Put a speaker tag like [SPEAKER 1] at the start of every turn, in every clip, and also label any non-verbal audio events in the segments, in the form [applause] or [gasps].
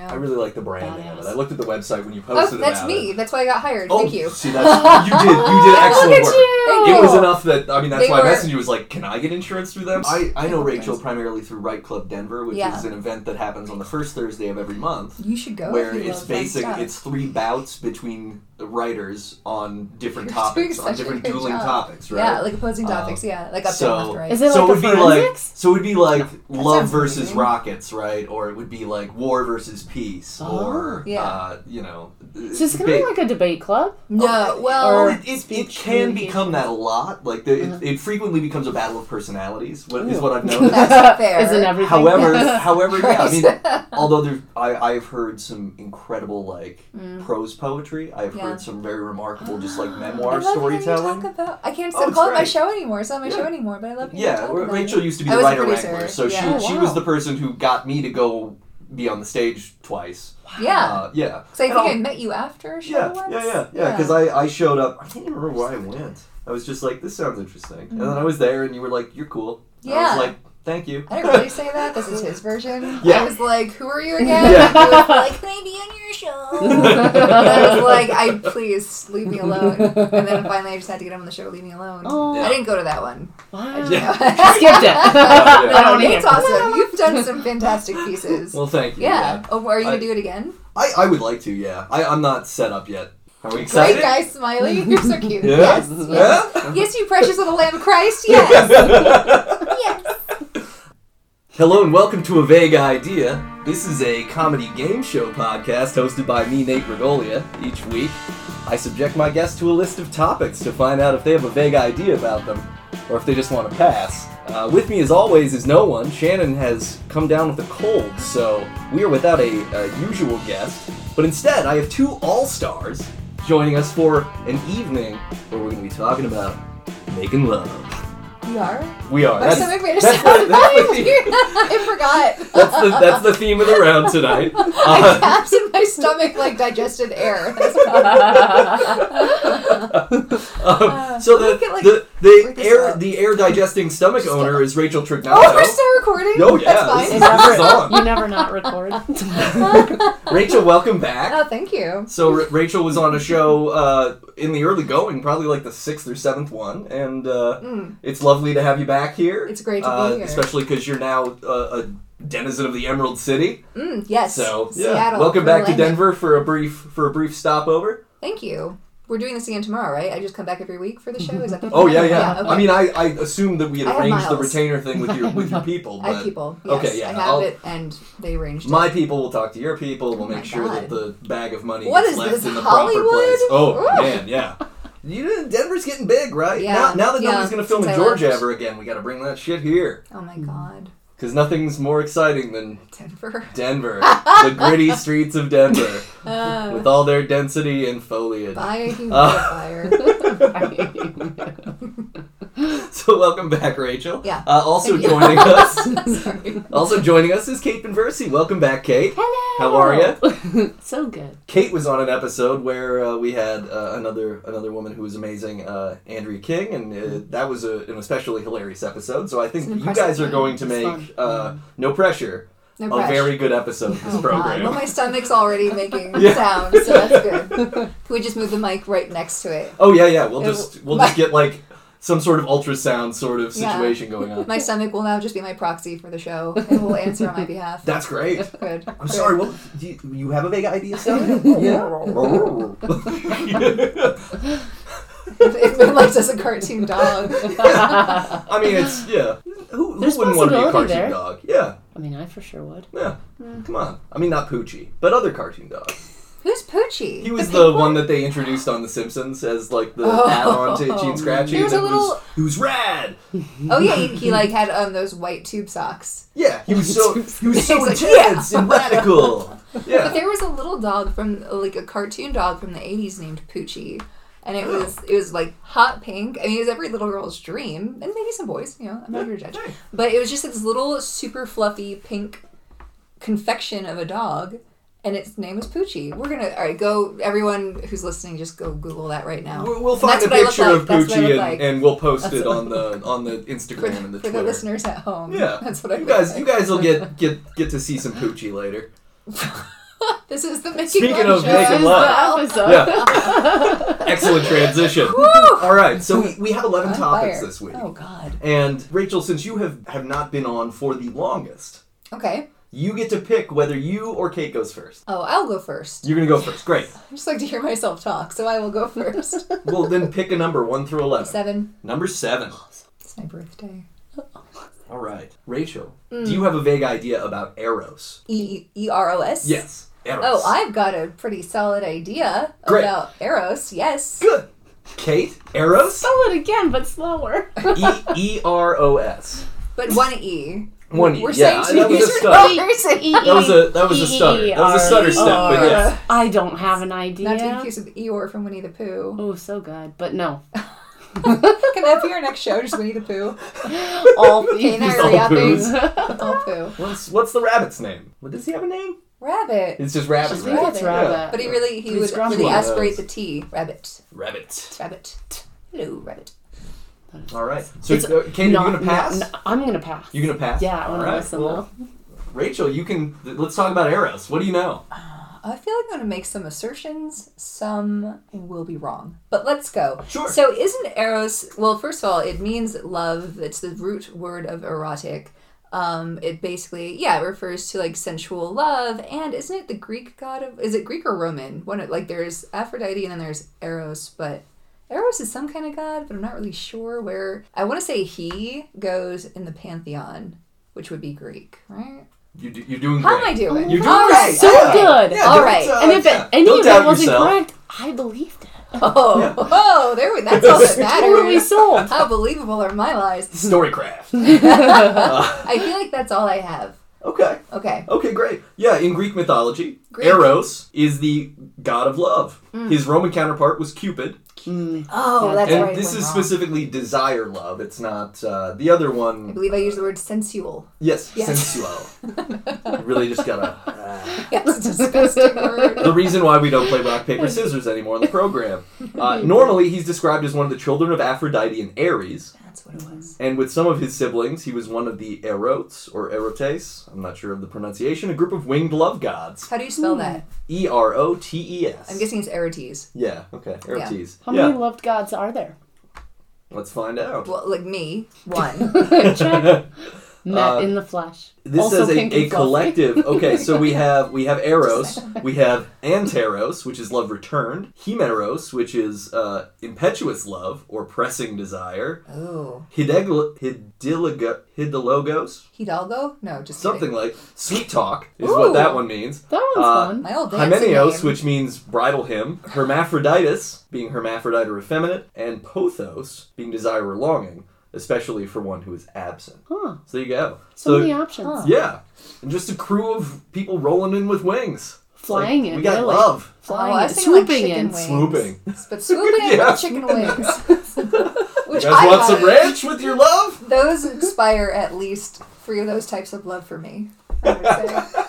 [SPEAKER 1] I really like the brand name of it. I looked at the website when you
[SPEAKER 2] Oh,
[SPEAKER 1] posted it.
[SPEAKER 2] that's
[SPEAKER 1] about
[SPEAKER 2] me.
[SPEAKER 1] It.
[SPEAKER 2] That's why I got hired.
[SPEAKER 1] Oh,
[SPEAKER 2] Thank you.
[SPEAKER 1] See, that's, you did.
[SPEAKER 2] [laughs]
[SPEAKER 1] You did excellent
[SPEAKER 3] Look at
[SPEAKER 1] work.
[SPEAKER 3] you.
[SPEAKER 1] It was enough that I mean that's
[SPEAKER 2] They
[SPEAKER 1] why
[SPEAKER 2] were-
[SPEAKER 1] I messaged you was like, can I get insurance through them? I, I know Rachel primarily through Right Club Denver, which
[SPEAKER 2] Yeah. Oh,
[SPEAKER 1] is an event that happens on the first Thursday of every month,
[SPEAKER 2] You should go.
[SPEAKER 1] where
[SPEAKER 2] if you
[SPEAKER 1] it's
[SPEAKER 2] love fun
[SPEAKER 1] basic.
[SPEAKER 2] stuff.
[SPEAKER 1] It's three bouts between the writers on different
[SPEAKER 2] You're
[SPEAKER 1] topics,
[SPEAKER 2] doing such
[SPEAKER 1] on
[SPEAKER 2] a
[SPEAKER 1] different
[SPEAKER 2] good
[SPEAKER 1] dueling
[SPEAKER 2] job.
[SPEAKER 1] topics, right?
[SPEAKER 2] yeah, like opposing
[SPEAKER 1] Uh,
[SPEAKER 2] topics. yeah, like up
[SPEAKER 1] so-
[SPEAKER 2] down left right.
[SPEAKER 3] Is it
[SPEAKER 1] so
[SPEAKER 3] like
[SPEAKER 1] it would
[SPEAKER 3] the
[SPEAKER 1] be like
[SPEAKER 3] forensics?
[SPEAKER 1] so it would be like love
[SPEAKER 2] sounds
[SPEAKER 1] versus
[SPEAKER 2] amazing.
[SPEAKER 1] rockets, right? Or it would be like war versus peace, or
[SPEAKER 2] Yeah.
[SPEAKER 1] uh, you know.
[SPEAKER 3] Oh, So it's gonna be like a debate club.
[SPEAKER 2] no,
[SPEAKER 1] Well,
[SPEAKER 2] well,
[SPEAKER 1] it, it, it
[SPEAKER 3] speech
[SPEAKER 1] can
[SPEAKER 3] communication. Uh-huh.
[SPEAKER 1] become that a lot. Like the, it, it frequently becomes a battle of personalities. What is
[SPEAKER 3] Ew.
[SPEAKER 1] what
[SPEAKER 3] [laughs]
[SPEAKER 1] I've noticed.
[SPEAKER 2] That's not fair.
[SPEAKER 3] Isn't everything?
[SPEAKER 1] however,
[SPEAKER 3] [laughs]
[SPEAKER 1] however, yeah. I
[SPEAKER 2] Christ. [laughs]
[SPEAKER 1] mean, although there, I I've heard some incredible like
[SPEAKER 3] Mm.
[SPEAKER 1] prose poetry. I've
[SPEAKER 2] Yeah.
[SPEAKER 1] heard some very remarkable
[SPEAKER 2] [gasps]
[SPEAKER 1] just like
[SPEAKER 2] I
[SPEAKER 1] memoir
[SPEAKER 2] love it when you
[SPEAKER 1] storytelling.
[SPEAKER 2] Talk about, I can't
[SPEAKER 1] Oh,
[SPEAKER 2] still
[SPEAKER 1] it's
[SPEAKER 2] call it my
[SPEAKER 1] great.
[SPEAKER 2] show anymore. It's not my
[SPEAKER 1] Yeah.
[SPEAKER 2] show anymore, but I love when you
[SPEAKER 1] Yeah,
[SPEAKER 2] talk
[SPEAKER 1] Ra-
[SPEAKER 2] about
[SPEAKER 1] Rachel
[SPEAKER 2] it.
[SPEAKER 1] used to be
[SPEAKER 2] I
[SPEAKER 1] the
[SPEAKER 2] was a
[SPEAKER 1] writer
[SPEAKER 2] producer,
[SPEAKER 1] wrangler, so she
[SPEAKER 2] yeah.
[SPEAKER 3] Oh,
[SPEAKER 1] she
[SPEAKER 3] wow.
[SPEAKER 1] was the person who got me to go be on the stage twice.
[SPEAKER 2] Yeah,
[SPEAKER 1] Uh, yeah.
[SPEAKER 2] so I
[SPEAKER 1] And
[SPEAKER 2] think I
[SPEAKER 1] I'll-
[SPEAKER 2] met you after a show
[SPEAKER 1] yeah,
[SPEAKER 2] once.
[SPEAKER 1] yeah, yeah, yeah, Because I, I showed up. I can't even remember why I went. I was just like, this sounds interesting. And then I was there, and you were like, you're cool. And I
[SPEAKER 2] Mm-hmm. Yeah.
[SPEAKER 1] was like, thank you.
[SPEAKER 2] I didn't really say that. This
[SPEAKER 1] [laughs]
[SPEAKER 2] is his version.
[SPEAKER 1] Yeah.
[SPEAKER 2] I was like, "Who are
[SPEAKER 1] [laughs]
[SPEAKER 2] you again?"
[SPEAKER 1] Yeah.
[SPEAKER 2] He was like, "Can I be on your
[SPEAKER 1] [laughs]
[SPEAKER 2] show?" and I was like, "I please leave me alone." And then finally, I just had to get him on the show. Leave me alone.
[SPEAKER 3] Oh.
[SPEAKER 2] I didn't go to that one.
[SPEAKER 3] Wow.
[SPEAKER 1] Yeah.
[SPEAKER 3] [laughs]
[SPEAKER 2] [laughs]
[SPEAKER 3] Skipped it. I don't need
[SPEAKER 2] it's
[SPEAKER 3] it.
[SPEAKER 2] awesome. You've done some fantastic pieces.
[SPEAKER 1] well, thank you.
[SPEAKER 2] yeah. Oh, are you gonna
[SPEAKER 1] I-
[SPEAKER 2] do it again?
[SPEAKER 1] I, I would like to, yeah. I, I'm not set up yet. Are we
[SPEAKER 2] Great
[SPEAKER 1] excited?
[SPEAKER 2] guy,
[SPEAKER 1] [laughs]
[SPEAKER 2] Smiley. You're so cute.
[SPEAKER 1] Yeah?
[SPEAKER 2] Yes. Yes.
[SPEAKER 1] Yeah?
[SPEAKER 2] Yes, you precious little lamb of Christ.
[SPEAKER 1] [laughs]
[SPEAKER 2] Yes. yes.
[SPEAKER 1] Hello and welcome to A Vague Idea. This is a comedy game show podcast hosted by me, Nate Regolia. Each week, I subject my guests to a list of topics to find out if they have a vague idea about them or if they just want to pass. Uh, with me, as always, is no one. Shannon has come down with a cold, so we are without a, a usual guest. But instead, I have two all stars joining us for an evening where we're going to be talking about making love.
[SPEAKER 2] You are.
[SPEAKER 1] We are.
[SPEAKER 2] My stomach made a
[SPEAKER 1] that's
[SPEAKER 2] sound.
[SPEAKER 1] the- that's
[SPEAKER 2] [laughs]
[SPEAKER 1] the theme.
[SPEAKER 2] I forgot.
[SPEAKER 1] [laughs] That's the, that's the theme of the round tonight.
[SPEAKER 2] [laughs] I
[SPEAKER 1] Uh, [laughs]
[SPEAKER 2] gasped in my stomach like digested air. That's
[SPEAKER 1] Oh, um, so the,
[SPEAKER 2] Look at, like,
[SPEAKER 1] the,
[SPEAKER 2] break
[SPEAKER 1] the
[SPEAKER 2] this
[SPEAKER 1] air
[SPEAKER 2] up.
[SPEAKER 1] the air digesting stomach owner is Rachel Trignano.
[SPEAKER 2] Oh, we're still recording?
[SPEAKER 1] Oh, yeah,
[SPEAKER 2] That's
[SPEAKER 1] this
[SPEAKER 2] fine.
[SPEAKER 1] is- This on.
[SPEAKER 3] You never not record.
[SPEAKER 1] [laughs] Rachel, welcome back.
[SPEAKER 2] Oh, thank you.
[SPEAKER 1] So Ra- Rachel was on a show uh, in the early going, probably like the sixth or seventh one, and uh,
[SPEAKER 2] Mm.
[SPEAKER 1] it's lovely to have you back here.
[SPEAKER 2] It's great to be
[SPEAKER 1] uh,
[SPEAKER 2] here.
[SPEAKER 1] especially because you're now uh, a denizen of the Emerald City.
[SPEAKER 2] Mm, yes.
[SPEAKER 1] So yeah,
[SPEAKER 2] Seattle.
[SPEAKER 1] welcome back to
[SPEAKER 2] London.
[SPEAKER 1] Denver for a brief for a brief stopover.
[SPEAKER 2] Thank you. We're doing this again tomorrow, right? I just come back every week for the show. Is that the
[SPEAKER 1] [laughs] Oh yeah,
[SPEAKER 2] plan?
[SPEAKER 1] yeah.
[SPEAKER 2] okay.
[SPEAKER 1] I mean, I, I assumed that we had
[SPEAKER 2] I have
[SPEAKER 1] arranged the
[SPEAKER 2] miles.
[SPEAKER 1] retainer thing with your
[SPEAKER 2] [laughs]
[SPEAKER 1] with your people.
[SPEAKER 2] I
[SPEAKER 1] But
[SPEAKER 2] have people. Yes,
[SPEAKER 1] uh, okay, yeah.
[SPEAKER 2] I have
[SPEAKER 1] I'll-
[SPEAKER 2] it, and they arranged
[SPEAKER 1] My
[SPEAKER 2] it.
[SPEAKER 1] people will talk to your people. We'll
[SPEAKER 2] Oh my
[SPEAKER 1] make sure that
[SPEAKER 2] God.
[SPEAKER 1] the bag of money
[SPEAKER 2] What
[SPEAKER 1] gets
[SPEAKER 2] is
[SPEAKER 1] left
[SPEAKER 2] this,
[SPEAKER 1] in the
[SPEAKER 2] Hollywood?
[SPEAKER 1] proper place. Oh
[SPEAKER 2] Ooh.
[SPEAKER 1] man, yeah. You Denver's getting big, right?
[SPEAKER 2] Yeah,
[SPEAKER 1] Now, now that
[SPEAKER 2] yeah,
[SPEAKER 1] nobody's going to film in
[SPEAKER 2] since I
[SPEAKER 1] Georgia
[SPEAKER 2] left.
[SPEAKER 1] ever again, we got to bring that shit here
[SPEAKER 2] Oh my god,
[SPEAKER 1] because nothing's more exciting than [laughs]
[SPEAKER 2] Denver.
[SPEAKER 1] Denver, the
[SPEAKER 2] [laughs]
[SPEAKER 1] gritty streets of Denver,
[SPEAKER 2] Uh,
[SPEAKER 1] with all their density and foliage.
[SPEAKER 2] buy a
[SPEAKER 1] [laughs]
[SPEAKER 2] humidifier.
[SPEAKER 1] So welcome back, Rachel.
[SPEAKER 2] Yeah.
[SPEAKER 1] Uh, also
[SPEAKER 2] Thank you.
[SPEAKER 1] joining
[SPEAKER 2] [laughs]
[SPEAKER 1] us,
[SPEAKER 2] Sorry.
[SPEAKER 1] also joining us is Kate Benversi. Welcome back, Kate.
[SPEAKER 3] Hello.
[SPEAKER 1] How are ya?
[SPEAKER 3] you? so good.
[SPEAKER 1] Kate was on an episode where uh, we had uh, another another woman who was amazing, uh, Andrea King, and uh, that was a, an especially hilarious episode. So I think
[SPEAKER 3] It's an
[SPEAKER 1] you
[SPEAKER 3] impressive
[SPEAKER 1] guys are going to
[SPEAKER 3] one. It's
[SPEAKER 1] make uh, no pressure
[SPEAKER 2] No
[SPEAKER 1] a
[SPEAKER 2] pressure.
[SPEAKER 1] very good episode of this
[SPEAKER 2] Oh, God.
[SPEAKER 1] program.
[SPEAKER 2] Well, my stomach's already making
[SPEAKER 1] [laughs] Yeah.
[SPEAKER 2] sound, so that's good.
[SPEAKER 1] [laughs]
[SPEAKER 2] Can we just move the mic right next to it?
[SPEAKER 1] oh yeah, yeah. We'll
[SPEAKER 2] It-
[SPEAKER 1] just we'll just get like some sort of ultrasound sort of
[SPEAKER 2] Yeah.
[SPEAKER 1] situation
[SPEAKER 2] [laughs]
[SPEAKER 1] going on.
[SPEAKER 2] My stomach will now just be my proxy for the show, and will answer on
[SPEAKER 1] [laughs]
[SPEAKER 2] my behalf.
[SPEAKER 1] That's great.
[SPEAKER 2] Good.
[SPEAKER 1] I'm sorry. Well, do you, you have a vague idea still? [laughs] yeah.
[SPEAKER 2] it like just a cartoon
[SPEAKER 1] [laughs]
[SPEAKER 2] dog.
[SPEAKER 1] I mean, it's yeah. Who, who
[SPEAKER 3] There's
[SPEAKER 1] wouldn't want to be a
[SPEAKER 3] possibility
[SPEAKER 1] cartoon
[SPEAKER 3] there.
[SPEAKER 1] dog? Yeah.
[SPEAKER 3] I mean, I for sure would.
[SPEAKER 1] Yeah.
[SPEAKER 2] Mm.
[SPEAKER 1] Come on. I mean, not Poochie, but other cartoon dogs.
[SPEAKER 2] Who's Poochie?
[SPEAKER 1] He was the one that they introduced on The Simpsons as like the
[SPEAKER 2] Oh.
[SPEAKER 1] add-on to Gene Scratchy.
[SPEAKER 2] He was a
[SPEAKER 1] that
[SPEAKER 2] little-
[SPEAKER 1] was, he was rad.
[SPEAKER 2] Oh yeah, he, he
[SPEAKER 1] [laughs]
[SPEAKER 2] like had um those white tube socks.
[SPEAKER 1] Yeah,
[SPEAKER 2] [laughs]
[SPEAKER 1] he was so he was so
[SPEAKER 2] He's like, yeah.
[SPEAKER 1] intense
[SPEAKER 2] [laughs]
[SPEAKER 1] and radical.
[SPEAKER 2] But
[SPEAKER 1] Yeah.
[SPEAKER 2] there was a little dog from like a cartoon dog from the '80s named Poochie, and it was it was like hot pink. I mean, it was every little girl's dream, and maybe some boys. You know, I'm not here to judge. But it was just this little super fluffy pink confection of a dog. And its name was Poochie. We're gonna all right. Go, everyone who's listening, just go Google that right now.
[SPEAKER 1] We'll we'll
[SPEAKER 2] And
[SPEAKER 1] find
[SPEAKER 2] that's
[SPEAKER 1] a
[SPEAKER 2] what I look
[SPEAKER 1] picture
[SPEAKER 2] like.
[SPEAKER 1] of
[SPEAKER 2] That's what I
[SPEAKER 1] Poochie
[SPEAKER 2] look
[SPEAKER 1] and,
[SPEAKER 2] like.
[SPEAKER 1] and we'll post it on the on the Instagram and the
[SPEAKER 2] for
[SPEAKER 1] Twitter.
[SPEAKER 2] the listeners at home.
[SPEAKER 1] Yeah,
[SPEAKER 2] [laughs] that's what I
[SPEAKER 1] you
[SPEAKER 2] look
[SPEAKER 1] guys,
[SPEAKER 2] like. [laughs]
[SPEAKER 1] you guys will get get get to see some Poochie later.
[SPEAKER 2] This is the making
[SPEAKER 1] Speaking
[SPEAKER 2] love
[SPEAKER 1] of
[SPEAKER 2] show.
[SPEAKER 1] making
[SPEAKER 2] as
[SPEAKER 1] love.
[SPEAKER 2] well. [laughs]
[SPEAKER 1] Excellent transition. All right, so we, we have 11
[SPEAKER 2] On
[SPEAKER 1] topics
[SPEAKER 2] fire.
[SPEAKER 1] this week.
[SPEAKER 2] Oh God.
[SPEAKER 1] And Rachel, since you have, have not been on for the longest,
[SPEAKER 2] Okay.
[SPEAKER 1] you get to pick whether you or Kate goes first.
[SPEAKER 2] Oh, I'll go first.
[SPEAKER 1] You're going to go first. Great.
[SPEAKER 2] I just like to hear myself talk, so I will go
[SPEAKER 1] [laughs]
[SPEAKER 2] first.
[SPEAKER 1] Well, then pick a number 1 through 11.
[SPEAKER 2] Seven.
[SPEAKER 1] Number 7.
[SPEAKER 2] It's my birthday.
[SPEAKER 1] All right. Rachel, do you have a vague idea about Eros?
[SPEAKER 2] E E R O S.
[SPEAKER 1] Yes. Eros.
[SPEAKER 2] Oh, I've got a pretty solid idea
[SPEAKER 1] Great.
[SPEAKER 2] about Eros. Yes.
[SPEAKER 1] Good. Kate, Eros?
[SPEAKER 3] Spell it again, but slower.
[SPEAKER 1] E E R O S.
[SPEAKER 2] But one E.
[SPEAKER 1] One E.
[SPEAKER 2] We're
[SPEAKER 1] Yeah,
[SPEAKER 2] saying
[SPEAKER 1] that was a
[SPEAKER 2] two
[SPEAKER 1] stutter.
[SPEAKER 2] [laughs] E.
[SPEAKER 1] That was a that was a stutter. That was a stutter step, but
[SPEAKER 2] E-E-R.
[SPEAKER 1] yes.
[SPEAKER 3] I don't have an idea.
[SPEAKER 2] Not to be confused with Eeyore from Winnie the Pooh.
[SPEAKER 3] Oh, so good, but no.
[SPEAKER 2] Can that be our next show? Just Winnie the [laughs] Pooh? [laughs]
[SPEAKER 3] All
[SPEAKER 2] Kane
[SPEAKER 3] things.
[SPEAKER 2] and
[SPEAKER 1] All
[SPEAKER 2] I are
[SPEAKER 1] booze.
[SPEAKER 2] yapping. All Pooh.
[SPEAKER 1] What's what's the rabbit's name? What does he have a name?
[SPEAKER 2] Rabbit.
[SPEAKER 1] It's just rabbit.
[SPEAKER 3] I think
[SPEAKER 1] right?
[SPEAKER 3] it's
[SPEAKER 1] Yeah.
[SPEAKER 3] rabbit.
[SPEAKER 2] But he really, he
[SPEAKER 3] Please
[SPEAKER 2] would
[SPEAKER 3] grab
[SPEAKER 2] really
[SPEAKER 1] one of
[SPEAKER 2] aspirate the
[SPEAKER 1] those.
[SPEAKER 2] T. Rabbit.
[SPEAKER 1] Rabbit.
[SPEAKER 2] Rabbit. Hello, rabbit.
[SPEAKER 1] All right. So,
[SPEAKER 3] It's-
[SPEAKER 1] uh, Kate,
[SPEAKER 3] No,
[SPEAKER 1] are you gonna
[SPEAKER 3] no,
[SPEAKER 1] pass?
[SPEAKER 3] no, I'm gonna pass.
[SPEAKER 1] You gonna pass?
[SPEAKER 3] Yeah, I wanna
[SPEAKER 1] All right,
[SPEAKER 3] listen
[SPEAKER 1] well, Rachel, you can. th- Let's talk about Eros. What do you know?
[SPEAKER 2] I feel like I'm going to make some assertions. Some will be wrong. But let's go.
[SPEAKER 1] Sure.
[SPEAKER 2] So, isn't Eros, well, first of all, it means love. It's the root word of erotic. Um, it basically, yeah, it refers to like sensual love. And isn't it the Greek god of, is it Greek or Roman? One of, like there's Aphrodite and then there's Eros, but Eros is some kind of god, but I'm not really sure where. I want to say he goes in the pantheon, which would be Greek, right? [laughs]
[SPEAKER 1] You do, you're doing.
[SPEAKER 2] How am
[SPEAKER 1] great.
[SPEAKER 2] I doing?
[SPEAKER 1] You're doing
[SPEAKER 2] All
[SPEAKER 1] great.
[SPEAKER 2] right.
[SPEAKER 3] So
[SPEAKER 1] Yeah.
[SPEAKER 3] good.
[SPEAKER 1] Yeah,
[SPEAKER 2] All
[SPEAKER 1] don't,
[SPEAKER 2] right.
[SPEAKER 1] uh,
[SPEAKER 3] And if
[SPEAKER 1] yeah.
[SPEAKER 3] it, any
[SPEAKER 1] Don't
[SPEAKER 3] of
[SPEAKER 1] doubt
[SPEAKER 3] that wasn't
[SPEAKER 1] yourself.
[SPEAKER 3] correct, I believed it.
[SPEAKER 2] Oh,
[SPEAKER 1] Yeah.
[SPEAKER 2] oh, there we, that's all that
[SPEAKER 1] [laughs]
[SPEAKER 3] Totally
[SPEAKER 2] matters.
[SPEAKER 3] sold.
[SPEAKER 2] How believable are my lies? [laughs]
[SPEAKER 1] Storycraft. Uh,
[SPEAKER 2] I feel like that's all I have.
[SPEAKER 1] okay.
[SPEAKER 2] Okay.
[SPEAKER 1] Okay, great. Yeah, in Greek mythology,
[SPEAKER 2] Greek.
[SPEAKER 1] Eros is the god of love. His Roman counterpart was Cupid,
[SPEAKER 3] Mm.
[SPEAKER 2] Oh,
[SPEAKER 3] Yeah.
[SPEAKER 2] that's
[SPEAKER 1] and
[SPEAKER 2] where I
[SPEAKER 1] this
[SPEAKER 2] went
[SPEAKER 1] is
[SPEAKER 2] wrong.
[SPEAKER 1] specifically desire love. It's not uh, the other
[SPEAKER 2] I
[SPEAKER 1] one.
[SPEAKER 2] believe I used the word sensual.
[SPEAKER 1] Yes,
[SPEAKER 2] Yes. [laughs]
[SPEAKER 1] sensual. really, just gotta. uh,
[SPEAKER 2] Yes, disgusting word.
[SPEAKER 1] the reason why we don't play rock
[SPEAKER 3] [laughs]
[SPEAKER 1] paper scissors anymore in the program. Uh, normally, he's described as one of the children of Aphrodite and Ares.
[SPEAKER 2] That's what it was.
[SPEAKER 1] And with some of his siblings, he was one of the Erotes, or Erotes, I'm not sure of the pronunciation, a group of winged love gods.
[SPEAKER 2] How do you spell that?
[SPEAKER 1] E R O T E S.
[SPEAKER 2] I'm guessing it's Erotes.
[SPEAKER 1] Yeah, okay, Erotes.
[SPEAKER 3] How
[SPEAKER 1] yeah,
[SPEAKER 3] many loved gods are there?
[SPEAKER 1] let's find out.
[SPEAKER 2] Well, like me, [laughs] one.
[SPEAKER 3] Check. Met
[SPEAKER 1] Uh,
[SPEAKER 3] in the flesh.
[SPEAKER 1] This
[SPEAKER 3] also
[SPEAKER 1] is a,
[SPEAKER 3] pink
[SPEAKER 1] a
[SPEAKER 3] and fluffy.
[SPEAKER 1] collective. Okay, so
[SPEAKER 3] [laughs]
[SPEAKER 1] we have we have Eros, we have Anteros, which is love returned, Himeros, which is uh, impetuous love or pressing desire,
[SPEAKER 2] Oh,
[SPEAKER 1] Hidegl- Hidiligo- Hidalogos,
[SPEAKER 2] Hidalgo? No, just kidding.
[SPEAKER 1] something like sweet talk is what
[SPEAKER 2] Ooh.
[SPEAKER 1] that one means.
[SPEAKER 3] That one's
[SPEAKER 1] Uh,
[SPEAKER 3] fun.
[SPEAKER 2] My old dancing
[SPEAKER 1] Hymenios,
[SPEAKER 2] name.
[SPEAKER 1] which means bridal hymn, Hermaphroditus, being hermaphrodite or effeminate, and Pothos, being desire or longing, especially for one who is absent.
[SPEAKER 3] Huh.
[SPEAKER 1] So there you go.
[SPEAKER 3] So, many options.
[SPEAKER 2] Huh.
[SPEAKER 1] Yeah, and just a crew of people rolling in with wings, It's like,
[SPEAKER 3] Flying it,
[SPEAKER 1] We got
[SPEAKER 3] really.
[SPEAKER 1] love.
[SPEAKER 3] Flying,
[SPEAKER 2] Oh, I
[SPEAKER 3] in,
[SPEAKER 2] was thinking like
[SPEAKER 3] swooping
[SPEAKER 2] chicken
[SPEAKER 3] in.
[SPEAKER 2] wings.
[SPEAKER 1] Swooping.
[SPEAKER 2] But swooping
[SPEAKER 1] [laughs]
[SPEAKER 2] in
[SPEAKER 1] Yeah.
[SPEAKER 2] with chicken [laughs] wings.
[SPEAKER 1] You
[SPEAKER 2] Which
[SPEAKER 1] guys
[SPEAKER 2] I
[SPEAKER 1] want
[SPEAKER 2] love.
[SPEAKER 1] some ranch with your love?
[SPEAKER 2] Those inspire at least three of those types of love for me. I would say.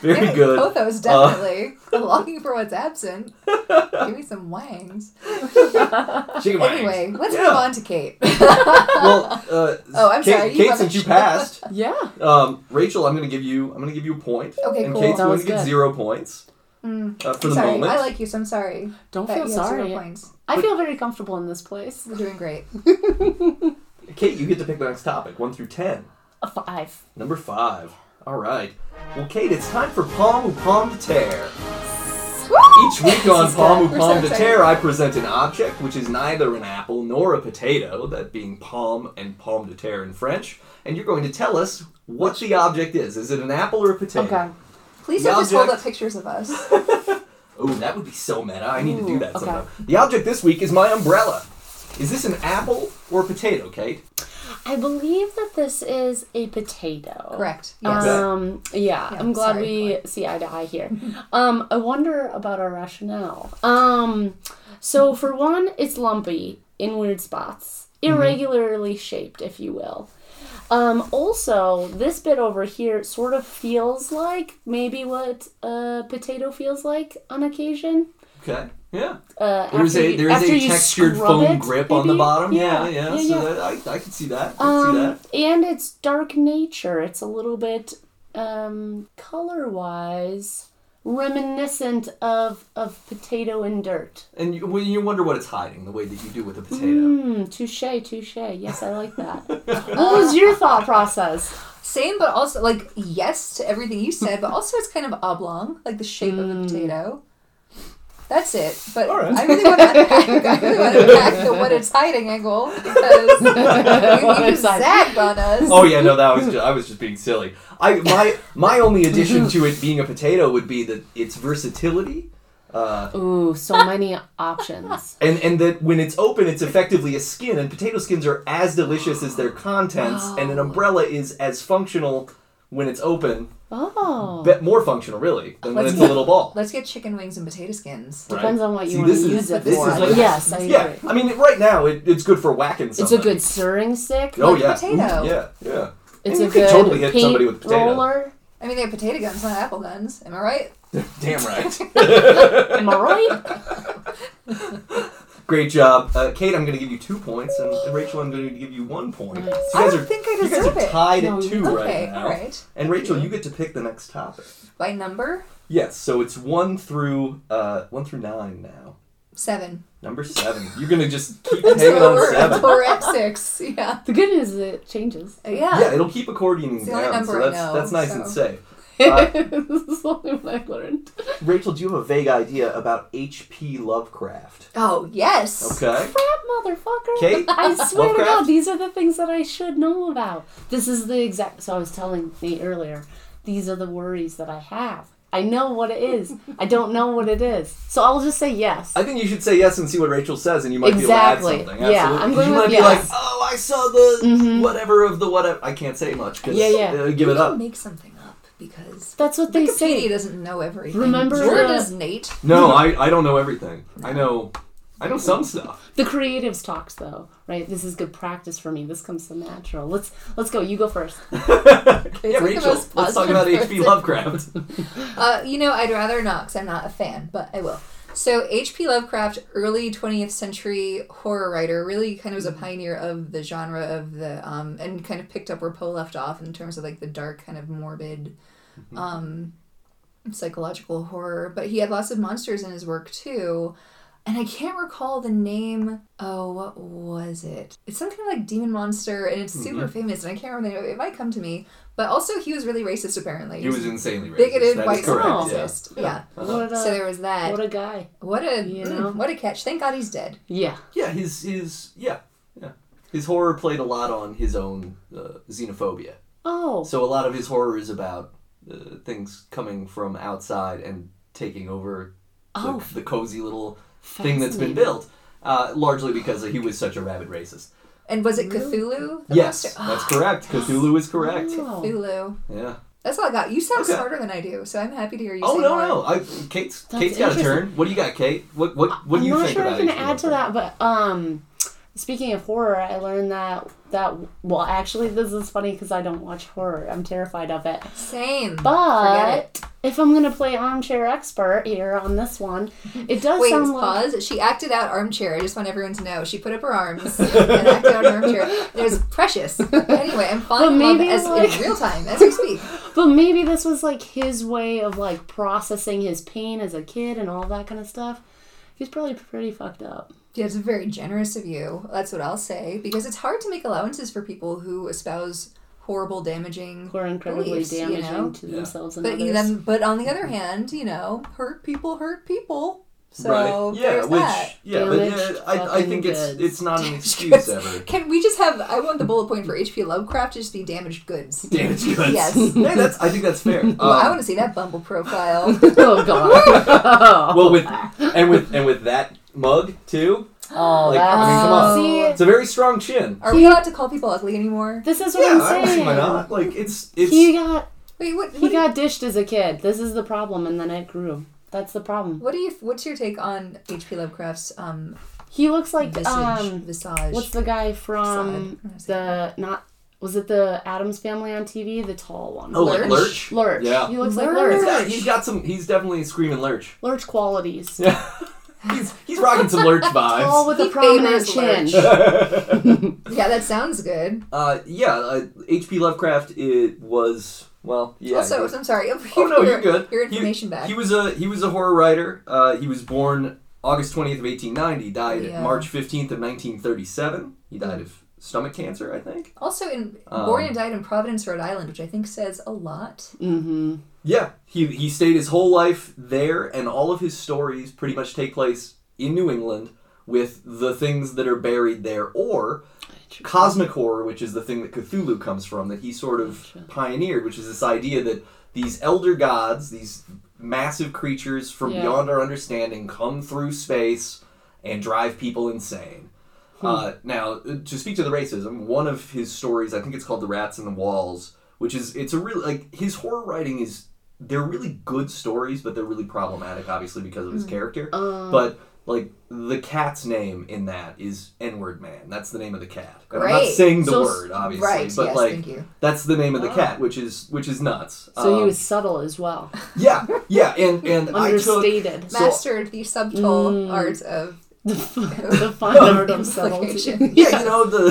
[SPEAKER 1] Very
[SPEAKER 2] Yeah,
[SPEAKER 1] good.
[SPEAKER 2] Pothos,
[SPEAKER 1] uh,
[SPEAKER 2] definitely. [laughs] I'm longing for what's absent. Give me some
[SPEAKER 1] [laughs]
[SPEAKER 2] wangs.
[SPEAKER 1] Chicken wings.
[SPEAKER 2] Anyway, let's
[SPEAKER 1] Yeah.
[SPEAKER 2] move on to Kate.
[SPEAKER 1] Well, uh,
[SPEAKER 2] Oh, I'm
[SPEAKER 1] Kate,
[SPEAKER 2] sorry, you
[SPEAKER 1] Kate,
[SPEAKER 2] have
[SPEAKER 1] since
[SPEAKER 2] a-
[SPEAKER 1] you passed,
[SPEAKER 3] Yeah.
[SPEAKER 1] um, Rachel, I'm gonna give you. I'm gonna give you a point.
[SPEAKER 2] Okay,
[SPEAKER 1] and
[SPEAKER 2] cool.
[SPEAKER 1] Kate's
[SPEAKER 3] That
[SPEAKER 1] going
[SPEAKER 3] was
[SPEAKER 1] to get
[SPEAKER 3] good.
[SPEAKER 1] zero points
[SPEAKER 2] Mm.
[SPEAKER 1] uh, for
[SPEAKER 2] I'm
[SPEAKER 1] the
[SPEAKER 2] [laughs] sorry.
[SPEAKER 1] moment.
[SPEAKER 2] I like you, so I'm sorry.
[SPEAKER 3] Don't
[SPEAKER 2] that
[SPEAKER 3] feel
[SPEAKER 2] you have zero
[SPEAKER 3] sorry.
[SPEAKER 2] points.
[SPEAKER 3] I feel very comfortable in this place.
[SPEAKER 2] We're doing
[SPEAKER 1] [laughs]
[SPEAKER 2] great.
[SPEAKER 1] Kate, you get to pick the next topic, one through ten.
[SPEAKER 3] A five.
[SPEAKER 1] Number five. All right. Well, Kate, it's time for Palm Who Palm to Tear. Each week
[SPEAKER 2] [laughs]
[SPEAKER 1] on
[SPEAKER 2] is
[SPEAKER 1] Palm
[SPEAKER 2] good.
[SPEAKER 1] Who
[SPEAKER 2] We're
[SPEAKER 1] Palm
[SPEAKER 2] so
[SPEAKER 1] to
[SPEAKER 2] excited.
[SPEAKER 1] Tear, I present an object which is neither an apple nor a potato, that being palm and palm de terre in French, and you're going to tell us what the object is. Is it an apple or a potato?
[SPEAKER 3] Okay.
[SPEAKER 2] Please
[SPEAKER 1] The
[SPEAKER 2] don't just hold
[SPEAKER 1] object-
[SPEAKER 2] up pictures of us.
[SPEAKER 1] [laughs] Ooh, that would be so meta. I need to do
[SPEAKER 3] Ooh,
[SPEAKER 1] that
[SPEAKER 3] okay.
[SPEAKER 1] sometime. The object this week is my umbrella. Is this an apple or a potato, Kate?
[SPEAKER 3] I believe that this is a potato.
[SPEAKER 2] Correct. Yes.
[SPEAKER 3] Um, yeah,
[SPEAKER 2] Yeah,
[SPEAKER 3] I'm glad
[SPEAKER 2] sorry,
[SPEAKER 3] we
[SPEAKER 2] Claire.
[SPEAKER 3] see eye to eye
[SPEAKER 2] [laughs]
[SPEAKER 3] here. um, I wonder about our rationale. Um, so for one, it's lumpy in weird spots,
[SPEAKER 1] Mm-hmm.
[SPEAKER 3] irregularly shaped, if you will. Um, also, this bit over here sort of feels like maybe what a potato feels like on occasion.
[SPEAKER 1] Okay. Yeah.
[SPEAKER 3] Uh,
[SPEAKER 1] There's
[SPEAKER 3] after
[SPEAKER 1] a
[SPEAKER 3] you-
[SPEAKER 1] there's
[SPEAKER 3] after
[SPEAKER 1] a
[SPEAKER 3] you
[SPEAKER 1] textured
[SPEAKER 3] scrub
[SPEAKER 1] foam
[SPEAKER 3] it,
[SPEAKER 1] grip on the
[SPEAKER 3] maybe?
[SPEAKER 1] bottom. Yeah, yeah. so
[SPEAKER 3] yeah, yeah.
[SPEAKER 1] That, I I can see that. I can see
[SPEAKER 3] Um,
[SPEAKER 1] that.
[SPEAKER 3] and it's dark nature. It's a little bit um, color wise reminiscent of of potato and dirt.
[SPEAKER 1] And you, well, you wonder what it's hiding, the way that you do with a potato.
[SPEAKER 3] Mm, touche, touche. Yes, I like
[SPEAKER 1] [laughs]
[SPEAKER 3] that. what was your thought process?
[SPEAKER 2] Same, but also like yes to everything you said, but also it's kind of oblong, like the shape of
[SPEAKER 3] Mm.
[SPEAKER 2] a potato. That's it. But
[SPEAKER 1] All right.
[SPEAKER 2] I really [laughs] want to unpack. I really
[SPEAKER 1] [laughs]
[SPEAKER 2] want to unpack the what it's hiding angle
[SPEAKER 3] [laughs]
[SPEAKER 2] because you,
[SPEAKER 3] What
[SPEAKER 2] you
[SPEAKER 3] it's hiding.
[SPEAKER 2] zagged on us.
[SPEAKER 1] Oh yeah, no, that was just, I was just being silly. I my my only
[SPEAKER 3] [laughs]
[SPEAKER 1] addition to it being a potato would be that its versatility, uh,
[SPEAKER 3] Ooh, so many options.
[SPEAKER 1] and and that when it's open, it's effectively a skin, and potato skins are as delicious as their contents, and an umbrella is as functional when it's open,
[SPEAKER 3] Oh.
[SPEAKER 1] but more functional really than when
[SPEAKER 2] Let's
[SPEAKER 1] it's a little ball.
[SPEAKER 2] Let's get chicken wings and potato skins.
[SPEAKER 1] Right.
[SPEAKER 3] Depends on what you
[SPEAKER 1] See,
[SPEAKER 3] want to
[SPEAKER 1] this is-
[SPEAKER 3] use it
[SPEAKER 1] this
[SPEAKER 3] for.
[SPEAKER 1] is like-
[SPEAKER 3] yes, I
[SPEAKER 1] Yeah,
[SPEAKER 3] agree.
[SPEAKER 1] I mean, right now it, it's good for whacking.
[SPEAKER 3] It's a
[SPEAKER 1] Somebody.
[SPEAKER 3] good stirring stick.
[SPEAKER 1] Oh
[SPEAKER 2] like
[SPEAKER 1] yeah,
[SPEAKER 2] potato.
[SPEAKER 1] yeah, yeah.
[SPEAKER 3] It's
[SPEAKER 1] And
[SPEAKER 3] a
[SPEAKER 1] you could
[SPEAKER 3] good
[SPEAKER 1] totally hit
[SPEAKER 3] paint
[SPEAKER 1] somebody with potato.
[SPEAKER 3] roller.
[SPEAKER 2] I mean, they have potato guns, not apple guns. Am I right?
[SPEAKER 1] Damn right.
[SPEAKER 3] Am I right?
[SPEAKER 1] [laughs] Great job, uh, Kate. I'm going to give you two points, and Rachel, I'm going to give you one point.
[SPEAKER 2] I
[SPEAKER 1] So you guys
[SPEAKER 2] don't
[SPEAKER 1] are
[SPEAKER 2] think I
[SPEAKER 1] you guys
[SPEAKER 2] deserve
[SPEAKER 1] are
[SPEAKER 2] it.
[SPEAKER 1] tied
[SPEAKER 3] No,
[SPEAKER 1] at two
[SPEAKER 2] okay,
[SPEAKER 1] right now.
[SPEAKER 2] all right.
[SPEAKER 1] And Rachel, you get to pick the next topic.
[SPEAKER 2] By number
[SPEAKER 1] Yes, so it's one through uh, one through nine now.
[SPEAKER 2] seven.
[SPEAKER 1] Number seven. You're going to just keep
[SPEAKER 2] Until
[SPEAKER 1] hanging on
[SPEAKER 2] we're, [laughs]
[SPEAKER 1] seven.
[SPEAKER 2] until we're at six. Yeah.
[SPEAKER 3] The good news is it changes. [laughs]
[SPEAKER 2] Yeah.
[SPEAKER 1] Yeah, it'll keep accordioning
[SPEAKER 2] It's the only
[SPEAKER 1] down, so
[SPEAKER 2] number I
[SPEAKER 1] that's
[SPEAKER 2] know,
[SPEAKER 1] that's nice
[SPEAKER 2] so.
[SPEAKER 1] and safe.
[SPEAKER 3] this
[SPEAKER 1] Uh,
[SPEAKER 3] is only what I've learned.
[SPEAKER 1] Rachel, do you have a vague idea about H.P. Lovecraft?
[SPEAKER 2] Oh yes.
[SPEAKER 1] Okay.
[SPEAKER 3] Crap, motherfucker.
[SPEAKER 1] Kate?
[SPEAKER 3] [laughs] I swear to
[SPEAKER 1] Lovecraft?
[SPEAKER 3] God, these are the things that I should know about. This is the exact. So I was telling Nate earlier, these are the worries that I have. I know what it is. I don't know what it is. So I'll just say yes.
[SPEAKER 1] I think you should say yes and see what Rachel says, and you might
[SPEAKER 3] Exactly.
[SPEAKER 1] be able to add something.
[SPEAKER 3] Yeah,
[SPEAKER 1] Absolutely.
[SPEAKER 3] I'm going
[SPEAKER 1] you
[SPEAKER 3] with
[SPEAKER 1] might be
[SPEAKER 3] yes.
[SPEAKER 1] like, oh, I saw the
[SPEAKER 2] Mm-hmm.
[SPEAKER 3] Mhm.
[SPEAKER 1] whatever of the whatever. I can't say much because
[SPEAKER 3] Yeah, yeah.
[SPEAKER 1] give
[SPEAKER 2] We
[SPEAKER 1] it
[SPEAKER 2] can
[SPEAKER 1] up.
[SPEAKER 2] Make something up because
[SPEAKER 3] That's what they
[SPEAKER 2] Wikipedia
[SPEAKER 3] say.
[SPEAKER 2] doesn't know everything.
[SPEAKER 3] Remember uh,
[SPEAKER 2] Nor
[SPEAKER 3] the-
[SPEAKER 2] does Nate.
[SPEAKER 1] No, I, I don't know everything. I know I know some stuff.
[SPEAKER 3] The creatives talks though, right? This is good practice for me. This comes so natural. Let's let's go. You go first.
[SPEAKER 1] yeah,
[SPEAKER 2] like the
[SPEAKER 1] Rachel.
[SPEAKER 2] most
[SPEAKER 1] Let's talk
[SPEAKER 2] positive
[SPEAKER 1] about H.P.
[SPEAKER 2] person.
[SPEAKER 1] Lovecraft.
[SPEAKER 2] Uh, you know, I'd rather not because I'm not a fan, but I will. So H.P. Lovecraft, early 20th century horror writer, really kind of was a
[SPEAKER 1] Mm-hmm.
[SPEAKER 2] pioneer of the genre of the um, and kind of picked up where Poe left off in terms of like the dark, kind of morbid,
[SPEAKER 1] Mm-hmm.
[SPEAKER 2] um, psychological horror. But he had lots of monsters in his work too. And I can't recall the name. Oh, what was it? It's some kind of like demon monster, and it's super
[SPEAKER 1] Mm-hmm.
[SPEAKER 2] famous. And I can't remember. the name. It might come to me. But also, he was really racist. Apparently,
[SPEAKER 1] He was insanely racist.
[SPEAKER 2] bigoted
[SPEAKER 1] That is
[SPEAKER 2] white
[SPEAKER 1] correct.
[SPEAKER 3] Oh.
[SPEAKER 1] yes.
[SPEAKER 2] supremacist. Yeah.
[SPEAKER 3] What a,
[SPEAKER 2] So there was that.
[SPEAKER 3] what a guy.
[SPEAKER 2] What a
[SPEAKER 3] You
[SPEAKER 2] mm,
[SPEAKER 3] know?
[SPEAKER 2] what a catch! Thank God he's dead.
[SPEAKER 3] Yeah.
[SPEAKER 1] Yeah, his his yeah yeah his horror played a lot on his own uh, xenophobia.
[SPEAKER 3] Oh.
[SPEAKER 1] So a lot of his horror is about uh, things coming from outside and taking over the,
[SPEAKER 3] Oh.
[SPEAKER 1] the cozy little thing that's been
[SPEAKER 3] Fascinating.
[SPEAKER 1] built, uh, largely because he was such a rabid racist.
[SPEAKER 2] And was it
[SPEAKER 3] Really?
[SPEAKER 2] Cthulhu? The
[SPEAKER 1] Yes,
[SPEAKER 2] monster-
[SPEAKER 1] that's correct.
[SPEAKER 3] [gasps]
[SPEAKER 1] Cthulhu is correct.
[SPEAKER 3] Wow.
[SPEAKER 2] Cthulhu.
[SPEAKER 1] Yeah.
[SPEAKER 2] That's all I got. You sound
[SPEAKER 1] Okay.
[SPEAKER 2] smarter than I do, so I'm happy to hear you.
[SPEAKER 1] Oh
[SPEAKER 2] say
[SPEAKER 1] no
[SPEAKER 2] more.
[SPEAKER 1] no! I, Kate's
[SPEAKER 3] That's
[SPEAKER 1] Kate's got a
[SPEAKER 3] interesting.
[SPEAKER 1] turn. What do you got, Kate? What what what do you
[SPEAKER 3] I'm not
[SPEAKER 1] think
[SPEAKER 3] sure
[SPEAKER 1] about
[SPEAKER 3] I can
[SPEAKER 1] H.P.
[SPEAKER 3] add to that, but um, speaking of horror, I learned that that well, actually, this is funny because I don't watch horror. I'm terrified of it.
[SPEAKER 2] Same. Forget it.
[SPEAKER 3] But if I'm gonna play armchair expert here on this one, it does
[SPEAKER 2] Wait,
[SPEAKER 3] sound like
[SPEAKER 2] pause. She acted out armchair. I just want everyone to know. She put up her
[SPEAKER 3] [laughs]
[SPEAKER 2] arms and acted out armchair. It was precious. Anyway, I'm falling in
[SPEAKER 3] But
[SPEAKER 2] love
[SPEAKER 3] maybe,
[SPEAKER 2] as,
[SPEAKER 3] like-
[SPEAKER 2] in real time as
[SPEAKER 3] [laughs]
[SPEAKER 2] we speak.
[SPEAKER 3] But maybe this was like his way of like processing his pain as a kid and all that kind of stuff. He's probably pretty fucked up.
[SPEAKER 2] Yeah, it's very generous of you. That's what I'll say. Because it's hard to make allowances for people who espouse horrible, damaging,
[SPEAKER 3] Who are incredibly
[SPEAKER 2] beliefs, you
[SPEAKER 3] damaging
[SPEAKER 2] know?
[SPEAKER 3] to
[SPEAKER 1] Yeah.
[SPEAKER 3] themselves and
[SPEAKER 2] But
[SPEAKER 3] others.
[SPEAKER 2] then, but on the other hand, you know, hurt people hurt people. So
[SPEAKER 1] Right.
[SPEAKER 2] there's
[SPEAKER 1] Yeah, which
[SPEAKER 2] that.
[SPEAKER 1] yeah, but
[SPEAKER 3] Damaged
[SPEAKER 1] yeah, I, I think
[SPEAKER 3] fucking
[SPEAKER 1] it's
[SPEAKER 3] goods.
[SPEAKER 1] it's not an excuse ever.
[SPEAKER 2] Can we just have? I want the bullet point for H.P. Lovecraft to just be damaged
[SPEAKER 1] [laughs]
[SPEAKER 2] goods.
[SPEAKER 1] Damaged goods.
[SPEAKER 2] Yes.
[SPEAKER 1] hey, that's I think that's fair.
[SPEAKER 2] Well, I
[SPEAKER 1] Um,
[SPEAKER 2] want to see that Bumble
[SPEAKER 1] [laughs]
[SPEAKER 2] profile.
[SPEAKER 3] [laughs] oh [laughs] god!
[SPEAKER 1] well with [laughs] and with and with that mug too.
[SPEAKER 3] oh,
[SPEAKER 1] Like, I mean, come
[SPEAKER 3] that's-
[SPEAKER 1] on.
[SPEAKER 3] See,
[SPEAKER 1] It's a very strong chin.
[SPEAKER 2] Are we allowed to call people ugly anymore?
[SPEAKER 3] this is what
[SPEAKER 1] Yeah, I
[SPEAKER 3] I'm
[SPEAKER 1] don't see
[SPEAKER 3] saying.
[SPEAKER 1] why not. Like it's it's
[SPEAKER 3] He got
[SPEAKER 2] Wait, what? What,
[SPEAKER 3] he
[SPEAKER 2] do you-
[SPEAKER 3] got dished as a kid. This is the problem, and then it grew. That's the problem.
[SPEAKER 2] what do you? What's your take on H.P. Lovecraft's um
[SPEAKER 3] He looks like
[SPEAKER 2] visage?
[SPEAKER 3] um,
[SPEAKER 2] visage.
[SPEAKER 3] what's the guy from
[SPEAKER 2] Side.
[SPEAKER 3] the not was it the Adams Family on TV? The tall one.
[SPEAKER 1] oh like
[SPEAKER 2] Lurch?
[SPEAKER 1] lurch.
[SPEAKER 3] Lurch.
[SPEAKER 1] Yeah.
[SPEAKER 3] He looks like
[SPEAKER 2] Lurch.
[SPEAKER 1] He's
[SPEAKER 3] Lurch.
[SPEAKER 1] got, he's got some. He's definitely screaming lurch. [laughs]
[SPEAKER 3] Lurch qualities.
[SPEAKER 1] Yeah. he's he's rocking some lurch
[SPEAKER 3] All
[SPEAKER 1] vibes.
[SPEAKER 3] with a
[SPEAKER 2] He
[SPEAKER 3] prominent
[SPEAKER 2] favors
[SPEAKER 3] chin.
[SPEAKER 2] Lurch.
[SPEAKER 3] [laughs]
[SPEAKER 2] [laughs] yeah, that sounds good.
[SPEAKER 1] Uh, yeah, uh, H.P. Lovecraft it was Well, yeah.
[SPEAKER 2] also,
[SPEAKER 1] you're-
[SPEAKER 2] I'm sorry. Over
[SPEAKER 1] [laughs] Oh
[SPEAKER 2] here,
[SPEAKER 1] no,
[SPEAKER 2] [laughs] your,
[SPEAKER 1] you're good.
[SPEAKER 2] Your
[SPEAKER 1] He-
[SPEAKER 2] information back.
[SPEAKER 1] He was a he was a horror writer. Uh, he was born August twentieth of eighteen ninety. Died
[SPEAKER 2] Yeah. Hmm.
[SPEAKER 1] March fifteenth of nineteen thirty seven. He died of stomach cancer, I think.
[SPEAKER 2] also, in
[SPEAKER 1] Um,
[SPEAKER 2] born and died in Providence, Rhode Island, which I think says a lot.
[SPEAKER 3] Mm-hmm.
[SPEAKER 1] Yeah, he he stayed his whole life there, and all of his stories pretty much take place in New England with the things that are buried there, or cosmic horror, which is the thing that Cthulhu comes from, that he sort of
[SPEAKER 3] Gotcha.
[SPEAKER 1] pioneered, which is this idea that these elder gods, these massive creatures from
[SPEAKER 3] Yeah.
[SPEAKER 1] beyond our understanding, come through space and drive people insane.
[SPEAKER 3] Hmm.
[SPEAKER 1] Uh, now, to speak to the racism, one of his stories, I think it's called "The Rats in the Walls," which is it's a really like his horror writing is they're really good stories, but they're really problematic, obviously because of his character.
[SPEAKER 3] Um,
[SPEAKER 1] But like the cat's name in that is N word man. That's the name of the cat. And I'm not
[SPEAKER 2] Great.
[SPEAKER 1] saying the
[SPEAKER 3] So-
[SPEAKER 1] word, obviously,
[SPEAKER 2] right.
[SPEAKER 1] but
[SPEAKER 2] yes.
[SPEAKER 1] like
[SPEAKER 2] thank you.
[SPEAKER 1] that's the name of the
[SPEAKER 3] Oh.
[SPEAKER 1] cat, which is which is nuts.
[SPEAKER 3] so he
[SPEAKER 1] Um,
[SPEAKER 3] was subtle as well.
[SPEAKER 1] yeah, yeah, and and I took [laughs]
[SPEAKER 3] Understated.
[SPEAKER 1] so-
[SPEAKER 2] Mastered the subtle
[SPEAKER 3] Mm.
[SPEAKER 2] art
[SPEAKER 3] [laughs]
[SPEAKER 2] of
[SPEAKER 3] the fu- the fine art of subtlety. [laughs]
[SPEAKER 2] Implication.
[SPEAKER 1] yeah, you know the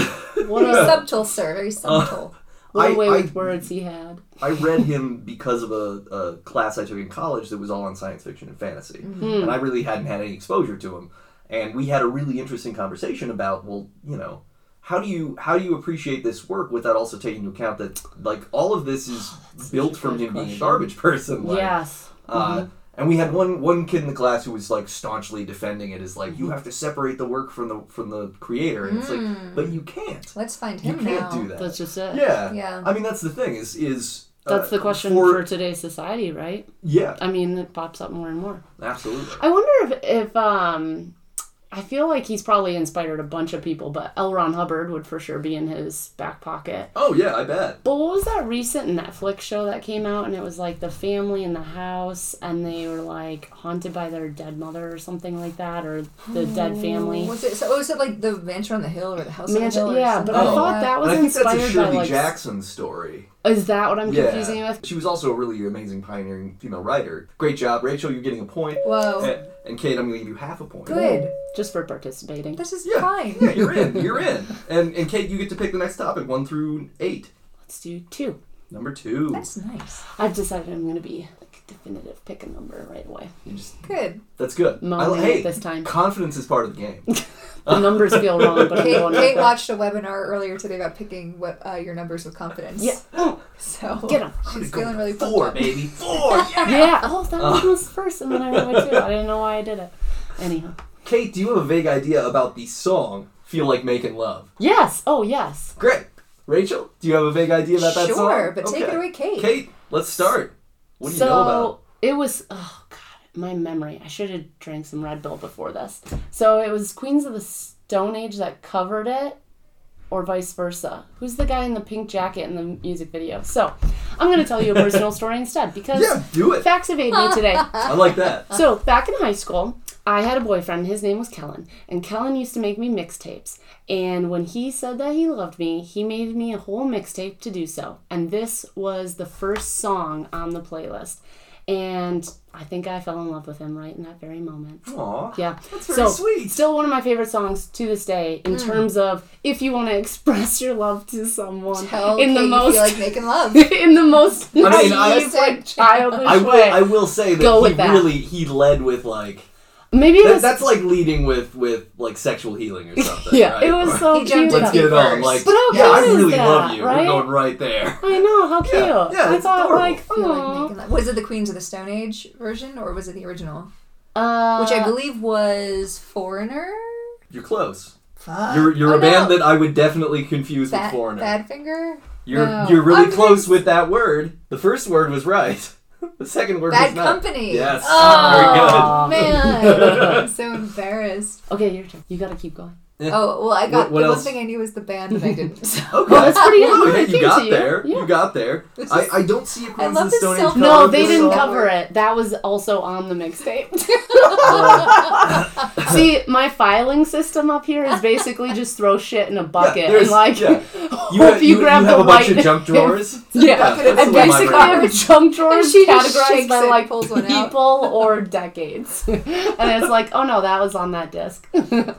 [SPEAKER 3] What
[SPEAKER 2] very
[SPEAKER 3] a-
[SPEAKER 2] subtle, sir. Very subtle.
[SPEAKER 3] What
[SPEAKER 1] I-
[SPEAKER 3] a way
[SPEAKER 1] I-
[SPEAKER 3] with words he had.
[SPEAKER 1] I read him because of a, a class I took in college that was all on science fiction and fantasy.
[SPEAKER 3] Hmm.
[SPEAKER 1] And I really hadn't had any exposure to him. And we had a really interesting conversation about, well, you know, how do you how do you appreciate this work without also taking into account that like all of this is
[SPEAKER 3] [gasps] such
[SPEAKER 1] built
[SPEAKER 3] a
[SPEAKER 1] from
[SPEAKER 3] good
[SPEAKER 1] him being a
[SPEAKER 3] question. Mm-hmm.
[SPEAKER 1] garbage person. Like,
[SPEAKER 3] yes.
[SPEAKER 1] uh, and we had one one kid in the class who was like staunchly defending it as like
[SPEAKER 3] Mm-hmm.
[SPEAKER 1] you have to separate the work from the from the creator, and it's like, but you can't.
[SPEAKER 2] Let's find
[SPEAKER 1] You
[SPEAKER 2] him
[SPEAKER 1] can't
[SPEAKER 2] now.
[SPEAKER 1] do that.
[SPEAKER 3] That's just it.
[SPEAKER 1] Yeah.
[SPEAKER 2] Yeah.
[SPEAKER 1] I mean, that's the thing is is uh,
[SPEAKER 3] That's the question
[SPEAKER 1] for-
[SPEAKER 3] for, today's society, right?
[SPEAKER 1] yeah,
[SPEAKER 3] I mean, it pops up more and more.
[SPEAKER 1] absolutely.
[SPEAKER 3] I wonder if, if um, I feel like he's probably inspired a bunch of people, but L. Ron Hubbard would for sure be in his back pocket.
[SPEAKER 1] Oh yeah, I bet.
[SPEAKER 3] But what was that recent Netflix show that came out and it was like the family in the house and they were like haunted by their dead mother or something like that or the dead family?
[SPEAKER 2] Was it? So, was it like the mansion on the hill or the house
[SPEAKER 3] Mansion-
[SPEAKER 2] on the hill? or
[SPEAKER 3] yeah, but I
[SPEAKER 2] something
[SPEAKER 3] thought
[SPEAKER 2] like
[SPEAKER 3] that
[SPEAKER 1] And
[SPEAKER 3] was
[SPEAKER 1] I think that's a
[SPEAKER 3] inspired by
[SPEAKER 1] Shirley
[SPEAKER 3] like.
[SPEAKER 1] Jackson story.
[SPEAKER 3] Is that what I'm
[SPEAKER 1] Yeah,
[SPEAKER 3] confusing it with?
[SPEAKER 1] she was also a really amazing pioneering female writer. Great job, Rachel. You're getting a point.
[SPEAKER 2] Whoa.
[SPEAKER 1] And, and Kate, I'm going to give you half a point.
[SPEAKER 2] Good.
[SPEAKER 3] Just for participating.
[SPEAKER 2] This is
[SPEAKER 1] Yeah.
[SPEAKER 2] fine.
[SPEAKER 1] Yeah, you're in. You're in. And and Kate, you get to pick the next topic, one through eight.
[SPEAKER 3] Let's do two.
[SPEAKER 1] Number two.
[SPEAKER 2] That's nice.
[SPEAKER 3] I've decided I'm gonna be like definitive. Pick a number right away.
[SPEAKER 1] You just-
[SPEAKER 2] Good.
[SPEAKER 1] that's good.
[SPEAKER 3] Mom
[SPEAKER 1] I li-
[SPEAKER 3] made it
[SPEAKER 1] hey,
[SPEAKER 3] this time.
[SPEAKER 1] confidence is part of the game.
[SPEAKER 3] The numbers feel wrong, but I'm
[SPEAKER 2] Kate,
[SPEAKER 3] going
[SPEAKER 2] Kate
[SPEAKER 3] with them.
[SPEAKER 2] watched a webinar earlier today about picking what uh, your numbers with confidence.
[SPEAKER 3] Yeah. Oh,
[SPEAKER 2] So
[SPEAKER 3] get him.
[SPEAKER 1] I'm
[SPEAKER 2] she's
[SPEAKER 1] gonna go
[SPEAKER 2] feeling really pumped
[SPEAKER 1] four,
[SPEAKER 2] up.
[SPEAKER 1] baby.
[SPEAKER 2] [laughs]
[SPEAKER 1] Four. Yeah.
[SPEAKER 3] Yeah. [laughs] Oh, that
[SPEAKER 1] Uh.
[SPEAKER 3] one was first, and then I went with two. I didn't know why I did it. Anyhow.
[SPEAKER 1] Kate, do you have a vague idea about the song "Feel Like Making Love"?
[SPEAKER 3] Yes. Oh, yes.
[SPEAKER 1] Great. Rachel, do you have a vague idea about that
[SPEAKER 2] Sure,
[SPEAKER 1] song?
[SPEAKER 2] but take it away, Kate.
[SPEAKER 1] Kate, let's start. What do you
[SPEAKER 3] so
[SPEAKER 1] know about?
[SPEAKER 3] it was. Oh God, my memory. I should have drank some Red Bull before this. So it was Queens of the Stone Age that covered it, or vice versa. Who's the guy in the pink jacket in the music video? So I'm gonna tell you
[SPEAKER 1] [laughs]
[SPEAKER 3] a personal story instead because
[SPEAKER 1] Yeah, do it.
[SPEAKER 3] facts evade
[SPEAKER 1] [laughs]
[SPEAKER 3] me today.
[SPEAKER 1] I like that.
[SPEAKER 3] So back in high school, I had a boyfriend. His name was Kellen, and Kellen used to make me mixtapes. And when he said that he loved me, he made me a whole mixtape to do so. And this was the first song on the playlist. And I think I fell in love with him right in that very moment.
[SPEAKER 1] Aw.
[SPEAKER 3] Yeah.
[SPEAKER 1] That's very sweet. Mm.
[SPEAKER 3] Still one of my favorite songs to this day in terms of if you want to express your love to someone
[SPEAKER 2] Tell
[SPEAKER 3] in
[SPEAKER 2] Kate
[SPEAKER 3] the
[SPEAKER 2] you
[SPEAKER 3] most
[SPEAKER 2] feel like making love.
[SPEAKER 3] [laughs] in the most
[SPEAKER 1] I mean, I-
[SPEAKER 3] naive, like, childish
[SPEAKER 1] I will.
[SPEAKER 3] way.
[SPEAKER 1] I will say that
[SPEAKER 3] Go
[SPEAKER 1] he
[SPEAKER 3] with that.
[SPEAKER 1] really he led with like
[SPEAKER 3] Maybe it
[SPEAKER 1] that-
[SPEAKER 3] was
[SPEAKER 1] that's like leading with with like sexual healing or something.
[SPEAKER 3] [laughs] Yeah,
[SPEAKER 1] right?
[SPEAKER 3] it was
[SPEAKER 1] Or,
[SPEAKER 3] so
[SPEAKER 2] He
[SPEAKER 3] cute.
[SPEAKER 2] jumped in
[SPEAKER 1] Let's get it on.
[SPEAKER 2] First.
[SPEAKER 1] Like,
[SPEAKER 3] But how
[SPEAKER 1] yeah, I
[SPEAKER 3] cute is
[SPEAKER 1] really
[SPEAKER 3] that,
[SPEAKER 1] love you. We're
[SPEAKER 3] right?
[SPEAKER 1] going right there.
[SPEAKER 3] I know how cute.
[SPEAKER 1] Yeah, yeah,
[SPEAKER 3] I
[SPEAKER 1] it's
[SPEAKER 3] thought
[SPEAKER 1] adorable.
[SPEAKER 3] like,
[SPEAKER 2] Feel like
[SPEAKER 3] oh,
[SPEAKER 2] making love. Was it the Queens of the Stone Age version or was it the original?
[SPEAKER 3] uh,
[SPEAKER 2] Which I believe was Foreigner.
[SPEAKER 1] You're close.
[SPEAKER 2] Fuck.
[SPEAKER 1] You're you're
[SPEAKER 2] Oh,
[SPEAKER 1] a band
[SPEAKER 2] no.
[SPEAKER 1] that I would definitely confuse
[SPEAKER 2] Bad,
[SPEAKER 1] with foreigner.
[SPEAKER 2] Badfinger?
[SPEAKER 1] You're
[SPEAKER 2] No.
[SPEAKER 1] you're really
[SPEAKER 2] I'm
[SPEAKER 1] close with that word. The first word was right. [laughs] The second word
[SPEAKER 2] Bad
[SPEAKER 1] was not.
[SPEAKER 2] Company.
[SPEAKER 1] Yes.
[SPEAKER 2] Oh,
[SPEAKER 3] Very
[SPEAKER 2] man.
[SPEAKER 1] [laughs]
[SPEAKER 2] I'm so embarrassed.
[SPEAKER 3] Okay, your turn. You gotta keep going.
[SPEAKER 2] Oh, well, I got
[SPEAKER 1] What- what
[SPEAKER 2] the
[SPEAKER 1] else?
[SPEAKER 2] one thing I knew was the band and I
[SPEAKER 1] [laughs]
[SPEAKER 2] didn't. So.
[SPEAKER 1] Okay.
[SPEAKER 3] [laughs] Well, that's pretty
[SPEAKER 1] Well,
[SPEAKER 3] good.
[SPEAKER 1] hey,
[SPEAKER 3] I
[SPEAKER 1] you
[SPEAKER 3] think
[SPEAKER 1] got
[SPEAKER 3] to you.
[SPEAKER 1] there.
[SPEAKER 3] Yeah.
[SPEAKER 1] You got there.
[SPEAKER 2] This
[SPEAKER 1] I,
[SPEAKER 2] is-
[SPEAKER 1] I don't see a Queens
[SPEAKER 2] love
[SPEAKER 1] of the
[SPEAKER 2] this
[SPEAKER 1] Stone Age
[SPEAKER 2] self-
[SPEAKER 1] cover
[SPEAKER 3] No,
[SPEAKER 1] of
[SPEAKER 3] they
[SPEAKER 1] this
[SPEAKER 3] didn't
[SPEAKER 1] song.
[SPEAKER 3] cover it. That was also on the mixtape. [laughs] See, my filing system up here is basically just throw shit in a bucket
[SPEAKER 1] there's-
[SPEAKER 3] and like [laughs]
[SPEAKER 1] yeah.
[SPEAKER 3] hope you, grab
[SPEAKER 1] have
[SPEAKER 3] the
[SPEAKER 1] a bunch
[SPEAKER 3] right.
[SPEAKER 1] of
[SPEAKER 3] [laughs]
[SPEAKER 1] junk drawers.
[SPEAKER 3] Yeah,
[SPEAKER 1] that's
[SPEAKER 2] and
[SPEAKER 1] the
[SPEAKER 3] I
[SPEAKER 1] way my
[SPEAKER 3] basically
[SPEAKER 1] brain
[SPEAKER 3] have a
[SPEAKER 1] works.
[SPEAKER 3] [laughs] junk drawer
[SPEAKER 2] And she just
[SPEAKER 3] categorized
[SPEAKER 2] shakes
[SPEAKER 3] by
[SPEAKER 2] it,
[SPEAKER 3] like
[SPEAKER 2] pulls one out.
[SPEAKER 3] people or decades, [laughs] and it's like, oh no, that was on that disc. [laughs]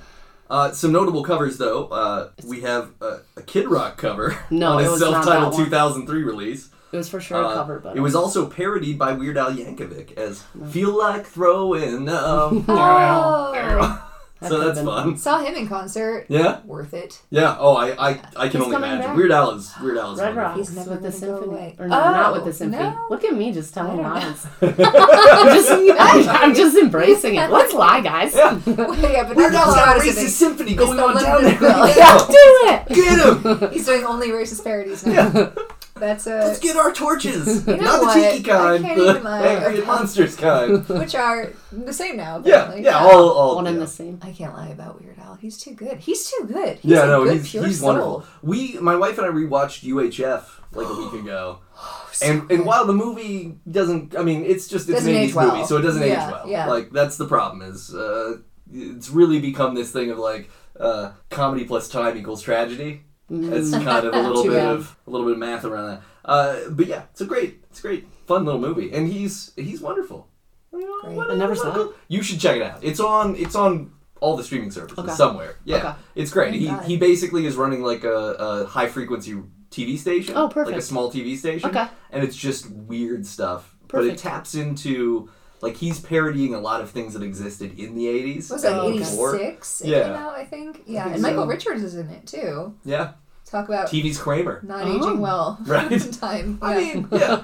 [SPEAKER 1] Uh, some notable covers, though. Uh, we have a, a Kid Rock cover
[SPEAKER 3] [laughs] No,
[SPEAKER 1] on
[SPEAKER 3] it
[SPEAKER 1] his
[SPEAKER 3] was not that
[SPEAKER 1] self-titled
[SPEAKER 3] one.
[SPEAKER 1] 2003 release.
[SPEAKER 3] It was for sure a
[SPEAKER 1] Uh,
[SPEAKER 3] cover, but
[SPEAKER 1] it was also parodied by Weird Al Yankovic as "Feel Like Throwing
[SPEAKER 3] [laughs]
[SPEAKER 1] Up."
[SPEAKER 2] Oh.
[SPEAKER 3] That
[SPEAKER 1] so
[SPEAKER 3] could've
[SPEAKER 1] that's
[SPEAKER 3] been-
[SPEAKER 1] fun.
[SPEAKER 2] Saw him in concert.
[SPEAKER 1] Yeah,
[SPEAKER 2] Worth it.
[SPEAKER 1] yeah. Oh, I, I, I can
[SPEAKER 3] He's
[SPEAKER 1] only
[SPEAKER 3] coming
[SPEAKER 1] imagine.
[SPEAKER 3] back.
[SPEAKER 1] Weird Al is Weird Al is
[SPEAKER 3] Red Rocks
[SPEAKER 1] wonderful.
[SPEAKER 2] He's never
[SPEAKER 3] with the
[SPEAKER 2] gonna go
[SPEAKER 3] symphony,
[SPEAKER 2] away.
[SPEAKER 3] or no, not with
[SPEAKER 2] Oh,
[SPEAKER 3] the symphony.
[SPEAKER 2] no.
[SPEAKER 3] Look at me, just telling
[SPEAKER 2] I don't know.
[SPEAKER 3] lies. [laughs] I'm
[SPEAKER 2] [laughs]
[SPEAKER 3] just, I, am just embracing it. Let's lie, guys.
[SPEAKER 1] Yeah.
[SPEAKER 2] [laughs] yeah, but
[SPEAKER 1] Weird
[SPEAKER 2] not all
[SPEAKER 1] Al's got a
[SPEAKER 2] racist
[SPEAKER 1] racist symphony going
[SPEAKER 2] the
[SPEAKER 1] on
[SPEAKER 2] one
[SPEAKER 1] down
[SPEAKER 2] with
[SPEAKER 1] there.
[SPEAKER 2] the-
[SPEAKER 3] Yeah,
[SPEAKER 1] [laughs]
[SPEAKER 3] do it.
[SPEAKER 1] Get him!
[SPEAKER 2] thing. He's doing only racist parodies now.
[SPEAKER 1] Yeah,
[SPEAKER 2] That's uh, a
[SPEAKER 1] let's get our torches.
[SPEAKER 2] You know
[SPEAKER 1] Not
[SPEAKER 2] what?
[SPEAKER 1] the cheeky
[SPEAKER 2] I
[SPEAKER 1] kind,
[SPEAKER 2] can't
[SPEAKER 1] the
[SPEAKER 2] even lie.
[SPEAKER 1] angry and
[SPEAKER 2] [laughs]
[SPEAKER 1] monsters kind.
[SPEAKER 2] which are the same now.
[SPEAKER 1] Yeah,
[SPEAKER 2] apparently.
[SPEAKER 1] yeah. All, all
[SPEAKER 3] One
[SPEAKER 1] yeah.
[SPEAKER 3] and the same.
[SPEAKER 2] I can't lie about Weird Al. He's too good. He's too good. He's
[SPEAKER 1] yeah,
[SPEAKER 2] a
[SPEAKER 1] no,
[SPEAKER 2] good,
[SPEAKER 1] he's,
[SPEAKER 2] pure
[SPEAKER 1] he's
[SPEAKER 2] soul.
[SPEAKER 1] wonderful. We, my wife and I rewatched UHF like a
[SPEAKER 2] [gasps]
[SPEAKER 1] week ago,
[SPEAKER 2] Oh,
[SPEAKER 1] and and while the movie doesn't, I mean, it's just it's
[SPEAKER 2] Doesn't
[SPEAKER 1] an
[SPEAKER 2] age
[SPEAKER 1] '80s movie,
[SPEAKER 2] well.
[SPEAKER 1] so it doesn't
[SPEAKER 2] Yeah,
[SPEAKER 1] age well.
[SPEAKER 2] yeah.
[SPEAKER 1] Like that's the problem is uh, it's really become this thing of like uh, comedy plus time equals tragedy.
[SPEAKER 2] Mm.
[SPEAKER 1] It's kind
[SPEAKER 2] [laughs]
[SPEAKER 1] of a little
[SPEAKER 3] Too
[SPEAKER 1] bit
[SPEAKER 3] bad.
[SPEAKER 1] of a little bit of math around that. Uh, but yeah, it's a great, it's a great, fun little movie, and he's he's wonderful.
[SPEAKER 2] Great.
[SPEAKER 1] What a-
[SPEAKER 3] I never
[SPEAKER 1] what a
[SPEAKER 3] saw
[SPEAKER 1] good- You should check it out. It's on. It's on all the streaming services
[SPEAKER 3] Okay.
[SPEAKER 1] somewhere. Yeah,
[SPEAKER 3] Okay.
[SPEAKER 1] it's great.
[SPEAKER 2] Thank
[SPEAKER 1] He
[SPEAKER 2] Oh God.
[SPEAKER 1] he basically is running like a, a high frequency TV station.
[SPEAKER 3] Oh, perfect.
[SPEAKER 1] Like a small TV station.
[SPEAKER 3] Okay.
[SPEAKER 1] And it's just weird stuff, but it
[SPEAKER 3] Perfect.
[SPEAKER 1] taps into like he's parodying a lot of things that existed in the eighties.
[SPEAKER 2] Was that
[SPEAKER 3] Oh, okay.
[SPEAKER 2] eighty six? It
[SPEAKER 1] Yeah.
[SPEAKER 2] came out, I think. Yeah,
[SPEAKER 1] think
[SPEAKER 2] and Michael
[SPEAKER 1] so.
[SPEAKER 2] Richards is in it too.
[SPEAKER 1] Yeah,
[SPEAKER 2] Talk about
[SPEAKER 1] TV's Kramer.
[SPEAKER 2] not
[SPEAKER 3] Oh.
[SPEAKER 2] aging
[SPEAKER 1] [laughs]
[SPEAKER 2] well.
[SPEAKER 1] Right.
[SPEAKER 2] in time.
[SPEAKER 1] I
[SPEAKER 2] Yeah.
[SPEAKER 1] mean, [laughs] yeah,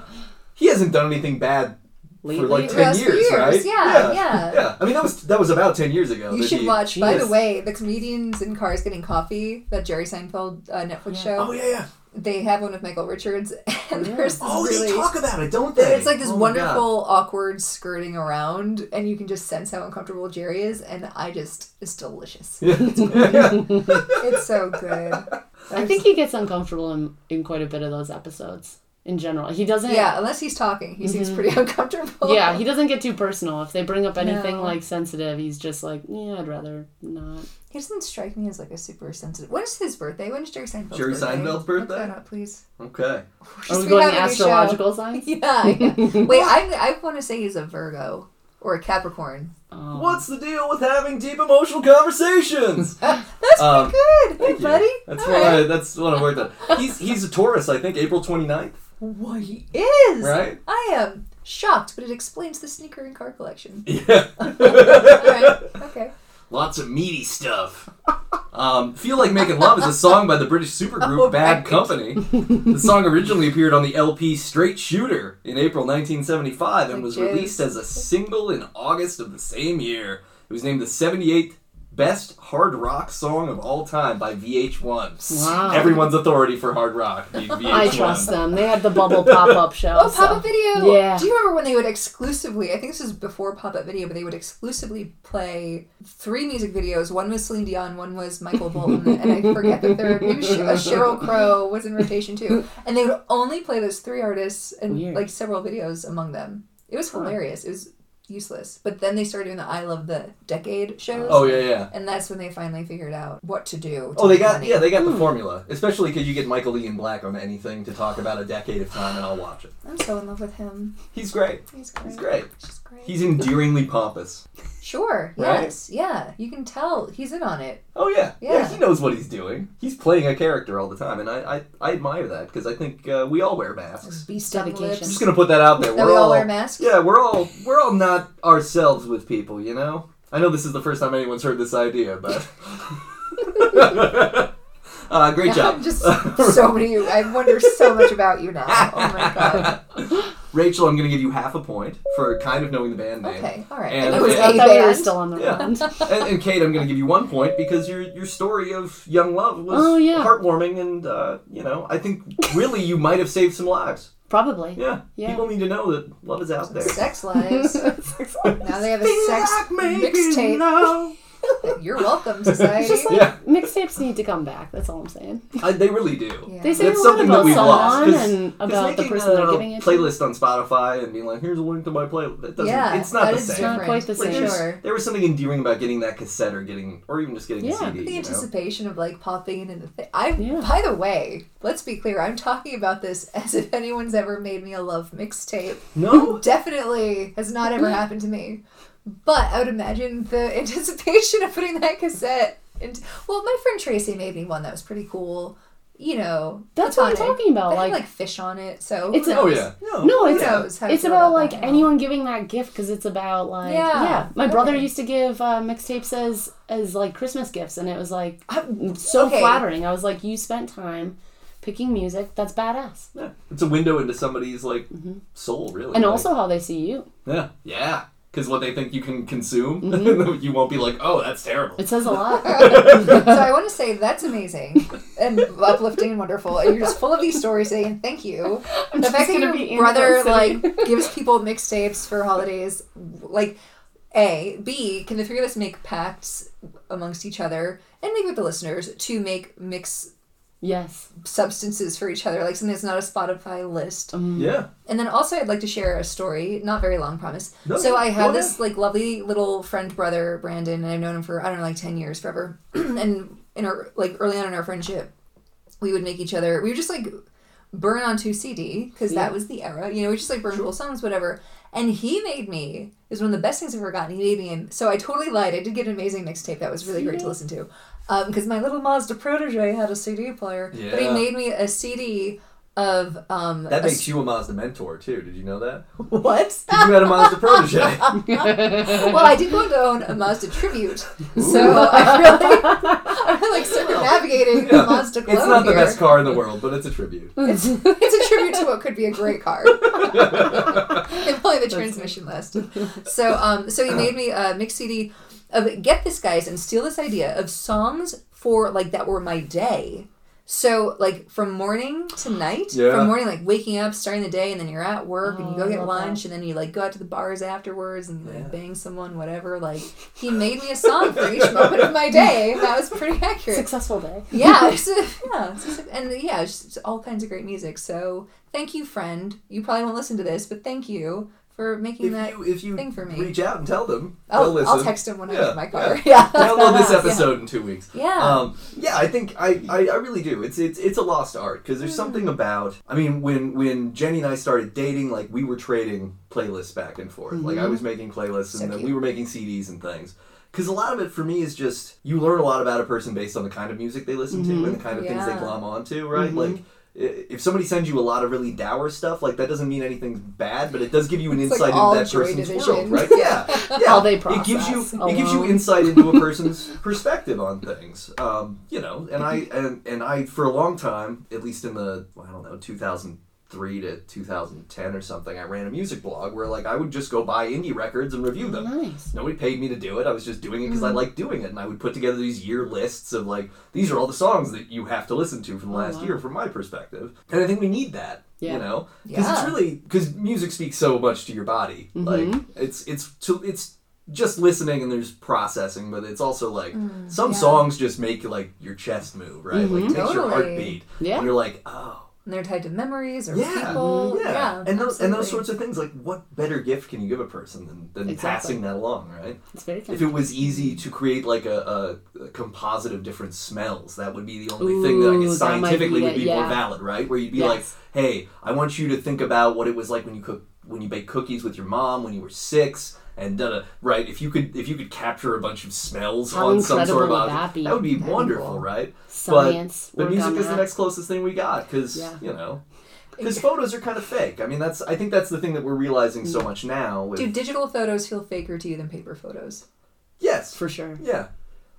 [SPEAKER 1] he hasn't done anything bad for like
[SPEAKER 3] Lately?
[SPEAKER 1] ten
[SPEAKER 2] Last
[SPEAKER 1] years,
[SPEAKER 2] years,
[SPEAKER 1] right?
[SPEAKER 2] yeah,
[SPEAKER 1] yeah,
[SPEAKER 2] yeah.
[SPEAKER 1] I mean, that was that was about ten years ago.
[SPEAKER 2] You
[SPEAKER 1] that
[SPEAKER 2] should
[SPEAKER 1] he-
[SPEAKER 2] watch. By the
[SPEAKER 1] Yes.
[SPEAKER 2] way, the comedians in cars getting coffee, that Jerry Seinfeld uh, Netflix
[SPEAKER 3] Yeah.
[SPEAKER 2] show.
[SPEAKER 1] Oh yeah, yeah.
[SPEAKER 2] They have one with Michael Richards, [laughs] and
[SPEAKER 3] Yeah.
[SPEAKER 2] there's this
[SPEAKER 1] Oh,
[SPEAKER 2] really.
[SPEAKER 1] they talk about it, don't
[SPEAKER 2] but
[SPEAKER 1] they?
[SPEAKER 2] it's like this
[SPEAKER 1] Oh my God.
[SPEAKER 2] wonderful, awkward skirting around, and you can just sense how uncomfortable Jerry is, and I just it's delicious.
[SPEAKER 1] [laughs] Yeah.
[SPEAKER 2] it's so
[SPEAKER 1] [laughs]
[SPEAKER 2] good.
[SPEAKER 3] I think he gets uncomfortable in, in quite a bit of those episodes in general. He doesn't.
[SPEAKER 2] Yeah, unless he's talking, he seems pretty uncomfortable.
[SPEAKER 3] Yeah, he doesn't get too personal. If they bring up anything
[SPEAKER 2] No.
[SPEAKER 3] like sensitive, he's just like, yeah, I'd rather not.
[SPEAKER 2] [laughs] He doesn't strike me as like a super sensitive. When is his birthday? When is Jerry Seinfeld's
[SPEAKER 1] Jerry
[SPEAKER 2] birthday?
[SPEAKER 1] Seinfeld's
[SPEAKER 2] Look
[SPEAKER 1] birthday?
[SPEAKER 2] that up, please.
[SPEAKER 1] okay.
[SPEAKER 3] Are we
[SPEAKER 2] We
[SPEAKER 3] going
[SPEAKER 2] have a new show.
[SPEAKER 3] astrological
[SPEAKER 2] [laughs]
[SPEAKER 3] signs?
[SPEAKER 2] Yeah. yeah. Wait, I I want to say he's a Virgo or a Capricorn.
[SPEAKER 3] Oh.
[SPEAKER 1] What's the deal with having deep emotional conversations?
[SPEAKER 2] [laughs] That's pretty
[SPEAKER 1] Um,
[SPEAKER 2] good.
[SPEAKER 1] Thank
[SPEAKER 2] Hey,
[SPEAKER 1] you.
[SPEAKER 2] buddy.
[SPEAKER 1] That's
[SPEAKER 2] All
[SPEAKER 1] what
[SPEAKER 2] right.
[SPEAKER 1] I that's what I worked on. He's he's a Taurus, I think, April 29th,
[SPEAKER 2] What he is.
[SPEAKER 1] right?
[SPEAKER 2] I am shocked, but it explains the sneaker and car collection.
[SPEAKER 1] [laughs] Yeah.
[SPEAKER 2] All right. Okay.
[SPEAKER 1] Lots of meaty stuff. Um, Feel Like Making Love is a song by the British supergroup
[SPEAKER 2] Oh,
[SPEAKER 1] Bad
[SPEAKER 2] right.
[SPEAKER 1] Company. The song originally appeared on the LP Straight Shooter in April 1975 and
[SPEAKER 2] Which
[SPEAKER 1] was
[SPEAKER 2] is-
[SPEAKER 1] released as a single in August of the same year. It was named the 78th Best Hard Rock Song of All Time by VH1.
[SPEAKER 3] Wow.
[SPEAKER 1] Everyone's authority for hard rock. being VH1.
[SPEAKER 3] [laughs] I trust them. They had the bubble pop up show.
[SPEAKER 2] Oh,
[SPEAKER 3] so-
[SPEAKER 2] pop up video.
[SPEAKER 3] Yeah.
[SPEAKER 2] Do you remember when they would exclusively? I think this is before pop up video, but they would exclusively play three music videos. One was Celine Dion, one was Michael Bolton, and I forget the third. Maybe Sh- uh, Cheryl Crow was in rotation too. And they would only play those three artists and
[SPEAKER 3] Weird.
[SPEAKER 2] like several videos among them. It was hilarious. It was useless. But then they started doing the I Love the Decade shows.
[SPEAKER 1] Oh yeah, yeah.
[SPEAKER 2] And that's when they finally figured out what to do. to
[SPEAKER 1] Oh, they
[SPEAKER 2] make
[SPEAKER 1] got
[SPEAKER 2] money.
[SPEAKER 1] yeah, they got the
[SPEAKER 3] Hmm.
[SPEAKER 1] formula. Especially because you get Michael Ian Black on anything to talk about a decade of time, and I'll watch it.
[SPEAKER 2] I'm so in love with him.
[SPEAKER 1] He's great.
[SPEAKER 2] He's great.
[SPEAKER 1] He's great.
[SPEAKER 2] She's great.
[SPEAKER 1] He's endearingly pompous.
[SPEAKER 2] Sure.
[SPEAKER 1] Right?
[SPEAKER 2] Yes. Yeah. You can tell he's in on it.
[SPEAKER 1] Oh yeah. yeah,
[SPEAKER 2] Yeah.
[SPEAKER 1] He knows what he's doing. He's playing a character all the time, and I I, I admire that because I think uh, we all wear masks.
[SPEAKER 2] Beast on the
[SPEAKER 3] Dedication.
[SPEAKER 1] I'm
[SPEAKER 2] [laughs]
[SPEAKER 1] just
[SPEAKER 2] lips.
[SPEAKER 1] gonna put that out there.
[SPEAKER 2] That we all wear masks?
[SPEAKER 1] Yeah, we're all we're all not ourselves with people. You know. I know this is the first time anyone's heard this idea,
[SPEAKER 2] [laughs]
[SPEAKER 1] but. [laughs] uh, great job.
[SPEAKER 2] I'm
[SPEAKER 1] [laughs]
[SPEAKER 2] just so many. I wonder so much about you now. Oh my
[SPEAKER 1] [laughs]
[SPEAKER 2] god.
[SPEAKER 1] Rachel, I'm going to give you half a point for kind of knowing the band name.
[SPEAKER 2] Okay. All right.
[SPEAKER 1] And-
[SPEAKER 2] I
[SPEAKER 3] I
[SPEAKER 2] knew it was
[SPEAKER 1] Yeah.
[SPEAKER 2] a
[SPEAKER 3] thought we were [laughs]
[SPEAKER 2] band.
[SPEAKER 3] still on the
[SPEAKER 1] Yeah.
[SPEAKER 3] round.
[SPEAKER 1] And, and Kate, I'm going to give you one point because your your story of young love was
[SPEAKER 3] Oh, yeah.
[SPEAKER 1] heartwarming, and uh, you know, I think really you might have saved some lives.
[SPEAKER 3] Probably.
[SPEAKER 1] Yeah.
[SPEAKER 3] Yeah.
[SPEAKER 1] People need to know that love is out there.
[SPEAKER 2] Sex lives. [laughs] now they have a
[SPEAKER 1] Feel
[SPEAKER 2] sex
[SPEAKER 1] like making
[SPEAKER 2] mixtape.
[SPEAKER 1] love.
[SPEAKER 2] You're welcome, society.
[SPEAKER 3] Just like
[SPEAKER 1] Yeah.
[SPEAKER 3] mixtapes need to come back. That's all I'm saying.
[SPEAKER 1] I, they really do.
[SPEAKER 2] Yeah.
[SPEAKER 3] They say
[SPEAKER 1] That's
[SPEAKER 3] a lot
[SPEAKER 1] something that
[SPEAKER 3] about
[SPEAKER 1] we've lost.
[SPEAKER 3] someone
[SPEAKER 1] 'cause-
[SPEAKER 3] and
[SPEAKER 1] 'cause
[SPEAKER 3] about the
[SPEAKER 1] making
[SPEAKER 3] person they're
[SPEAKER 1] a
[SPEAKER 3] giving it to.
[SPEAKER 1] playlist on Spotify and being like, "Here's a link to my playlist." That doesn't.
[SPEAKER 2] yeah.
[SPEAKER 1] it's not
[SPEAKER 2] that
[SPEAKER 1] the
[SPEAKER 2] is
[SPEAKER 1] same.
[SPEAKER 3] Not quite the
[SPEAKER 1] Like,
[SPEAKER 3] same.
[SPEAKER 1] there's-
[SPEAKER 2] Sure.
[SPEAKER 1] There was something endearing about getting that cassette or getting, or even just getting
[SPEAKER 3] Yeah.
[SPEAKER 1] a CD.
[SPEAKER 2] The
[SPEAKER 1] you know?
[SPEAKER 2] anticipation of like popping in and the thing. I,
[SPEAKER 3] Yeah.
[SPEAKER 2] by the way, let's be clear. I'm talking about this [laughs] as if anyone's ever made me a love mixtape.
[SPEAKER 1] No,
[SPEAKER 2] definitely has not ever happened to me. But I would imagine the [laughs] anticipation of putting that cassette into. Well, my friend Tracy made me one that was pretty cool. you know,
[SPEAKER 3] That's what I'm
[SPEAKER 2] platonic.
[SPEAKER 3] talking about,
[SPEAKER 2] They have,
[SPEAKER 3] like-
[SPEAKER 2] like fish on it, so
[SPEAKER 3] It's
[SPEAKER 2] who
[SPEAKER 3] a-
[SPEAKER 1] Oh
[SPEAKER 2] knows?
[SPEAKER 1] yeah.
[SPEAKER 3] No,
[SPEAKER 2] Who
[SPEAKER 3] it's
[SPEAKER 2] knows how to
[SPEAKER 3] it's
[SPEAKER 2] feel
[SPEAKER 3] about
[SPEAKER 2] about
[SPEAKER 3] like
[SPEAKER 2] that now.
[SPEAKER 3] anyone giving that gift because it's about like yeah.
[SPEAKER 2] Yeah.
[SPEAKER 3] My brother
[SPEAKER 2] Okay.
[SPEAKER 3] used to give uh, mixtapes as as like Christmas gifts, and it was like
[SPEAKER 2] I'm-
[SPEAKER 3] so
[SPEAKER 2] okay.
[SPEAKER 3] flattering. I was like, you spent time picking music. That's badass.
[SPEAKER 1] Yeah. It's a window into somebody's like soul, really.
[SPEAKER 3] And
[SPEAKER 1] like-
[SPEAKER 3] also how they see you.
[SPEAKER 1] Yeah. Yeah. Because what they think you can consume,
[SPEAKER 2] Mm-hmm.
[SPEAKER 1] [laughs] you won't be like, oh, that's terrible.
[SPEAKER 3] It says a
[SPEAKER 2] [laughs]
[SPEAKER 3] lot.
[SPEAKER 2] so
[SPEAKER 3] [laughs]
[SPEAKER 2] I want to say that's amazing and uplifting and wonderful. And you're just full of these stories saying thank you. the fact that
[SPEAKER 3] gonna
[SPEAKER 2] your
[SPEAKER 3] be in
[SPEAKER 2] brother
[SPEAKER 3] those
[SPEAKER 2] like
[SPEAKER 3] [laughs] cities.
[SPEAKER 2] gives people mixtapes for holidays, like a b can the three of us make pacts amongst each other and maybe with the listeners to make mix
[SPEAKER 3] yes.
[SPEAKER 2] substances for each other like something that's not a spotify list
[SPEAKER 1] yeah.
[SPEAKER 2] and then also i'd like to share a story not very long promise
[SPEAKER 1] No,
[SPEAKER 2] so i
[SPEAKER 1] go
[SPEAKER 2] had this like lovely little friend brother brandon and i've known him for i don't know like 10 years forever [clears throat] and in our like early on in our friendship we would make each other we would just like burn onto cd because
[SPEAKER 3] Yeah.
[SPEAKER 2] that was the era you know we just like burn cool songs whatever and he made me it was one of the best things i've ever gotten he made me and so i totally lied i did get an amazing mixtape that was really great to listen to because my little mazda protege had a cd player but he
[SPEAKER 1] Yeah.
[SPEAKER 2] made me a cd of um
[SPEAKER 1] That
[SPEAKER 2] a
[SPEAKER 1] makes you a Mazda mentor too. Did you know that?
[SPEAKER 2] [laughs] what
[SPEAKER 1] You had a
[SPEAKER 2] [laughs]
[SPEAKER 1] Mazda protege.
[SPEAKER 2] well, I did want to own a Mazda Tribute, so I'm really, I'm really like circumnavigating the Mazda glow
[SPEAKER 1] It's not the
[SPEAKER 2] here.
[SPEAKER 1] best car in the world, but it's a tribute.
[SPEAKER 3] [laughs]
[SPEAKER 2] It's a tribute to what could be a great car. and probably the transmission lasted. So, um, so he made me a mix CD of get this guys and steal this idea of songs for like that were my day. So like from morning to night,
[SPEAKER 1] Yeah.
[SPEAKER 2] from morning like waking up, starting the day, and then you're at work and you
[SPEAKER 3] Oh, I
[SPEAKER 2] go get
[SPEAKER 3] love
[SPEAKER 2] lunch, and then you like go out to the bars afterwards and you, like bang someone, whatever. Like he made me a song for each moment of my day. That was pretty accurate
[SPEAKER 3] Successful day.
[SPEAKER 1] [laughs]
[SPEAKER 2] yeah, it's a- yeah, it's just a- and yeah, it's just all kinds of great music. So thank you, friend. You probably won't listen to this, but thank you for making
[SPEAKER 1] If
[SPEAKER 2] that.
[SPEAKER 1] you if you
[SPEAKER 2] thing for me. Oh,
[SPEAKER 1] reach out and tell them, they'll
[SPEAKER 2] I'll,
[SPEAKER 1] listen.
[SPEAKER 2] I'll text him when I
[SPEAKER 1] Yeah,
[SPEAKER 2] get in my car. [laughs] Yeah.
[SPEAKER 1] Download this
[SPEAKER 3] Yeah.
[SPEAKER 1] episode in two weeks.
[SPEAKER 2] Yeah.
[SPEAKER 1] Um, yeah, I think I, I, I really do. It's it's it's a lost art because
[SPEAKER 2] Hmm.
[SPEAKER 1] there's something about. I mean, when when Jenny and I started dating, like we were trading playlists back and forth. Like I was making playlists,
[SPEAKER 2] Mm-hmm. So
[SPEAKER 1] and then
[SPEAKER 2] cute.
[SPEAKER 1] we were making CDs and things. Because a lot of it for me is just you learn a lot about a person based on the kind of music they listen to and the kind of things they
[SPEAKER 2] Mm-hmm. Yeah. Mm-hmm.
[SPEAKER 1] glom onto, right? Like. i- If somebody sends you a lot of really dour stuff, like that doesn't mean anything's bad, but it does give you an
[SPEAKER 2] It's like
[SPEAKER 1] insight
[SPEAKER 2] all
[SPEAKER 1] into that
[SPEAKER 2] Joy
[SPEAKER 1] person's
[SPEAKER 2] Division.
[SPEAKER 1] world, right?
[SPEAKER 2] [laughs]
[SPEAKER 1] Yeah, yeah.
[SPEAKER 3] How they
[SPEAKER 1] It gives you
[SPEAKER 3] process
[SPEAKER 1] it gives you
[SPEAKER 3] alone.
[SPEAKER 1] insight into a person's [laughs] perspective on things. Um, you know, and I and, and I for a long time, at least in the I don't know, 2003 to 2010 or something, I ran a music blog where like I would just go buy indie records and review them.
[SPEAKER 3] Nice.
[SPEAKER 1] Nobody paid me to do it. I was just doing it because
[SPEAKER 2] Mm.
[SPEAKER 1] I liked doing it, and I would put together these year lists of like these are all the songs that you have to listen to from last
[SPEAKER 3] wow.
[SPEAKER 1] year, from my perspective. And I think we need that,
[SPEAKER 3] Yeah.
[SPEAKER 1] you know,
[SPEAKER 2] Uh-huh.
[SPEAKER 1] because
[SPEAKER 2] Yeah. Mm-hmm.
[SPEAKER 1] it's really because music speaks so much to your body. Like it's it's to, it's just listening and there's processing, but it's also like some
[SPEAKER 2] Mm. yeah. Mm-hmm.
[SPEAKER 1] songs just make like your chest move, right? Like it takes your
[SPEAKER 2] Totally.
[SPEAKER 1] heartbeat,
[SPEAKER 3] Yeah.
[SPEAKER 1] and you're like, oh.
[SPEAKER 2] And they're tied to memories or
[SPEAKER 1] Yeah, Mm-hmm.
[SPEAKER 2] people.
[SPEAKER 1] yeah,
[SPEAKER 2] Yeah.
[SPEAKER 1] and those and
[SPEAKER 2] absolutely.
[SPEAKER 1] those sorts of things. Like, what better gift can you give a person than, than
[SPEAKER 3] Exactly.
[SPEAKER 1] passing that along, right?
[SPEAKER 3] It's very
[SPEAKER 1] If
[SPEAKER 3] kind.
[SPEAKER 1] it was easy to create like a, a, a composite of different smells, that would be the only thing that I
[SPEAKER 3] Ooh,
[SPEAKER 1] guess
[SPEAKER 3] that might be
[SPEAKER 1] scientifically would
[SPEAKER 3] it,
[SPEAKER 1] be more
[SPEAKER 3] yeah.
[SPEAKER 1] valid, right? Where you'd be
[SPEAKER 3] Yes.
[SPEAKER 1] like, "Hey, I want you to think about what it was like when you cook when you baked cookies with your mom when you were six, and da da." Right? If you could if you could capture a bunch of smells
[SPEAKER 3] How
[SPEAKER 1] on some sort of
[SPEAKER 3] incredible would
[SPEAKER 1] object,
[SPEAKER 3] that be?
[SPEAKER 1] would be
[SPEAKER 2] That'd be
[SPEAKER 1] wonderful,
[SPEAKER 2] cool.
[SPEAKER 1] right?
[SPEAKER 3] Science.
[SPEAKER 1] But, but
[SPEAKER 3] work
[SPEAKER 1] music
[SPEAKER 3] on
[SPEAKER 1] is the
[SPEAKER 3] that.
[SPEAKER 1] next closest thing we got because
[SPEAKER 3] Yeah.
[SPEAKER 1] you know. Because photos are kind of fake. I mean, that's. I think that's the thing that we're realizing
[SPEAKER 3] Mm.
[SPEAKER 1] so much now. With,
[SPEAKER 2] Do digital photos feel faker to you than paper photos?
[SPEAKER 1] yes,
[SPEAKER 3] for sure.
[SPEAKER 1] yeah.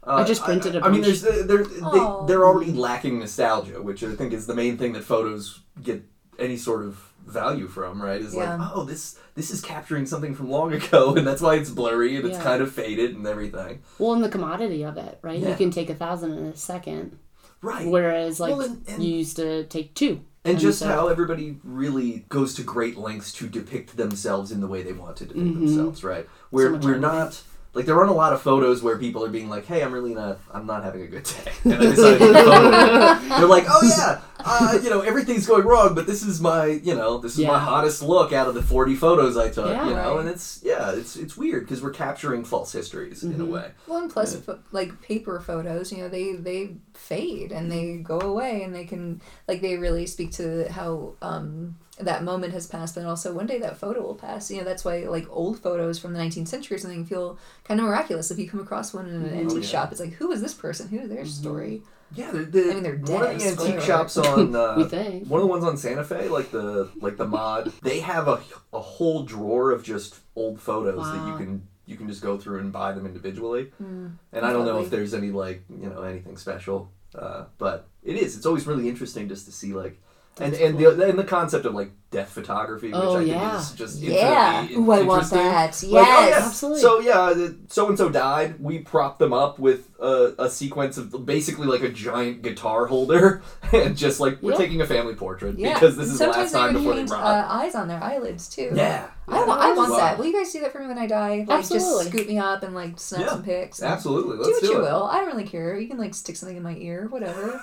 [SPEAKER 1] Uh,
[SPEAKER 3] I just printed
[SPEAKER 1] I,
[SPEAKER 3] a
[SPEAKER 1] I mean,
[SPEAKER 3] bunch.
[SPEAKER 1] there's the- they're
[SPEAKER 2] Aw.
[SPEAKER 1] they, they're already lacking nostalgia, which I think is the main thing that photos get any sort of value from. Right? Is
[SPEAKER 2] Yeah.
[SPEAKER 1] like, oh, this this is capturing something from long ago, [laughs] and that's why it's blurry and it's
[SPEAKER 3] Yeah.
[SPEAKER 1] kind of faded and everything.
[SPEAKER 3] Well, in the commodity of it, right?
[SPEAKER 1] Yeah.
[SPEAKER 3] You can take a thousand in a second,
[SPEAKER 1] Right.
[SPEAKER 3] whereas like
[SPEAKER 1] Well, and- and-
[SPEAKER 3] you used to take two.
[SPEAKER 1] and, just
[SPEAKER 3] so-
[SPEAKER 1] how everybody really goes to great lengths to depict themselves in the way they want to depict
[SPEAKER 3] Mm-hmm.
[SPEAKER 1] themselves, right? We're
[SPEAKER 3] much
[SPEAKER 1] we're
[SPEAKER 3] on
[SPEAKER 1] not like there aren't a lot of photos where people are being like, "Hey, I'm really not. I'm not having a good
[SPEAKER 3] [laughs]
[SPEAKER 1] day." And I decided to photo. They're like, "Oh yeah, uh, you know everything's going wrong, but this is my you know this is my
[SPEAKER 3] Yeah.
[SPEAKER 1] hottest look out of the 40 photos I took,
[SPEAKER 3] Yeah.
[SPEAKER 1] you know."
[SPEAKER 2] Right.
[SPEAKER 1] And it's yeah, it's it's weird because we're capturing false histories in a
[SPEAKER 3] Mm-hmm.
[SPEAKER 1] way.
[SPEAKER 2] Well, and plus, pho- like paper photos, you know, they they fade and they
[SPEAKER 1] Mm-hmm.
[SPEAKER 2] go away, and they can like they really speak to how um, that moment has passed. And also, one day that photo will pass. You know, that's why like old photos from the 19th century or something feel kind of miraculous if you come across one in an antique
[SPEAKER 1] Mm-hmm. Oh, yeah. Mm-hmm.
[SPEAKER 2] shop. It's like, who is this person? Who is their story?
[SPEAKER 1] Yeah, the, the,
[SPEAKER 2] I mean, they're
[SPEAKER 1] one
[SPEAKER 2] dead,
[SPEAKER 1] of the
[SPEAKER 2] spoiler. [laughs]
[SPEAKER 1] antique shops on uh,
[SPEAKER 3] We think.
[SPEAKER 1] one of the ones on Santa Fe, like the like the
[SPEAKER 2] [laughs]
[SPEAKER 1] mod, they have a a whole drawer of just old photos that you
[SPEAKER 3] Wow.
[SPEAKER 1] can you can just go through and buy them individually. and I don't know if
[SPEAKER 2] Hmm. lovely.
[SPEAKER 1] there's any like you know anything special, uh, but it is. It's always really interesting just to see like. And,
[SPEAKER 3] That's
[SPEAKER 1] and
[SPEAKER 3] cool.
[SPEAKER 1] the and the concept of like death photography, which
[SPEAKER 3] Oh,
[SPEAKER 1] I think
[SPEAKER 3] yeah.
[SPEAKER 1] is just
[SPEAKER 2] Yeah.
[SPEAKER 1] infinitely
[SPEAKER 2] Ooh, I want
[SPEAKER 1] interesting.
[SPEAKER 2] that. Yes.
[SPEAKER 1] Like, oh, yeah,
[SPEAKER 3] Absolutely.
[SPEAKER 1] So yeah, so and so died. We propped them up with a, a sequence of basically like a giant guitar holder, [laughs] and just like we're
[SPEAKER 3] Yeah.
[SPEAKER 1] taking a family portrait
[SPEAKER 2] Yeah.
[SPEAKER 1] because this
[SPEAKER 2] And
[SPEAKER 1] is the
[SPEAKER 2] sometimes
[SPEAKER 1] last time
[SPEAKER 2] they even
[SPEAKER 1] before they
[SPEAKER 2] paint,
[SPEAKER 1] rot.
[SPEAKER 2] uh, eyes on their eyelids too.
[SPEAKER 1] yeah,
[SPEAKER 2] I want, I want
[SPEAKER 1] Wow.
[SPEAKER 2] that. Will you guys do that for me when I die? Like,
[SPEAKER 3] Absolutely.
[SPEAKER 2] just scoop me up and like snap
[SPEAKER 1] Yeah,
[SPEAKER 2] some pics. and-
[SPEAKER 1] absolutely.
[SPEAKER 2] do
[SPEAKER 1] Let's
[SPEAKER 2] what
[SPEAKER 1] do,
[SPEAKER 2] you
[SPEAKER 1] it.
[SPEAKER 2] will. I don't really care. You can like stick something in my ear,
[SPEAKER 1] [laughs]
[SPEAKER 2] whatever.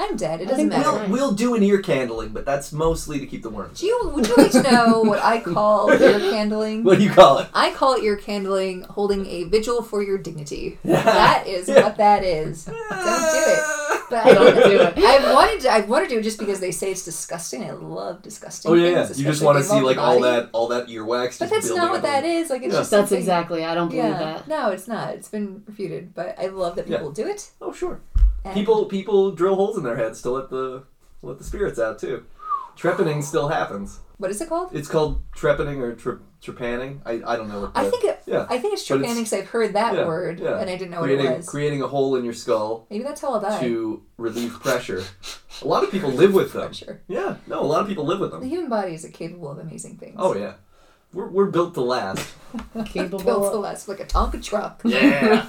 [SPEAKER 2] I'm dead. It
[SPEAKER 3] I
[SPEAKER 2] doesn't
[SPEAKER 3] think
[SPEAKER 2] matter.
[SPEAKER 3] that's
[SPEAKER 1] We'll,
[SPEAKER 3] Nice.
[SPEAKER 1] we'll do an ear candling, but that's mostly to keep the worms.
[SPEAKER 2] Do you would you like to
[SPEAKER 1] [laughs]
[SPEAKER 2] know what I call ear candling?
[SPEAKER 1] What do you call it?
[SPEAKER 2] I call it ear candling holding a vigil for your
[SPEAKER 1] [laughs]
[SPEAKER 2] dignity.
[SPEAKER 1] Yeah.
[SPEAKER 2] That is what that is. Don't do it.
[SPEAKER 1] [laughs]
[SPEAKER 2] But I
[SPEAKER 3] Don't do it.
[SPEAKER 2] I've wanted to, I've wanted to just because they say it's disgusting. I love disgusting.
[SPEAKER 1] Oh yeah, yeah.
[SPEAKER 2] things,
[SPEAKER 1] you just
[SPEAKER 2] especially
[SPEAKER 1] want to
[SPEAKER 2] if they
[SPEAKER 1] see
[SPEAKER 2] involve
[SPEAKER 1] like
[SPEAKER 2] the
[SPEAKER 1] all
[SPEAKER 2] body.
[SPEAKER 1] that all that earwax.
[SPEAKER 2] But that's not what that is. Like it's
[SPEAKER 1] Yeah.
[SPEAKER 2] just
[SPEAKER 3] That's
[SPEAKER 2] something-
[SPEAKER 3] exactly. I don't believe
[SPEAKER 2] Yeah,
[SPEAKER 3] that.
[SPEAKER 2] no, it's not. It's been refuted, but I love that
[SPEAKER 1] Yeah.
[SPEAKER 2] people do it.
[SPEAKER 1] Oh sure.
[SPEAKER 2] and-
[SPEAKER 1] People people drill holes in their heads to let the let the spirits out too. Trepanning still happens.
[SPEAKER 2] What is it called?
[SPEAKER 1] It's called trepanning or tre- trepanning. I, I don't know what. The,
[SPEAKER 2] I think it,
[SPEAKER 1] yeah.
[SPEAKER 2] I think it's
[SPEAKER 1] But it's-
[SPEAKER 2] trepanning because I've heard that
[SPEAKER 1] yeah,
[SPEAKER 2] word
[SPEAKER 1] yeah.
[SPEAKER 2] and I didn't know
[SPEAKER 1] creating
[SPEAKER 2] what it was.
[SPEAKER 1] creating a hole in your skull
[SPEAKER 2] Maybe that's how I'll die.
[SPEAKER 1] to relieve pressure. A lot of people live with them.
[SPEAKER 2] Sure.
[SPEAKER 1] Yeah, no, a lot of people live with
[SPEAKER 2] The
[SPEAKER 1] them.
[SPEAKER 2] human body is capable of amazing things.
[SPEAKER 1] Oh yeah, we're we're built to
[SPEAKER 2] [laughs]
[SPEAKER 1] last. [laughs]
[SPEAKER 2] Built to
[SPEAKER 3] Capable.
[SPEAKER 2] last like a Tonka truck. [laughs]
[SPEAKER 1] Yeah.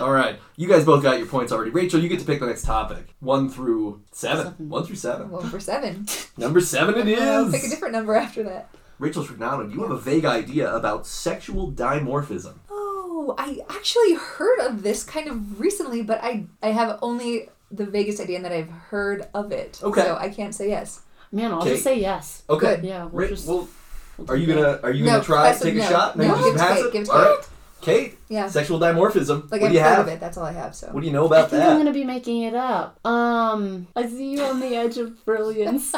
[SPEAKER 1] All right, you guys both got your points already. Rachel, you get to pick the next topic. One through seven.
[SPEAKER 3] Seven.
[SPEAKER 1] One through seven.
[SPEAKER 2] One for seven.
[SPEAKER 1] Number seven it
[SPEAKER 2] I'll [laughs] pick a
[SPEAKER 1] is.
[SPEAKER 2] different number after that.
[SPEAKER 1] Rachel Srignano, you have a vague idea about sexual dimorphism.
[SPEAKER 2] Oh, I actually heard of this kind of recently, but I I have only the vaguest idea that I've heard of it.
[SPEAKER 1] Okay.
[SPEAKER 2] So I can't say yes.
[SPEAKER 3] Man, I'll
[SPEAKER 1] Okay.
[SPEAKER 3] just say yes.
[SPEAKER 1] Okay.
[SPEAKER 3] Yeah, we'll
[SPEAKER 1] Ra-
[SPEAKER 3] just-
[SPEAKER 1] well,
[SPEAKER 3] We'll
[SPEAKER 1] are
[SPEAKER 3] do
[SPEAKER 1] you gonna
[SPEAKER 3] that.
[SPEAKER 1] are you
[SPEAKER 2] No,
[SPEAKER 1] gonna try
[SPEAKER 2] pass
[SPEAKER 1] to
[SPEAKER 2] it-
[SPEAKER 1] take a
[SPEAKER 2] no,
[SPEAKER 1] shot?
[SPEAKER 2] no.
[SPEAKER 1] you
[SPEAKER 2] Give it
[SPEAKER 1] just
[SPEAKER 2] to
[SPEAKER 1] pass
[SPEAKER 2] Kate,
[SPEAKER 1] it.
[SPEAKER 2] give it to
[SPEAKER 1] All right, Kate.
[SPEAKER 2] Yeah.
[SPEAKER 1] Sexual dimorphism.
[SPEAKER 2] Like
[SPEAKER 1] what
[SPEAKER 2] I've
[SPEAKER 1] do you
[SPEAKER 2] heard
[SPEAKER 1] have?
[SPEAKER 2] of it, that's all I have, so
[SPEAKER 1] What do you know
[SPEAKER 3] I
[SPEAKER 1] about
[SPEAKER 3] think
[SPEAKER 1] that?
[SPEAKER 3] I'm gonna be making it up. Um, I see you on the edge of
[SPEAKER 1] [laughs]
[SPEAKER 3] brilliance.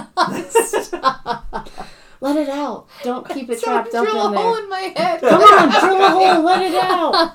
[SPEAKER 3] let it out. Don't
[SPEAKER 2] [laughs]
[SPEAKER 3] keep it trapped up
[SPEAKER 2] drill
[SPEAKER 3] in
[SPEAKER 2] a hole
[SPEAKER 3] there.
[SPEAKER 2] in my head. [laughs]
[SPEAKER 3] Come on, drill
[SPEAKER 1] [laughs]
[SPEAKER 3] a hole. Let it out.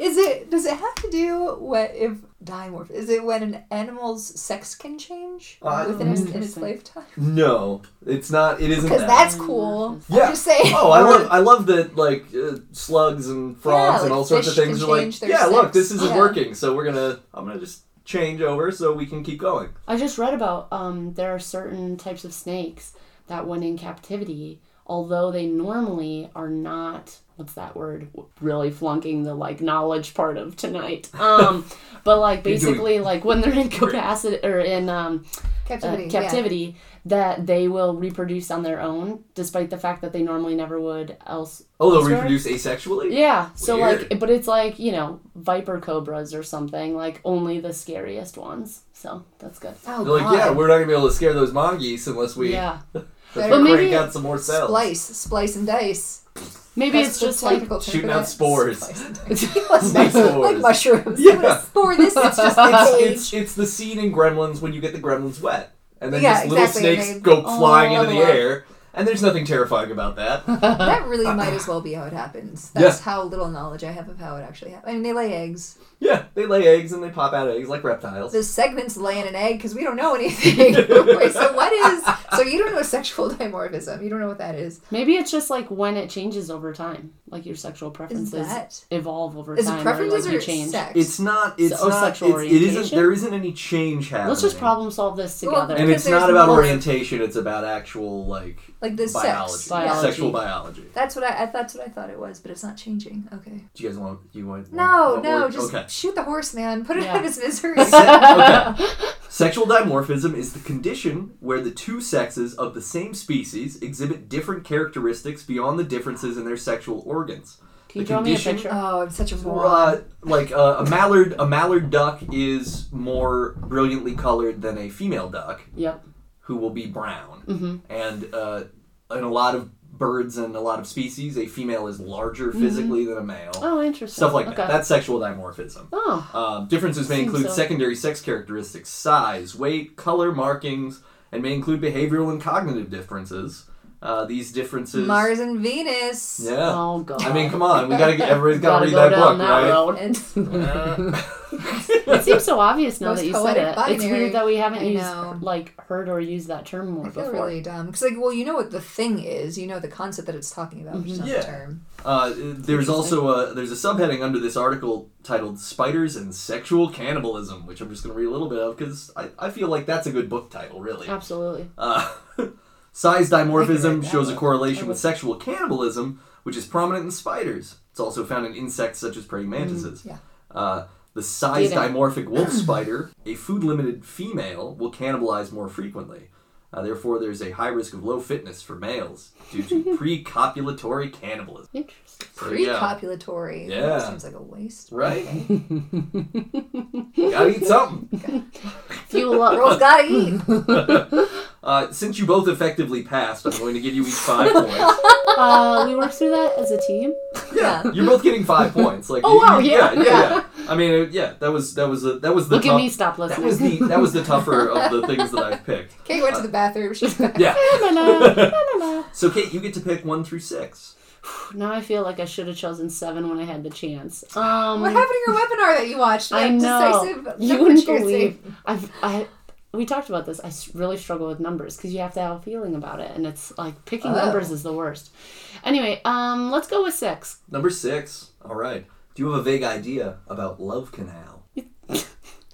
[SPEAKER 2] Is it? Does it have to do what if dimorph? Is it when an animal's sex can change
[SPEAKER 1] Uh,
[SPEAKER 2] within its, in its
[SPEAKER 3] Interesting.
[SPEAKER 2] lifetime?
[SPEAKER 1] No, it's not. It isn't.
[SPEAKER 2] Because
[SPEAKER 1] that.
[SPEAKER 2] that's cool.
[SPEAKER 1] Yeah.
[SPEAKER 2] I'm just saying.
[SPEAKER 1] Oh,
[SPEAKER 2] [laughs]
[SPEAKER 1] I love I love that like uh, slugs and
[SPEAKER 2] Yeah,
[SPEAKER 1] frogs and
[SPEAKER 2] like
[SPEAKER 1] all sorts of
[SPEAKER 2] fish
[SPEAKER 1] things are
[SPEAKER 2] can
[SPEAKER 1] like
[SPEAKER 2] change their
[SPEAKER 1] yeah look
[SPEAKER 2] sex.
[SPEAKER 1] this isn't
[SPEAKER 2] Yeah.
[SPEAKER 1] working so we're gonna I'm gonna just change over so we can keep going.
[SPEAKER 3] I just read about um, there are certain types of snakes that, when in captivity, although they normally are not what's that word really flunking the like knowledge part
[SPEAKER 1] [laughs]
[SPEAKER 3] of tonight um but like
[SPEAKER 1] You're doing
[SPEAKER 3] basically like when they're in capacity or in um
[SPEAKER 2] captivity.
[SPEAKER 3] uh,
[SPEAKER 2] yeah.
[SPEAKER 3] captivity that they will reproduce on their own despite the fact that they normally never would else
[SPEAKER 1] Oh, they'll
[SPEAKER 3] Elsewhere?
[SPEAKER 1] reproduce asexually.
[SPEAKER 3] yeah so
[SPEAKER 1] Weird.
[SPEAKER 3] like but it's like you know viper cobras or something like only the scariest ones so that's good
[SPEAKER 2] Oh,
[SPEAKER 1] They're like,
[SPEAKER 2] God.
[SPEAKER 1] yeah, we're not gonna be able to scare those mongoose unless we
[SPEAKER 3] yeah
[SPEAKER 1] unless
[SPEAKER 2] But
[SPEAKER 1] we crank
[SPEAKER 3] maybe
[SPEAKER 1] out some more cells.
[SPEAKER 2] Splice, splice, and dice.
[SPEAKER 3] maybe
[SPEAKER 2] That's
[SPEAKER 3] it's
[SPEAKER 2] the
[SPEAKER 3] just like
[SPEAKER 2] technical term
[SPEAKER 1] Shooting
[SPEAKER 2] for
[SPEAKER 1] out
[SPEAKER 2] that. [laughs]
[SPEAKER 1] spores.
[SPEAKER 2] Splice and dice.
[SPEAKER 1] Snake
[SPEAKER 2] like
[SPEAKER 1] spores.
[SPEAKER 2] mushrooms.
[SPEAKER 1] Yeah.
[SPEAKER 2] I'm gonna spore this. It's
[SPEAKER 1] [laughs]
[SPEAKER 2] just
[SPEAKER 1] it's,
[SPEAKER 2] a [laughs]
[SPEAKER 1] it's it's the scene in Gremlins when you get the Gremlins wet, and then
[SPEAKER 2] Yeah,
[SPEAKER 1] just little
[SPEAKER 2] exactly, and
[SPEAKER 1] snakes
[SPEAKER 2] they-
[SPEAKER 1] go flying
[SPEAKER 3] Oh,
[SPEAKER 1] into the
[SPEAKER 3] wow.
[SPEAKER 1] air, and there's nothing terrifying
[SPEAKER 2] [laughs]
[SPEAKER 1] about that.
[SPEAKER 2] That really might as well be how it happens.
[SPEAKER 1] Yeah.
[SPEAKER 2] That's how little knowledge I have of how it actually happens. I mean, they lay eggs.
[SPEAKER 1] yeah, they lay eggs and they pop out eggs like reptiles.
[SPEAKER 2] This segment's laying an egg because we don't know anything. [laughs] Wait, so what
[SPEAKER 3] [laughs]
[SPEAKER 2] is? So you don't know sexual dimorphism. You don't know what that is.
[SPEAKER 3] maybe it's just like when it changes over time like your sexual
[SPEAKER 2] Is
[SPEAKER 3] preferences
[SPEAKER 2] that?
[SPEAKER 3] evolve over
[SPEAKER 2] Is
[SPEAKER 3] time
[SPEAKER 2] it preferences
[SPEAKER 3] or,
[SPEAKER 2] or,
[SPEAKER 3] like, you change
[SPEAKER 2] sex?
[SPEAKER 1] It's not. It's
[SPEAKER 3] So,
[SPEAKER 1] not.
[SPEAKER 3] sexual
[SPEAKER 1] It's, it isn't.
[SPEAKER 3] orientation?
[SPEAKER 1] There isn't any change happening.
[SPEAKER 3] let's just problem solve this
[SPEAKER 2] Well,
[SPEAKER 3] together
[SPEAKER 1] And
[SPEAKER 2] Because
[SPEAKER 1] it's not
[SPEAKER 2] there's
[SPEAKER 1] about
[SPEAKER 2] more-
[SPEAKER 1] orientation. It's about actual like
[SPEAKER 2] like the
[SPEAKER 1] biology,
[SPEAKER 2] sex.
[SPEAKER 3] Biology.
[SPEAKER 1] sexual biology.
[SPEAKER 2] That's what I, I. That's what I thought it was, but it's not changing. Okay.
[SPEAKER 1] Do you guys want? You want?
[SPEAKER 2] No,
[SPEAKER 1] want-
[SPEAKER 2] no,
[SPEAKER 1] want-
[SPEAKER 2] just
[SPEAKER 1] Oh, okay.
[SPEAKER 2] shoot the horse, man. Put it
[SPEAKER 3] Yeah.
[SPEAKER 2] out of his
[SPEAKER 1] [laughs]
[SPEAKER 2] misery.
[SPEAKER 1] Se-
[SPEAKER 3] [laughs]
[SPEAKER 1] okay. Sexual dimorphism is the condition where the two sexes of the same species exhibit different characteristics beyond the differences in their sexual organs.
[SPEAKER 3] can you
[SPEAKER 1] the
[SPEAKER 3] draw me a
[SPEAKER 1] condition-
[SPEAKER 3] picture
[SPEAKER 2] oh, I'm such a moron.
[SPEAKER 1] Uh, like uh, a mallard, a mallard duck is more brilliantly colored than a female duck,
[SPEAKER 3] yep
[SPEAKER 1] who will be brown.
[SPEAKER 3] Mhm.
[SPEAKER 1] And uh, in a lot of birds and a lot of species, a female is larger physically than a male.
[SPEAKER 3] oh interesting
[SPEAKER 1] Stuff like
[SPEAKER 3] Mm-hmm. Okay.
[SPEAKER 1] that. That's sexual dimorphism.
[SPEAKER 3] oh
[SPEAKER 1] Um, differences may
[SPEAKER 3] Seems
[SPEAKER 1] include
[SPEAKER 3] so.
[SPEAKER 1] secondary sex characteristics, size, weight, color markings, and may include behavioral and cognitive differences. Uh, these differences.
[SPEAKER 2] Mars and Venus.
[SPEAKER 1] Yeah.
[SPEAKER 3] Oh god.
[SPEAKER 1] I mean, come on. We gotta. Get, everybody's gotta,
[SPEAKER 3] Gotta
[SPEAKER 1] read that
[SPEAKER 3] go down
[SPEAKER 1] book, right?
[SPEAKER 3] road.
[SPEAKER 2] It's
[SPEAKER 1] it
[SPEAKER 3] [laughs] It seems so obvious now
[SPEAKER 2] Most
[SPEAKER 3] that you said
[SPEAKER 2] poetic
[SPEAKER 3] it. It's
[SPEAKER 2] binary.
[SPEAKER 3] weird that we haven't
[SPEAKER 2] I
[SPEAKER 3] used
[SPEAKER 2] know.
[SPEAKER 3] like heard or used that term more
[SPEAKER 2] I feel
[SPEAKER 3] before.
[SPEAKER 2] really dumb because, like, well, you know what the thing is. You know the concept that it's talking about, which is not
[SPEAKER 1] Mm-hmm. Yeah.
[SPEAKER 2] the term.
[SPEAKER 1] [laughs] Uh, there's also a there's a subheading under this article titled "Spiders and Sexual Cannibalism," which I'm just going to read a little bit of because I, I feel like that's a good book title, really.
[SPEAKER 3] Absolutely.
[SPEAKER 1] Uh, [laughs] size
[SPEAKER 2] I can
[SPEAKER 1] dimorphism
[SPEAKER 2] write
[SPEAKER 1] shows a
[SPEAKER 2] that.
[SPEAKER 1] correlation
[SPEAKER 3] I
[SPEAKER 1] with
[SPEAKER 3] would-
[SPEAKER 1] sexual cannibalism, which is prominent in spiders. It's also found in insects such as praying mantises.
[SPEAKER 2] yeah.
[SPEAKER 1] Uh, the size
[SPEAKER 3] Data.
[SPEAKER 1] dimorphic wolf spider, a food limited female, will cannibalize more frequently. Uh, therefore, there's a high risk of low fitness for males due to pre-copulatory cannibalism. [laughs]
[SPEAKER 3] Interesting.
[SPEAKER 1] So, yeah.
[SPEAKER 2] Pre-copulatory.
[SPEAKER 1] Yeah.
[SPEAKER 2] That seems like a waste.
[SPEAKER 1] Right? [laughs] Gotta eat something.
[SPEAKER 3] Fuel up.
[SPEAKER 2] Girls gotta eat.
[SPEAKER 1] Uh, since you both effectively passed, I'm going to give you each five points.
[SPEAKER 3] Uh, we worked through that as a team.
[SPEAKER 2] Yeah.
[SPEAKER 1] You're both getting five points. Like,
[SPEAKER 3] Oh,
[SPEAKER 1] you-
[SPEAKER 3] wow,
[SPEAKER 1] you-
[SPEAKER 3] yeah,
[SPEAKER 1] yeah, yeah,
[SPEAKER 3] [laughs]
[SPEAKER 1] yeah. I mean, uh, yeah, that was that was the that was the
[SPEAKER 3] Look at
[SPEAKER 1] tough-
[SPEAKER 3] me, stop
[SPEAKER 1] that
[SPEAKER 3] listening.
[SPEAKER 1] was the that was the tougher of the things that I've picked.
[SPEAKER 2] Kate went to the bathroom. She's
[SPEAKER 3] [laughs]
[SPEAKER 2] back.
[SPEAKER 1] Yeah.
[SPEAKER 3] [laughs] Na, na, na, na, na.
[SPEAKER 1] So Kate, you get to pick one through six.
[SPEAKER 3] now I feel like I should have chosen seven when I had the chance. Um,
[SPEAKER 2] What happened to your webinar that you watched?
[SPEAKER 3] I
[SPEAKER 2] That
[SPEAKER 3] know.
[SPEAKER 2] Decisive
[SPEAKER 3] you
[SPEAKER 2] number
[SPEAKER 3] wouldn't
[SPEAKER 2] choosing.
[SPEAKER 3] believe. I've, I, we talked about this. I s- really struggle with numbers because you have to have a feeling about it, and it's like picking
[SPEAKER 2] Oh.
[SPEAKER 3] numbers is the worst. Anyway, um, let's go with six.
[SPEAKER 1] Number six. All right. Do you have a vague idea about Love Canal?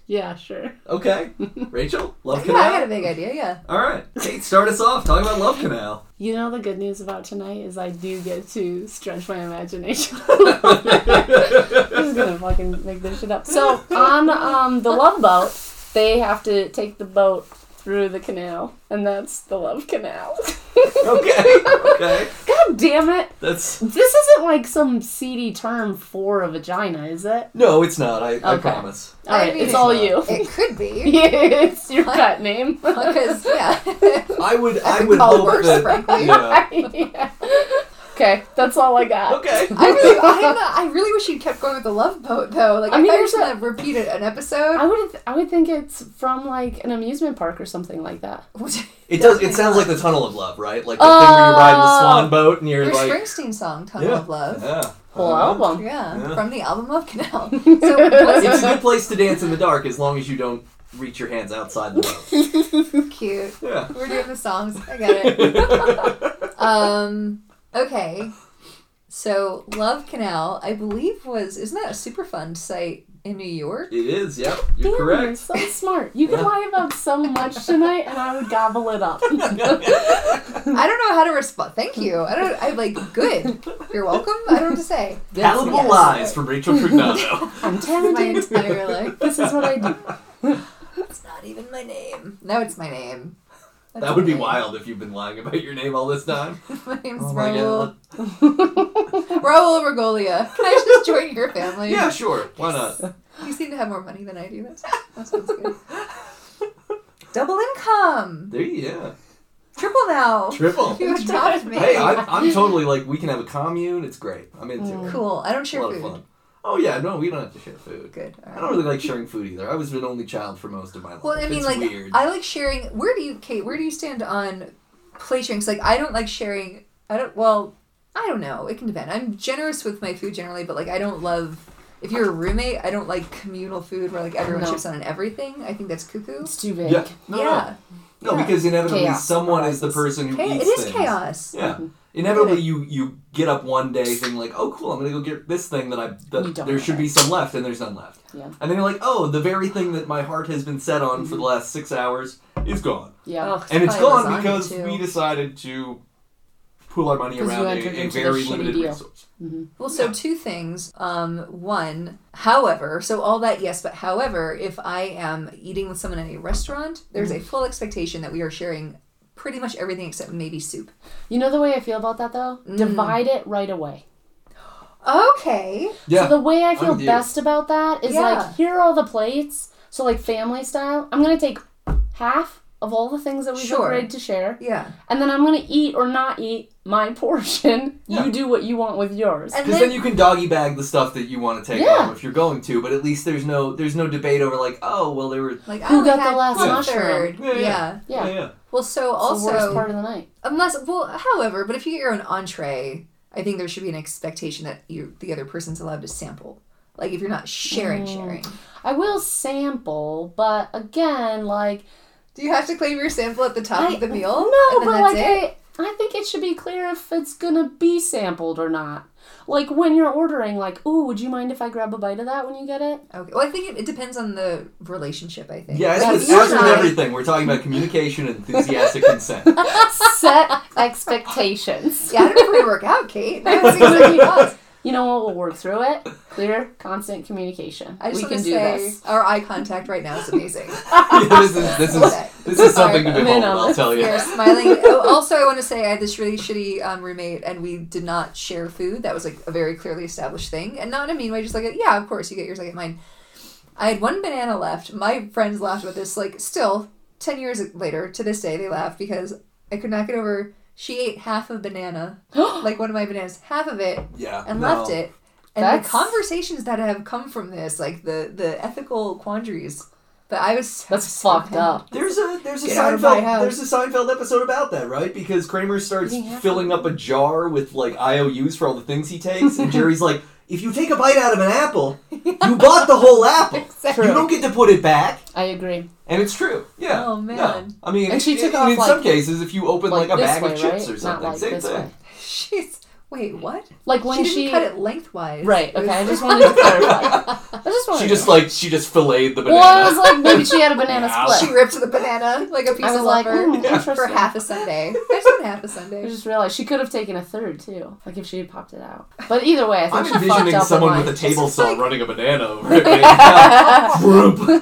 [SPEAKER 3] Yeah, sure. [laughs]
[SPEAKER 1] Okay, Rachel, Love
[SPEAKER 2] Yeah, I had a
[SPEAKER 1] Canal.
[SPEAKER 2] big idea. Yeah.
[SPEAKER 1] All right, Kate, start us off talking about Love
[SPEAKER 3] [laughs]
[SPEAKER 1] Canal.
[SPEAKER 3] You know the good news about tonight is I do get to stretch my imagination. [laughs] I'm just gonna fucking make this shit up. So on um, the love boat, they have to take the boat through the canal, and that's the love canal. [laughs]
[SPEAKER 1] Okay, okay,
[SPEAKER 3] God damn it!
[SPEAKER 1] that's
[SPEAKER 3] This isn't like some seedy term for a vagina, is it?
[SPEAKER 1] No, it's not. I, I
[SPEAKER 3] Okay.
[SPEAKER 1] promise.
[SPEAKER 3] All
[SPEAKER 2] I
[SPEAKER 3] right,
[SPEAKER 2] mean,
[SPEAKER 3] it's all [laughs] you.
[SPEAKER 2] It could be
[SPEAKER 3] it's your pet name. [laughs]
[SPEAKER 2] because yeah.
[SPEAKER 1] I would. I,
[SPEAKER 2] could
[SPEAKER 1] would
[SPEAKER 2] call
[SPEAKER 1] hope
[SPEAKER 2] worse,
[SPEAKER 1] that.
[SPEAKER 2] frankly.
[SPEAKER 1] Yeah.
[SPEAKER 3] Yeah. Okay, that's all [laughs] I got.
[SPEAKER 1] Okay.
[SPEAKER 2] I really, I'm not, I really wish you'd kept going with the love boat though. Like
[SPEAKER 3] I
[SPEAKER 2] I,
[SPEAKER 3] mean,
[SPEAKER 2] thought you were
[SPEAKER 3] there's
[SPEAKER 2] just gonna repeat it an
[SPEAKER 3] I
[SPEAKER 2] episode.
[SPEAKER 3] would I would think it's from like an amusement park or something like that.
[SPEAKER 1] [laughs] It does. It sounds like the Tunnel of Love, right? Like the thing where you ride the
[SPEAKER 3] Oh.
[SPEAKER 1] swan boat and you're
[SPEAKER 2] Your
[SPEAKER 1] like,
[SPEAKER 2] Springsteen song, "Tunnel
[SPEAKER 1] yeah,
[SPEAKER 2] of Love."
[SPEAKER 1] Yeah.
[SPEAKER 3] Whole
[SPEAKER 1] Uh, [laughs]
[SPEAKER 3] album.
[SPEAKER 2] Yeah,
[SPEAKER 1] Yeah.
[SPEAKER 2] from the album Love
[SPEAKER 3] [laughs]
[SPEAKER 2] Canal. So what's
[SPEAKER 1] [laughs] It's a good place to dance in the dark as long as you don't reach your hands outside the boat.
[SPEAKER 2] cute?
[SPEAKER 1] [laughs] Yeah.
[SPEAKER 2] We're doing the songs. I get it. Um, okay. So Love Canal, I believe was isn't that a Superfund site in New [laughs] York?
[SPEAKER 1] It is. Yep.
[SPEAKER 3] Damn,
[SPEAKER 1] You're
[SPEAKER 3] you're
[SPEAKER 1] correct.
[SPEAKER 3] so smart. You could
[SPEAKER 1] Yeah.
[SPEAKER 3] lie about so much tonight, and I would gobble it
[SPEAKER 1] [laughs]
[SPEAKER 3] up.
[SPEAKER 2] I don't know how to respond. Thank you. I don't. I like good. You're welcome. I don't know what to say.
[SPEAKER 1] Palatable
[SPEAKER 2] Yes. [laughs]
[SPEAKER 1] lies from Rachel Trignano.
[SPEAKER 3] I'm
[SPEAKER 2] This is my
[SPEAKER 3] talented.
[SPEAKER 2] entire life.
[SPEAKER 3] This is what I do.
[SPEAKER 2] It's not even my name. No, it's my name. That's
[SPEAKER 1] that would be
[SPEAKER 2] my name.
[SPEAKER 1] wild if you've been lying about your name all this time.
[SPEAKER 2] [laughs] My name's
[SPEAKER 1] Oh my
[SPEAKER 2] Raul.
[SPEAKER 1] [laughs]
[SPEAKER 2] Raul Regolia. Can I just join your family?
[SPEAKER 1] Yeah, sure. Why not?
[SPEAKER 2] You seem to have more money than I do. That's, that sounds
[SPEAKER 1] [laughs]
[SPEAKER 2] good. Double income.
[SPEAKER 1] There you yeah.
[SPEAKER 2] Triple now.
[SPEAKER 1] Triple.
[SPEAKER 2] [laughs] You adopted me.
[SPEAKER 1] Hey, I, I'm totally like we can have a commune. It's great. I'm into it.
[SPEAKER 2] cool. I don't
[SPEAKER 1] It's a
[SPEAKER 2] share
[SPEAKER 1] lot of
[SPEAKER 2] food.
[SPEAKER 1] fun. Oh yeah, no, we don't have to share food.
[SPEAKER 2] Good. all
[SPEAKER 1] I
[SPEAKER 2] right.
[SPEAKER 1] don't really like sharing food either. I was an only child for most of my life.
[SPEAKER 2] Well, I mean,
[SPEAKER 1] it's
[SPEAKER 2] like,
[SPEAKER 1] weird.
[SPEAKER 2] I like sharing. Where do you, Kate? Where do you stand on plate sharing? 'Cause, like, I don't like sharing. I don't. Well, I don't know. It can depend. I'm generous with my food generally, but like, I don't love. If you're a roommate, I don't like communal food where like everyone
[SPEAKER 3] No.
[SPEAKER 2] chips on and everything. I think that's cuckoo.
[SPEAKER 3] It's too big.
[SPEAKER 1] yeah, no, no.
[SPEAKER 2] yeah.
[SPEAKER 1] no,
[SPEAKER 2] yeah.
[SPEAKER 1] because inevitably
[SPEAKER 3] Chaos. Mm-hmm.
[SPEAKER 1] someone is the person who
[SPEAKER 2] Cha-
[SPEAKER 1] eats
[SPEAKER 2] it is
[SPEAKER 1] things.
[SPEAKER 2] chaos.
[SPEAKER 1] Yeah, inevitably you you get up one day thinking like, oh cool, I'm gonna go get this thing that I
[SPEAKER 3] You
[SPEAKER 1] that
[SPEAKER 3] don't
[SPEAKER 1] there
[SPEAKER 3] have
[SPEAKER 1] should be some left, and there's none left.
[SPEAKER 3] Yeah. Mm-hmm.
[SPEAKER 1] And then you're like, oh, the very thing that my heart has been set on for the last six hours is gone,
[SPEAKER 3] Yeah.
[SPEAKER 2] Ugh,
[SPEAKER 1] and it's
[SPEAKER 2] probably lasagna,
[SPEAKER 1] gone because
[SPEAKER 2] too.
[SPEAKER 1] we decided to pool our money
[SPEAKER 3] 'Cause you
[SPEAKER 1] around
[SPEAKER 3] entered
[SPEAKER 1] a, a
[SPEAKER 3] into
[SPEAKER 1] very
[SPEAKER 3] this shitty
[SPEAKER 1] limited
[SPEAKER 3] deal.
[SPEAKER 1] resource.
[SPEAKER 2] Well, so two things. Um, one, however, so all that yes, but however, if I am eating with someone in a restaurant, there's
[SPEAKER 3] Mm-hmm.
[SPEAKER 2] a full expectation that we are sharing pretty much everything except maybe soup.
[SPEAKER 3] You know the way I feel about that though?
[SPEAKER 2] Mm.
[SPEAKER 3] Divide it right away.
[SPEAKER 2] Okay.
[SPEAKER 1] Yeah,
[SPEAKER 3] So the way I feel
[SPEAKER 1] with you.
[SPEAKER 3] best about that is
[SPEAKER 2] Yeah.
[SPEAKER 3] like here are all the plates. So like family style, I'm gonna take half of all the things that we've
[SPEAKER 2] Sure.
[SPEAKER 3] agreed to share.
[SPEAKER 2] Yeah.
[SPEAKER 3] And then I'm gonna eat or not eat my [laughs] portion.
[SPEAKER 1] Yeah.
[SPEAKER 3] You do what you want with yours.
[SPEAKER 2] And
[SPEAKER 1] Because then you can doggy bag the stuff that you want to take
[SPEAKER 3] Yeah.
[SPEAKER 1] home if you're going to, but at least there's no there's no debate over like, oh well there were
[SPEAKER 2] Like I
[SPEAKER 3] Who
[SPEAKER 2] only
[SPEAKER 3] got the
[SPEAKER 2] had
[SPEAKER 3] last
[SPEAKER 2] one
[SPEAKER 3] mushroom?
[SPEAKER 2] third.
[SPEAKER 1] Yeah, yeah.
[SPEAKER 2] yeah.
[SPEAKER 3] yeah.
[SPEAKER 1] yeah.
[SPEAKER 2] Well, so
[SPEAKER 3] It's the worst
[SPEAKER 2] also
[SPEAKER 3] part of the night.
[SPEAKER 2] unless well, however, but if you get your own entree, I think there should be an expectation that you the other person's allowed to sample. Like if you're not sharing,
[SPEAKER 3] Mm.
[SPEAKER 2] sharing.
[SPEAKER 3] I will sample, but again, like
[SPEAKER 2] Do you have to claim your sample at the top
[SPEAKER 3] I-
[SPEAKER 2] of the meal?
[SPEAKER 3] No,
[SPEAKER 2] and then
[SPEAKER 3] but
[SPEAKER 2] that's
[SPEAKER 3] like
[SPEAKER 2] it?
[SPEAKER 3] I, I think it should be clear if it's gonna be sampled or not. Like when you're ordering, like, ooh, would you mind if I grab a bite of that when you get it?
[SPEAKER 2] okay. Well, I think it, it depends on the relationship. I think.
[SPEAKER 1] Yeah, as
[SPEAKER 2] Like,
[SPEAKER 1] with,
[SPEAKER 2] if you're
[SPEAKER 1] as with
[SPEAKER 2] not-
[SPEAKER 1] everything, we're talking about communication and enthusiastic consent.
[SPEAKER 2] [laughs]
[SPEAKER 1] [laughs]
[SPEAKER 3] Set expectations.
[SPEAKER 2] Yeah, I don't know if we work out, Kate. That seems like you lost.
[SPEAKER 3] You know what? We'll work through it. Clear, constant communication.
[SPEAKER 2] I just
[SPEAKER 3] we
[SPEAKER 2] want
[SPEAKER 3] can
[SPEAKER 2] to
[SPEAKER 3] do
[SPEAKER 2] say
[SPEAKER 3] this.
[SPEAKER 2] our eye contact right now is
[SPEAKER 1] [laughs]
[SPEAKER 2] amazing.
[SPEAKER 1] Yeah, this is
[SPEAKER 2] [laughs]
[SPEAKER 1] this is this is something to
[SPEAKER 3] Alright, I'm
[SPEAKER 1] behold.
[SPEAKER 3] in on
[SPEAKER 1] I'll
[SPEAKER 3] this.
[SPEAKER 1] tell you.
[SPEAKER 2] We
[SPEAKER 3] [laughs]
[SPEAKER 2] are smiling. Oh, also, I want to say I had this really shitty um, roommate, and we did not share food. That was like a very clearly established thing, and not in a mean way. Just like, yeah, of course, you get yours, I get mine. I had one banana left. My friends laughed about this. Like, still, ten years later, to this day, they laugh because I could not get over. She ate half a
[SPEAKER 3] [gasps]
[SPEAKER 2] banana, like one of my bananas, half of it,
[SPEAKER 1] Yeah,
[SPEAKER 2] and
[SPEAKER 1] no.
[SPEAKER 2] left it. And
[SPEAKER 3] That's-
[SPEAKER 2] the conversations that have come from this, like the the ethical quandaries. But I was so-
[SPEAKER 3] That's
[SPEAKER 2] so
[SPEAKER 3] fucked
[SPEAKER 2] mad.
[SPEAKER 3] up.
[SPEAKER 1] There's a there's a
[SPEAKER 2] Get out of my
[SPEAKER 1] Seinfeld
[SPEAKER 2] house.
[SPEAKER 1] there's a Seinfeld episode about that, right? Because Kramer starts
[SPEAKER 3] Yeah.
[SPEAKER 1] filling up a jar with like IOUs for all the things he takes, and Jerry's like, "If you take a bite out of an apple, you bought the whole apple.
[SPEAKER 2] [laughs] Exactly.
[SPEAKER 1] You don't get to put it back."
[SPEAKER 3] I agree.
[SPEAKER 1] And it's true. Yeah.
[SPEAKER 2] Oh,
[SPEAKER 1] No.
[SPEAKER 2] man.
[SPEAKER 1] I mean,
[SPEAKER 3] And she
[SPEAKER 1] i-
[SPEAKER 3] took
[SPEAKER 1] i-
[SPEAKER 3] off,
[SPEAKER 1] in
[SPEAKER 3] like-
[SPEAKER 1] some cases, if you open like,
[SPEAKER 3] Like,
[SPEAKER 1] a
[SPEAKER 3] this
[SPEAKER 1] bag
[SPEAKER 3] way,
[SPEAKER 1] of chips
[SPEAKER 3] right?
[SPEAKER 1] or
[SPEAKER 3] Not
[SPEAKER 1] something,
[SPEAKER 3] like
[SPEAKER 1] same
[SPEAKER 3] this
[SPEAKER 1] thing.
[SPEAKER 3] way.
[SPEAKER 2] She's wait, what?
[SPEAKER 3] Mm. Like when
[SPEAKER 2] she didn't
[SPEAKER 3] she,
[SPEAKER 2] cut it lengthwise.
[SPEAKER 3] right?
[SPEAKER 2] It was-
[SPEAKER 3] Okay,
[SPEAKER 2] [laughs]
[SPEAKER 3] I just wanted to clarify. I just wanted.
[SPEAKER 1] She
[SPEAKER 3] to
[SPEAKER 1] just
[SPEAKER 3] know.
[SPEAKER 1] like she just filleted the banana.
[SPEAKER 3] Well, I was like, maybe she had a banana
[SPEAKER 1] Yeah.
[SPEAKER 3] split.
[SPEAKER 2] she ripped the banana like a piece
[SPEAKER 3] I was
[SPEAKER 2] of
[SPEAKER 3] like,
[SPEAKER 2] lumber
[SPEAKER 3] [laughs] mm, interesting.
[SPEAKER 2] for half a Sunday. I just want half a
[SPEAKER 3] I
[SPEAKER 2] Sunday.
[SPEAKER 3] just realized she could have taken a third too, like if she had popped it out. But either way, I think
[SPEAKER 1] I'm
[SPEAKER 3] she fucked
[SPEAKER 1] envisioning
[SPEAKER 3] up.
[SPEAKER 1] someone
[SPEAKER 3] in
[SPEAKER 1] with a
[SPEAKER 3] life.
[SPEAKER 1] table
[SPEAKER 2] just
[SPEAKER 1] saw
[SPEAKER 3] [laughs]
[SPEAKER 2] like-
[SPEAKER 1] running a banana over it. Yeah. Vroom.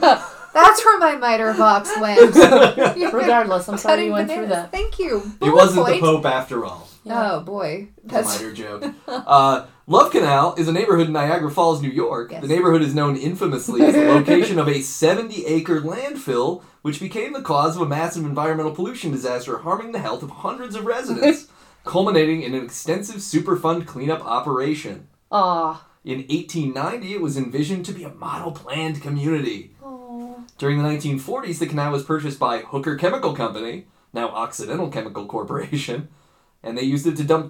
[SPEAKER 2] That's where my miter
[SPEAKER 3] [laughs]
[SPEAKER 2] box went. [laughs] Cutting
[SPEAKER 3] Regardless, I'm sorry you went through
[SPEAKER 2] bananas.
[SPEAKER 3] that.
[SPEAKER 2] Thank you.
[SPEAKER 1] It
[SPEAKER 2] Bullet
[SPEAKER 1] wasn't the
[SPEAKER 2] point.
[SPEAKER 1] Pope after all.
[SPEAKER 3] Yeah.
[SPEAKER 2] Oh boy,
[SPEAKER 1] That's
[SPEAKER 2] that's
[SPEAKER 1] a minor joke. Uh, Love Canal is a neighborhood in Niagara Falls, New York.
[SPEAKER 2] Yes.
[SPEAKER 1] The neighborhood is known infamously
[SPEAKER 2] [laughs]
[SPEAKER 1] as the location of a 70 acre landfill, which became the cause of a massive environmental pollution disaster harming the health of hundreds
[SPEAKER 2] [laughs]
[SPEAKER 1] of residents, culminating in an extensive Superfund cleanup operation.
[SPEAKER 3] Aw.
[SPEAKER 1] In 1890, it was envisioned to be a model planned community. During the 1940s, the canal was purchased by Hooker Chemical Company, now Occidental Chemical Corporation, and they used it to dump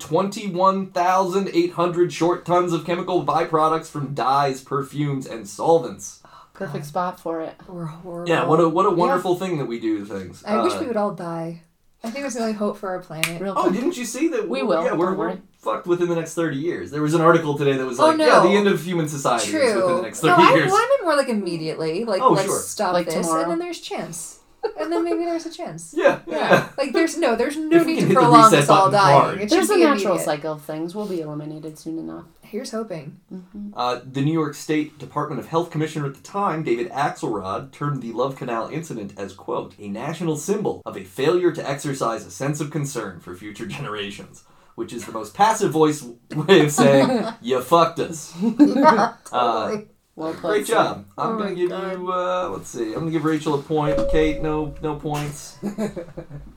[SPEAKER 1] 21,800 short tons of chemical byproducts from dyes, perfumes, and solvents.
[SPEAKER 3] Perfect spot for it.
[SPEAKER 2] we're horrible.
[SPEAKER 1] Yeah, what a what a wonderful thing that we do to things.
[SPEAKER 2] I wish
[SPEAKER 1] Uh,
[SPEAKER 2] we would all die. I think that's the only hope for our planet.
[SPEAKER 3] Real
[SPEAKER 1] Oh,
[SPEAKER 3] quick.
[SPEAKER 1] didn't you see that?
[SPEAKER 3] We will,
[SPEAKER 1] Yeah, we're,
[SPEAKER 3] don't
[SPEAKER 1] we're
[SPEAKER 3] worry.
[SPEAKER 1] fucked within the next 30 years. There was an article today that was
[SPEAKER 2] Oh,
[SPEAKER 1] like, yeah,
[SPEAKER 2] no.
[SPEAKER 1] the end of human society is within the
[SPEAKER 2] True.
[SPEAKER 1] next
[SPEAKER 2] No,
[SPEAKER 1] 30
[SPEAKER 2] I,
[SPEAKER 1] years.
[SPEAKER 2] well, I meant more like immediately. Like
[SPEAKER 1] Oh,
[SPEAKER 2] let's
[SPEAKER 1] sure.
[SPEAKER 2] stop
[SPEAKER 3] Like
[SPEAKER 2] this,
[SPEAKER 3] tomorrow.
[SPEAKER 2] and then there's chance, and then maybe there's a chance.
[SPEAKER 1] Yeah, yeah.
[SPEAKER 2] Like there's no, there's no
[SPEAKER 1] If we
[SPEAKER 2] need to
[SPEAKER 1] can hit the
[SPEAKER 2] prolong
[SPEAKER 1] reset
[SPEAKER 2] us all
[SPEAKER 1] button hard.
[SPEAKER 2] dying. It should
[SPEAKER 3] There's a
[SPEAKER 2] be
[SPEAKER 3] natural
[SPEAKER 2] immediate.
[SPEAKER 3] cycle of things. We'll be eliminated soon enough.
[SPEAKER 2] Here's hoping. [laughs]
[SPEAKER 1] Uh, the New York State Department of Health Commissioner at the time, David Axelrod, termed the Love Canal incident as, quote, a national symbol of a failure to exercise a sense of concern for future generations, which is the most passive voice way of saying, you fucked us. Uh,
[SPEAKER 2] Totally.
[SPEAKER 3] Well
[SPEAKER 1] great
[SPEAKER 3] played.
[SPEAKER 1] job. I'm
[SPEAKER 2] Oh
[SPEAKER 1] going
[SPEAKER 2] my
[SPEAKER 1] to give
[SPEAKER 2] God.
[SPEAKER 1] you, uh, let's see, I'm going to give Rachel a point. Kate, no no
[SPEAKER 2] [laughs]
[SPEAKER 1] points.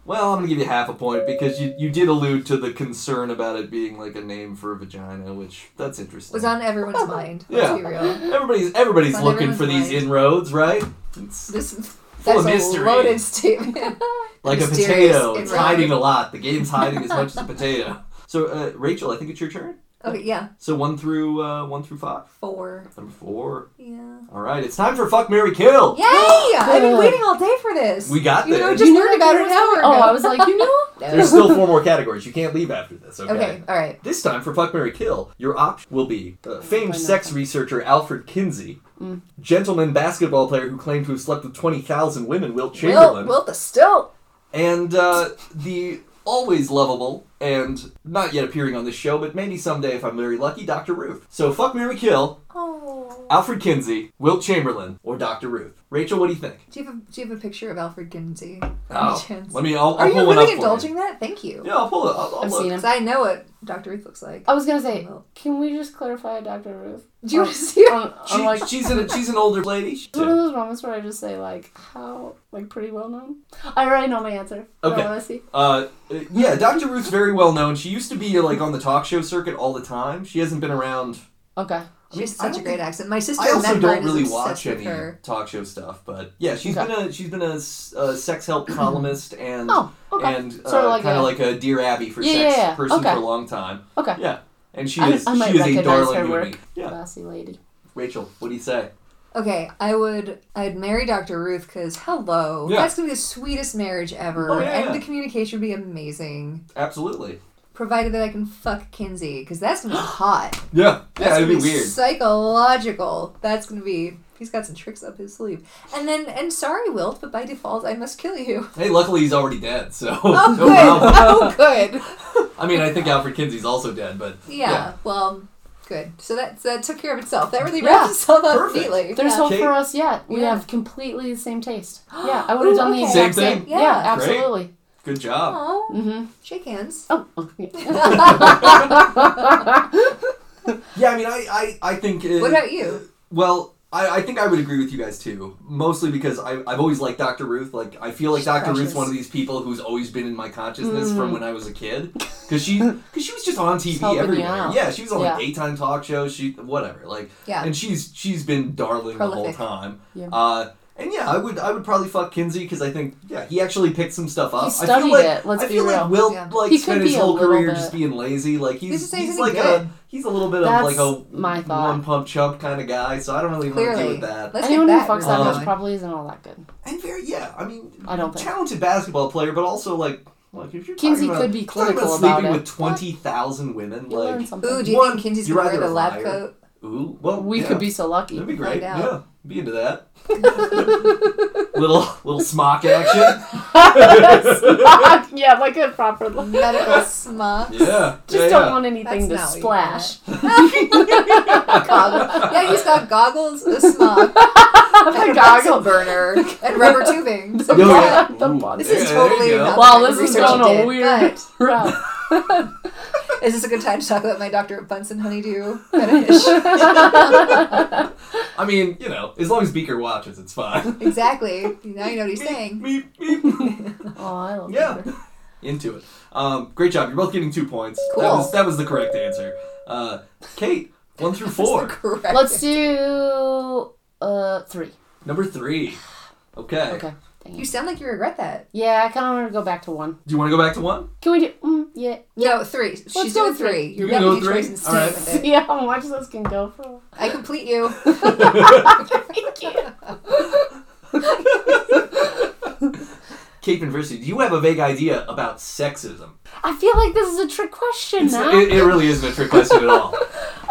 [SPEAKER 1] well, I'm going to give you half a point because you, you did allude to the concern about it being like a name for a vagina, which that's interesting.
[SPEAKER 2] was on
[SPEAKER 1] [laughs]
[SPEAKER 2] everyone's mind. Let's
[SPEAKER 1] Yeah.
[SPEAKER 2] be real.
[SPEAKER 1] Everybody's everybody's
[SPEAKER 2] Not
[SPEAKER 1] looking
[SPEAKER 2] everyone's
[SPEAKER 1] for these
[SPEAKER 2] right.
[SPEAKER 1] inroads, right? It's
[SPEAKER 2] This
[SPEAKER 1] Full
[SPEAKER 2] that's
[SPEAKER 1] of
[SPEAKER 2] a
[SPEAKER 1] mystery.
[SPEAKER 2] loaded statement. [laughs]
[SPEAKER 1] like a
[SPEAKER 2] mysterious
[SPEAKER 1] potato. It's
[SPEAKER 2] inroad.
[SPEAKER 1] hiding a lot. The game's hiding as much as a potato. [laughs] So, uh, Rachel, I think it's your turn.
[SPEAKER 2] okay, yeah,
[SPEAKER 1] So one through uh, one through five.
[SPEAKER 2] four.
[SPEAKER 1] Number four.
[SPEAKER 2] Yeah.
[SPEAKER 1] All right, it's time for fuck Mary Kill.
[SPEAKER 2] Yay! I've been
[SPEAKER 3] Good.
[SPEAKER 2] waiting all day for this.
[SPEAKER 1] We got
[SPEAKER 2] You know,
[SPEAKER 1] there.
[SPEAKER 2] just
[SPEAKER 3] You knew
[SPEAKER 2] learned about
[SPEAKER 3] that
[SPEAKER 2] it
[SPEAKER 3] there
[SPEAKER 2] an
[SPEAKER 3] was
[SPEAKER 2] hour
[SPEAKER 3] one?
[SPEAKER 2] ago.
[SPEAKER 3] Oh, I was like,
[SPEAKER 2] [laughs]
[SPEAKER 3] you know?
[SPEAKER 1] There's [laughs] still four more categories. You can't leave after this. Okay.
[SPEAKER 2] okay. All right.
[SPEAKER 1] This time for fuck Mary Kill, your option will be uh, famed
[SPEAKER 3] Why not?
[SPEAKER 1] sex researcher Alfred Kinsey,
[SPEAKER 2] Mm.
[SPEAKER 1] gentleman basketball player who claimed to have slept with twenty thousand women, Wilt Chamberlain.
[SPEAKER 2] Will, Will the still.
[SPEAKER 1] and uh, the always lovable and not yet appearing on this show, but maybe someday if I'm very lucky, Dr. Ruth. So fuck Mary Kill,
[SPEAKER 2] Oh.
[SPEAKER 1] Alfred Kinsey, Wilt Chamberlain, or Dr. Ruth. Rachel, what do you think?
[SPEAKER 2] Do you have a, do you have a picture of Alfred Kinsey?
[SPEAKER 1] Oh, let me. I'll, I'll
[SPEAKER 2] Are
[SPEAKER 1] pull
[SPEAKER 2] you
[SPEAKER 1] one up
[SPEAKER 2] really
[SPEAKER 1] for
[SPEAKER 2] indulging that? Thank you.
[SPEAKER 1] You. Yeah, I'll pull it. I'll, I'll
[SPEAKER 3] I've
[SPEAKER 1] look.
[SPEAKER 3] seen him.
[SPEAKER 2] Because I know what Dr. Ruth looks like.
[SPEAKER 3] I was gonna say,
[SPEAKER 2] Well.
[SPEAKER 3] can we just clarify Dr. Ruth?
[SPEAKER 2] Do you
[SPEAKER 3] Um,
[SPEAKER 2] want to see her?
[SPEAKER 3] on,
[SPEAKER 1] [laughs] She,
[SPEAKER 3] on, like,
[SPEAKER 1] she's an she's an older lady. She-
[SPEAKER 3] It's one of those moments where I just say like how like pretty well known. I already know my answer.
[SPEAKER 1] Okay.
[SPEAKER 3] I wanna see.
[SPEAKER 1] Uh, yeah, Dr. Ruth's very well known. She used to be like on the talk show circuit all the time. She hasn't been around.
[SPEAKER 3] Okay.
[SPEAKER 2] She has
[SPEAKER 1] I
[SPEAKER 2] such a
[SPEAKER 1] don't
[SPEAKER 2] great accent. My sister
[SPEAKER 1] I also
[SPEAKER 2] Meg
[SPEAKER 1] don't
[SPEAKER 2] Ryan is
[SPEAKER 1] really
[SPEAKER 2] obsessed
[SPEAKER 1] watch
[SPEAKER 2] with
[SPEAKER 1] any
[SPEAKER 2] her.
[SPEAKER 1] talk show stuff, but yeah, she's
[SPEAKER 3] Okay.
[SPEAKER 1] been a she's been a, s- a sex
[SPEAKER 3] [clears throat]
[SPEAKER 1] help columnist and
[SPEAKER 3] Oh, okay.
[SPEAKER 1] and uh,
[SPEAKER 3] Sorta like
[SPEAKER 1] kind
[SPEAKER 3] a-
[SPEAKER 1] of like a Dear Abby for
[SPEAKER 3] Yeah,
[SPEAKER 1] sex
[SPEAKER 3] yeah, yeah.
[SPEAKER 1] person
[SPEAKER 3] Okay.
[SPEAKER 1] for a long time.
[SPEAKER 3] Okay.
[SPEAKER 1] Yeah, and she
[SPEAKER 3] I-
[SPEAKER 1] is
[SPEAKER 3] I might
[SPEAKER 1] she is a
[SPEAKER 3] recognize
[SPEAKER 1] darling
[SPEAKER 3] her
[SPEAKER 1] human
[SPEAKER 3] work.
[SPEAKER 1] being. Yeah,
[SPEAKER 3] Classy lady.
[SPEAKER 1] Rachel, what do you say?
[SPEAKER 2] Okay, I would I'd marry Dr. Ruth because hello,
[SPEAKER 1] Yeah.
[SPEAKER 2] that's gonna be the sweetest marriage ever,
[SPEAKER 1] Oh, yeah,
[SPEAKER 2] and
[SPEAKER 1] yeah.
[SPEAKER 2] the communication would be amazing.
[SPEAKER 1] Absolutely.
[SPEAKER 2] Provided that I can fuck Kinsey, because that's
[SPEAKER 1] [gasps]
[SPEAKER 2] gonna be hot.
[SPEAKER 1] Yeah, yeah,
[SPEAKER 2] That's
[SPEAKER 1] it'd be
[SPEAKER 2] gonna
[SPEAKER 1] weird.
[SPEAKER 2] Psychological. That's gonna be. He's got some tricks up his sleeve. And then, and sorry, Wilt, but by default, I must kill
[SPEAKER 1] [laughs]
[SPEAKER 2] you.
[SPEAKER 1] Hey, luckily he's already dead, so [laughs]
[SPEAKER 2] Oh,
[SPEAKER 1] no
[SPEAKER 2] good.
[SPEAKER 1] problem.
[SPEAKER 2] Oh, good.
[SPEAKER 1] I mean, I think Alfred Kinsey's also dead, but
[SPEAKER 2] Yeah,
[SPEAKER 1] Yeah.
[SPEAKER 2] Well, good. So that that took care of itself. That really
[SPEAKER 3] Yeah.
[SPEAKER 2] wraps itself up
[SPEAKER 1] Perfect.
[SPEAKER 2] neatly.
[SPEAKER 3] There's
[SPEAKER 2] yeah.
[SPEAKER 3] hope
[SPEAKER 1] Kate-
[SPEAKER 3] for us yet. We
[SPEAKER 2] Yeah.
[SPEAKER 3] have completely the same [gasps] taste. Yeah, I would have done
[SPEAKER 2] Ooh,
[SPEAKER 3] the
[SPEAKER 2] okay.
[SPEAKER 1] Same
[SPEAKER 3] exact
[SPEAKER 1] thing?
[SPEAKER 3] Yeah,
[SPEAKER 2] Yeah.
[SPEAKER 3] absolutely.
[SPEAKER 1] good job.
[SPEAKER 2] Aw,
[SPEAKER 3] Mm-hmm.
[SPEAKER 2] shake hands.
[SPEAKER 3] Oh, okay.
[SPEAKER 1] Yeah, I mean, I, I, I think. uh,
[SPEAKER 2] What about [laughs] you?
[SPEAKER 1] Well, I, I think I would agree with you guys too, mostly because I, I've always liked Dr. Ruth. Like, I feel like
[SPEAKER 2] She's
[SPEAKER 1] Dr. Ruth's
[SPEAKER 2] precious.
[SPEAKER 1] one of these people who's always been in my consciousness from when I was a kid, because she, because she was just on TV
[SPEAKER 3] Mm. helping you
[SPEAKER 1] everywhere.
[SPEAKER 3] out.
[SPEAKER 1] Yeah, she was on like
[SPEAKER 3] Yeah.
[SPEAKER 1] daytime talk shows. She whatever, like,
[SPEAKER 2] Yeah.
[SPEAKER 1] and she's she's been darling
[SPEAKER 2] Prolific.
[SPEAKER 1] the whole time.
[SPEAKER 3] Yeah.
[SPEAKER 1] Uh, and yeah, I would I would probably fuck Kinsey because I think yeah he actually picked some stuff up. I
[SPEAKER 3] studied
[SPEAKER 1] feel like,
[SPEAKER 3] it, let's
[SPEAKER 1] I feel
[SPEAKER 3] be
[SPEAKER 1] like
[SPEAKER 3] real.
[SPEAKER 1] Will
[SPEAKER 2] Yeah.
[SPEAKER 1] like
[SPEAKER 3] He could
[SPEAKER 1] spent his
[SPEAKER 3] be a
[SPEAKER 1] whole
[SPEAKER 3] little
[SPEAKER 1] career
[SPEAKER 3] bit-
[SPEAKER 1] just being lazy. Like he's
[SPEAKER 2] just
[SPEAKER 1] he's,
[SPEAKER 2] say he's
[SPEAKER 1] like
[SPEAKER 2] good.
[SPEAKER 1] a he's a little bit
[SPEAKER 3] That's
[SPEAKER 1] of like a
[SPEAKER 3] my thought.
[SPEAKER 1] one pump chump kind of guy. So I don't really want to deal
[SPEAKER 2] Clearly.
[SPEAKER 1] with that.
[SPEAKER 2] Let's
[SPEAKER 3] Anyone who
[SPEAKER 2] get that.
[SPEAKER 3] fucks that
[SPEAKER 1] really
[SPEAKER 3] much
[SPEAKER 1] going.
[SPEAKER 3] probably isn't all that good.
[SPEAKER 1] And very yeah, I mean
[SPEAKER 3] I don't think.
[SPEAKER 1] talented basketball player, but also like like if you're
[SPEAKER 3] Kinsey
[SPEAKER 1] talking about,
[SPEAKER 3] could be
[SPEAKER 1] if you're talking
[SPEAKER 3] clinical
[SPEAKER 1] about sleeping
[SPEAKER 3] about it.
[SPEAKER 1] with twenty thousand women.
[SPEAKER 3] You learn
[SPEAKER 1] Like
[SPEAKER 3] something.
[SPEAKER 2] Ooh, do you
[SPEAKER 1] One,
[SPEAKER 2] think Kinsey's
[SPEAKER 1] you're
[SPEAKER 2] gonna wear
[SPEAKER 1] either
[SPEAKER 2] the
[SPEAKER 1] a
[SPEAKER 2] lab
[SPEAKER 1] liar.
[SPEAKER 2] coat?
[SPEAKER 1] ooh, well
[SPEAKER 3] we
[SPEAKER 1] yeah.
[SPEAKER 3] could be so lucky.
[SPEAKER 1] That'd be great.
[SPEAKER 2] Find
[SPEAKER 1] Yeah,
[SPEAKER 2] out.
[SPEAKER 1] be into that. little little smock action.
[SPEAKER 3] [laughs] yeah, like a proper. Just
[SPEAKER 2] [laughs] Medical smocks. [laughs]
[SPEAKER 1] Yeah, yeah,
[SPEAKER 3] don't
[SPEAKER 1] yeah.
[SPEAKER 3] want anything
[SPEAKER 2] That's
[SPEAKER 3] to
[SPEAKER 2] not what you
[SPEAKER 3] splash.
[SPEAKER 2] Goggles. Yeah, he's got goggles, a smock, and a
[SPEAKER 3] goggles.
[SPEAKER 2] goggles burner, and rubber tubing. So
[SPEAKER 1] Yo,
[SPEAKER 2] yeah.
[SPEAKER 1] yeah.
[SPEAKER 3] The
[SPEAKER 1] Ooh,
[SPEAKER 3] bun.
[SPEAKER 2] This
[SPEAKER 1] there-
[SPEAKER 2] is
[SPEAKER 1] there you
[SPEAKER 2] totally
[SPEAKER 1] go.
[SPEAKER 2] not-
[SPEAKER 3] Wow,
[SPEAKER 2] Like
[SPEAKER 3] this is
[SPEAKER 2] research
[SPEAKER 3] going
[SPEAKER 2] you
[SPEAKER 3] a
[SPEAKER 2] did,
[SPEAKER 3] weird [laughs] route.
[SPEAKER 2] Is this a good time to talk about my Dr. Bunsen honeydew fetish?
[SPEAKER 1] I mean, you know, as long as Beaker watches, it's fine. [laughs]
[SPEAKER 2] exactly. Now you know what he's saying.
[SPEAKER 1] Meep, meep, meep.
[SPEAKER 3] Oh, I love
[SPEAKER 1] Yeah.
[SPEAKER 3] Beaker.
[SPEAKER 1] [laughs] Into it. Um, great job. You're both getting two points. That
[SPEAKER 2] Cool.
[SPEAKER 1] was that was the correct answer. Uh, Kate, one [laughs] through four.
[SPEAKER 2] Correct.
[SPEAKER 3] Let's do uh three.
[SPEAKER 1] Number three. Okay.
[SPEAKER 3] Okay. Dang
[SPEAKER 2] You
[SPEAKER 3] it.
[SPEAKER 2] sound like you regret that.
[SPEAKER 3] Yeah, I kind of want to go back to one.
[SPEAKER 1] Do you want to go back to one?
[SPEAKER 3] Can we do? Mm, yeah. [laughs]
[SPEAKER 2] No, three. She's
[SPEAKER 3] go
[SPEAKER 2] doing
[SPEAKER 3] with three.
[SPEAKER 2] three. You're
[SPEAKER 1] You're
[SPEAKER 2] gonna
[SPEAKER 1] gonna
[SPEAKER 2] do
[SPEAKER 1] go
[SPEAKER 2] choice
[SPEAKER 1] three?
[SPEAKER 2] and
[SPEAKER 1] All
[SPEAKER 2] stick
[SPEAKER 1] right.
[SPEAKER 2] with it.
[SPEAKER 3] Yeah, how much this can go for? [laughs]
[SPEAKER 2] I complete you.
[SPEAKER 1] Kate and Versi, do you have a vague idea about sexism?
[SPEAKER 3] I feel like this is a trick question
[SPEAKER 1] It's-
[SPEAKER 3] now.
[SPEAKER 1] It, it really isn't a trick question at all.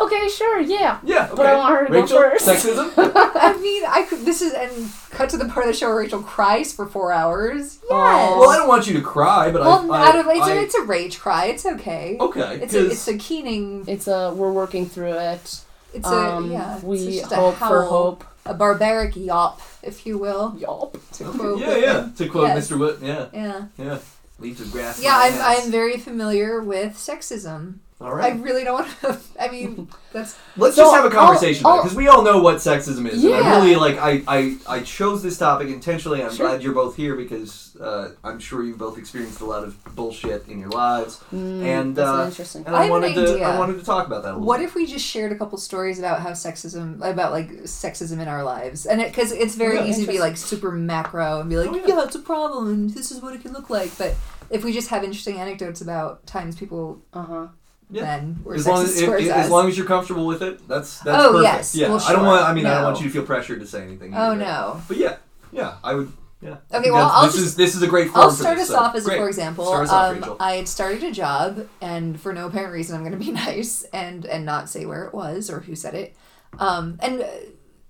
[SPEAKER 3] okay, sure, yeah.
[SPEAKER 1] [laughs] Yeah.
[SPEAKER 3] But I
[SPEAKER 1] okay.
[SPEAKER 3] want her to go
[SPEAKER 1] Rachel,
[SPEAKER 3] first.
[SPEAKER 2] [laughs]
[SPEAKER 1] sexism?
[SPEAKER 2] I mean, I could. This is and cut to the part of the show where Rachel cries for four hours. Yes.
[SPEAKER 3] Aw.
[SPEAKER 1] well, I don't want you to cry, but
[SPEAKER 2] Well,
[SPEAKER 1] I.
[SPEAKER 2] I,
[SPEAKER 1] I,
[SPEAKER 2] don't. It's,
[SPEAKER 1] I- Oh,
[SPEAKER 2] a, it's a rage cry. It's okay.
[SPEAKER 1] okay.
[SPEAKER 2] It's a,
[SPEAKER 1] 'cause-
[SPEAKER 2] it's a keening.
[SPEAKER 3] It's a we're working through it.
[SPEAKER 2] It's
[SPEAKER 3] um,
[SPEAKER 2] a yeah.
[SPEAKER 3] we
[SPEAKER 2] it's just
[SPEAKER 3] hope
[SPEAKER 2] a
[SPEAKER 3] for
[SPEAKER 2] howl,
[SPEAKER 3] hope.
[SPEAKER 2] A barbaric yawp, if you will.
[SPEAKER 3] Yelp.
[SPEAKER 2] To quote
[SPEAKER 1] yeah,
[SPEAKER 2] Whitman.
[SPEAKER 1] yeah. To quote
[SPEAKER 2] Yes.
[SPEAKER 1] Mr. Wood, yeah,
[SPEAKER 2] yeah.
[SPEAKER 1] yeah. Leaves of grass.
[SPEAKER 2] Yeah,
[SPEAKER 1] on
[SPEAKER 2] I'm,
[SPEAKER 1] the ass.
[SPEAKER 2] I'm very familiar with sexism.
[SPEAKER 1] All
[SPEAKER 2] I
[SPEAKER 1] right.
[SPEAKER 2] really don't want to. [laughs] I mean, that's.
[SPEAKER 1] Let's
[SPEAKER 3] So,
[SPEAKER 1] just have a conversation
[SPEAKER 3] I'll-
[SPEAKER 1] because we all know what sexism is. And
[SPEAKER 2] oh, Yeah.
[SPEAKER 1] I really like. I, I I chose this topic intentionally. I'm
[SPEAKER 3] Sure.
[SPEAKER 1] glad you're both here because uh, I'm sure you both experienced a lot of bullshit in your lives, and
[SPEAKER 3] That's
[SPEAKER 1] uh,
[SPEAKER 3] interesting.
[SPEAKER 1] and
[SPEAKER 2] Mm, I
[SPEAKER 1] I,
[SPEAKER 2] have an
[SPEAKER 1] wanted to
[SPEAKER 2] idea.
[SPEAKER 1] I wanted to talk about that a little.
[SPEAKER 2] What
[SPEAKER 1] bit.
[SPEAKER 2] if we just shared a couple stories about how sexism, about like sexism in our lives, and because it's very
[SPEAKER 1] Oh, Yeah,
[SPEAKER 2] easy to be like super macro and be like,
[SPEAKER 1] Oh, yeah.
[SPEAKER 2] yeah. it's a problem, and this is what it can look like. But if we just have interesting anecdotes about times people
[SPEAKER 3] Uh huh.
[SPEAKER 1] Yeah.
[SPEAKER 2] then were
[SPEAKER 1] as
[SPEAKER 2] sexist
[SPEAKER 1] long as, if-
[SPEAKER 2] towards
[SPEAKER 1] if-
[SPEAKER 2] us.
[SPEAKER 1] as long as you're comfortable with it, that's that's
[SPEAKER 2] Oh,
[SPEAKER 1] perfect.
[SPEAKER 2] yes.
[SPEAKER 1] Yeah,
[SPEAKER 2] Well,
[SPEAKER 1] I don't want.
[SPEAKER 2] sure.
[SPEAKER 1] I mean, I don't
[SPEAKER 2] No.
[SPEAKER 1] want you to feel pressured to say anything.
[SPEAKER 2] oh
[SPEAKER 1] either.
[SPEAKER 2] no.
[SPEAKER 1] But yeah, yeah, I would. Yeah. I
[SPEAKER 2] Okay,
[SPEAKER 1] think
[SPEAKER 2] well,
[SPEAKER 1] that's-
[SPEAKER 2] I'll
[SPEAKER 1] this
[SPEAKER 2] just-
[SPEAKER 1] is this is a great.
[SPEAKER 2] I'll
[SPEAKER 1] forum for
[SPEAKER 2] start
[SPEAKER 1] this,
[SPEAKER 2] us
[SPEAKER 1] so-
[SPEAKER 2] off as
[SPEAKER 1] great.
[SPEAKER 2] for example.
[SPEAKER 1] Start us off,
[SPEAKER 2] um,
[SPEAKER 1] Rachel.
[SPEAKER 2] I had started a job, and for no apparent [laughs] reason, I'm going to be nice and and not say where it was or who said it. Um, and uh,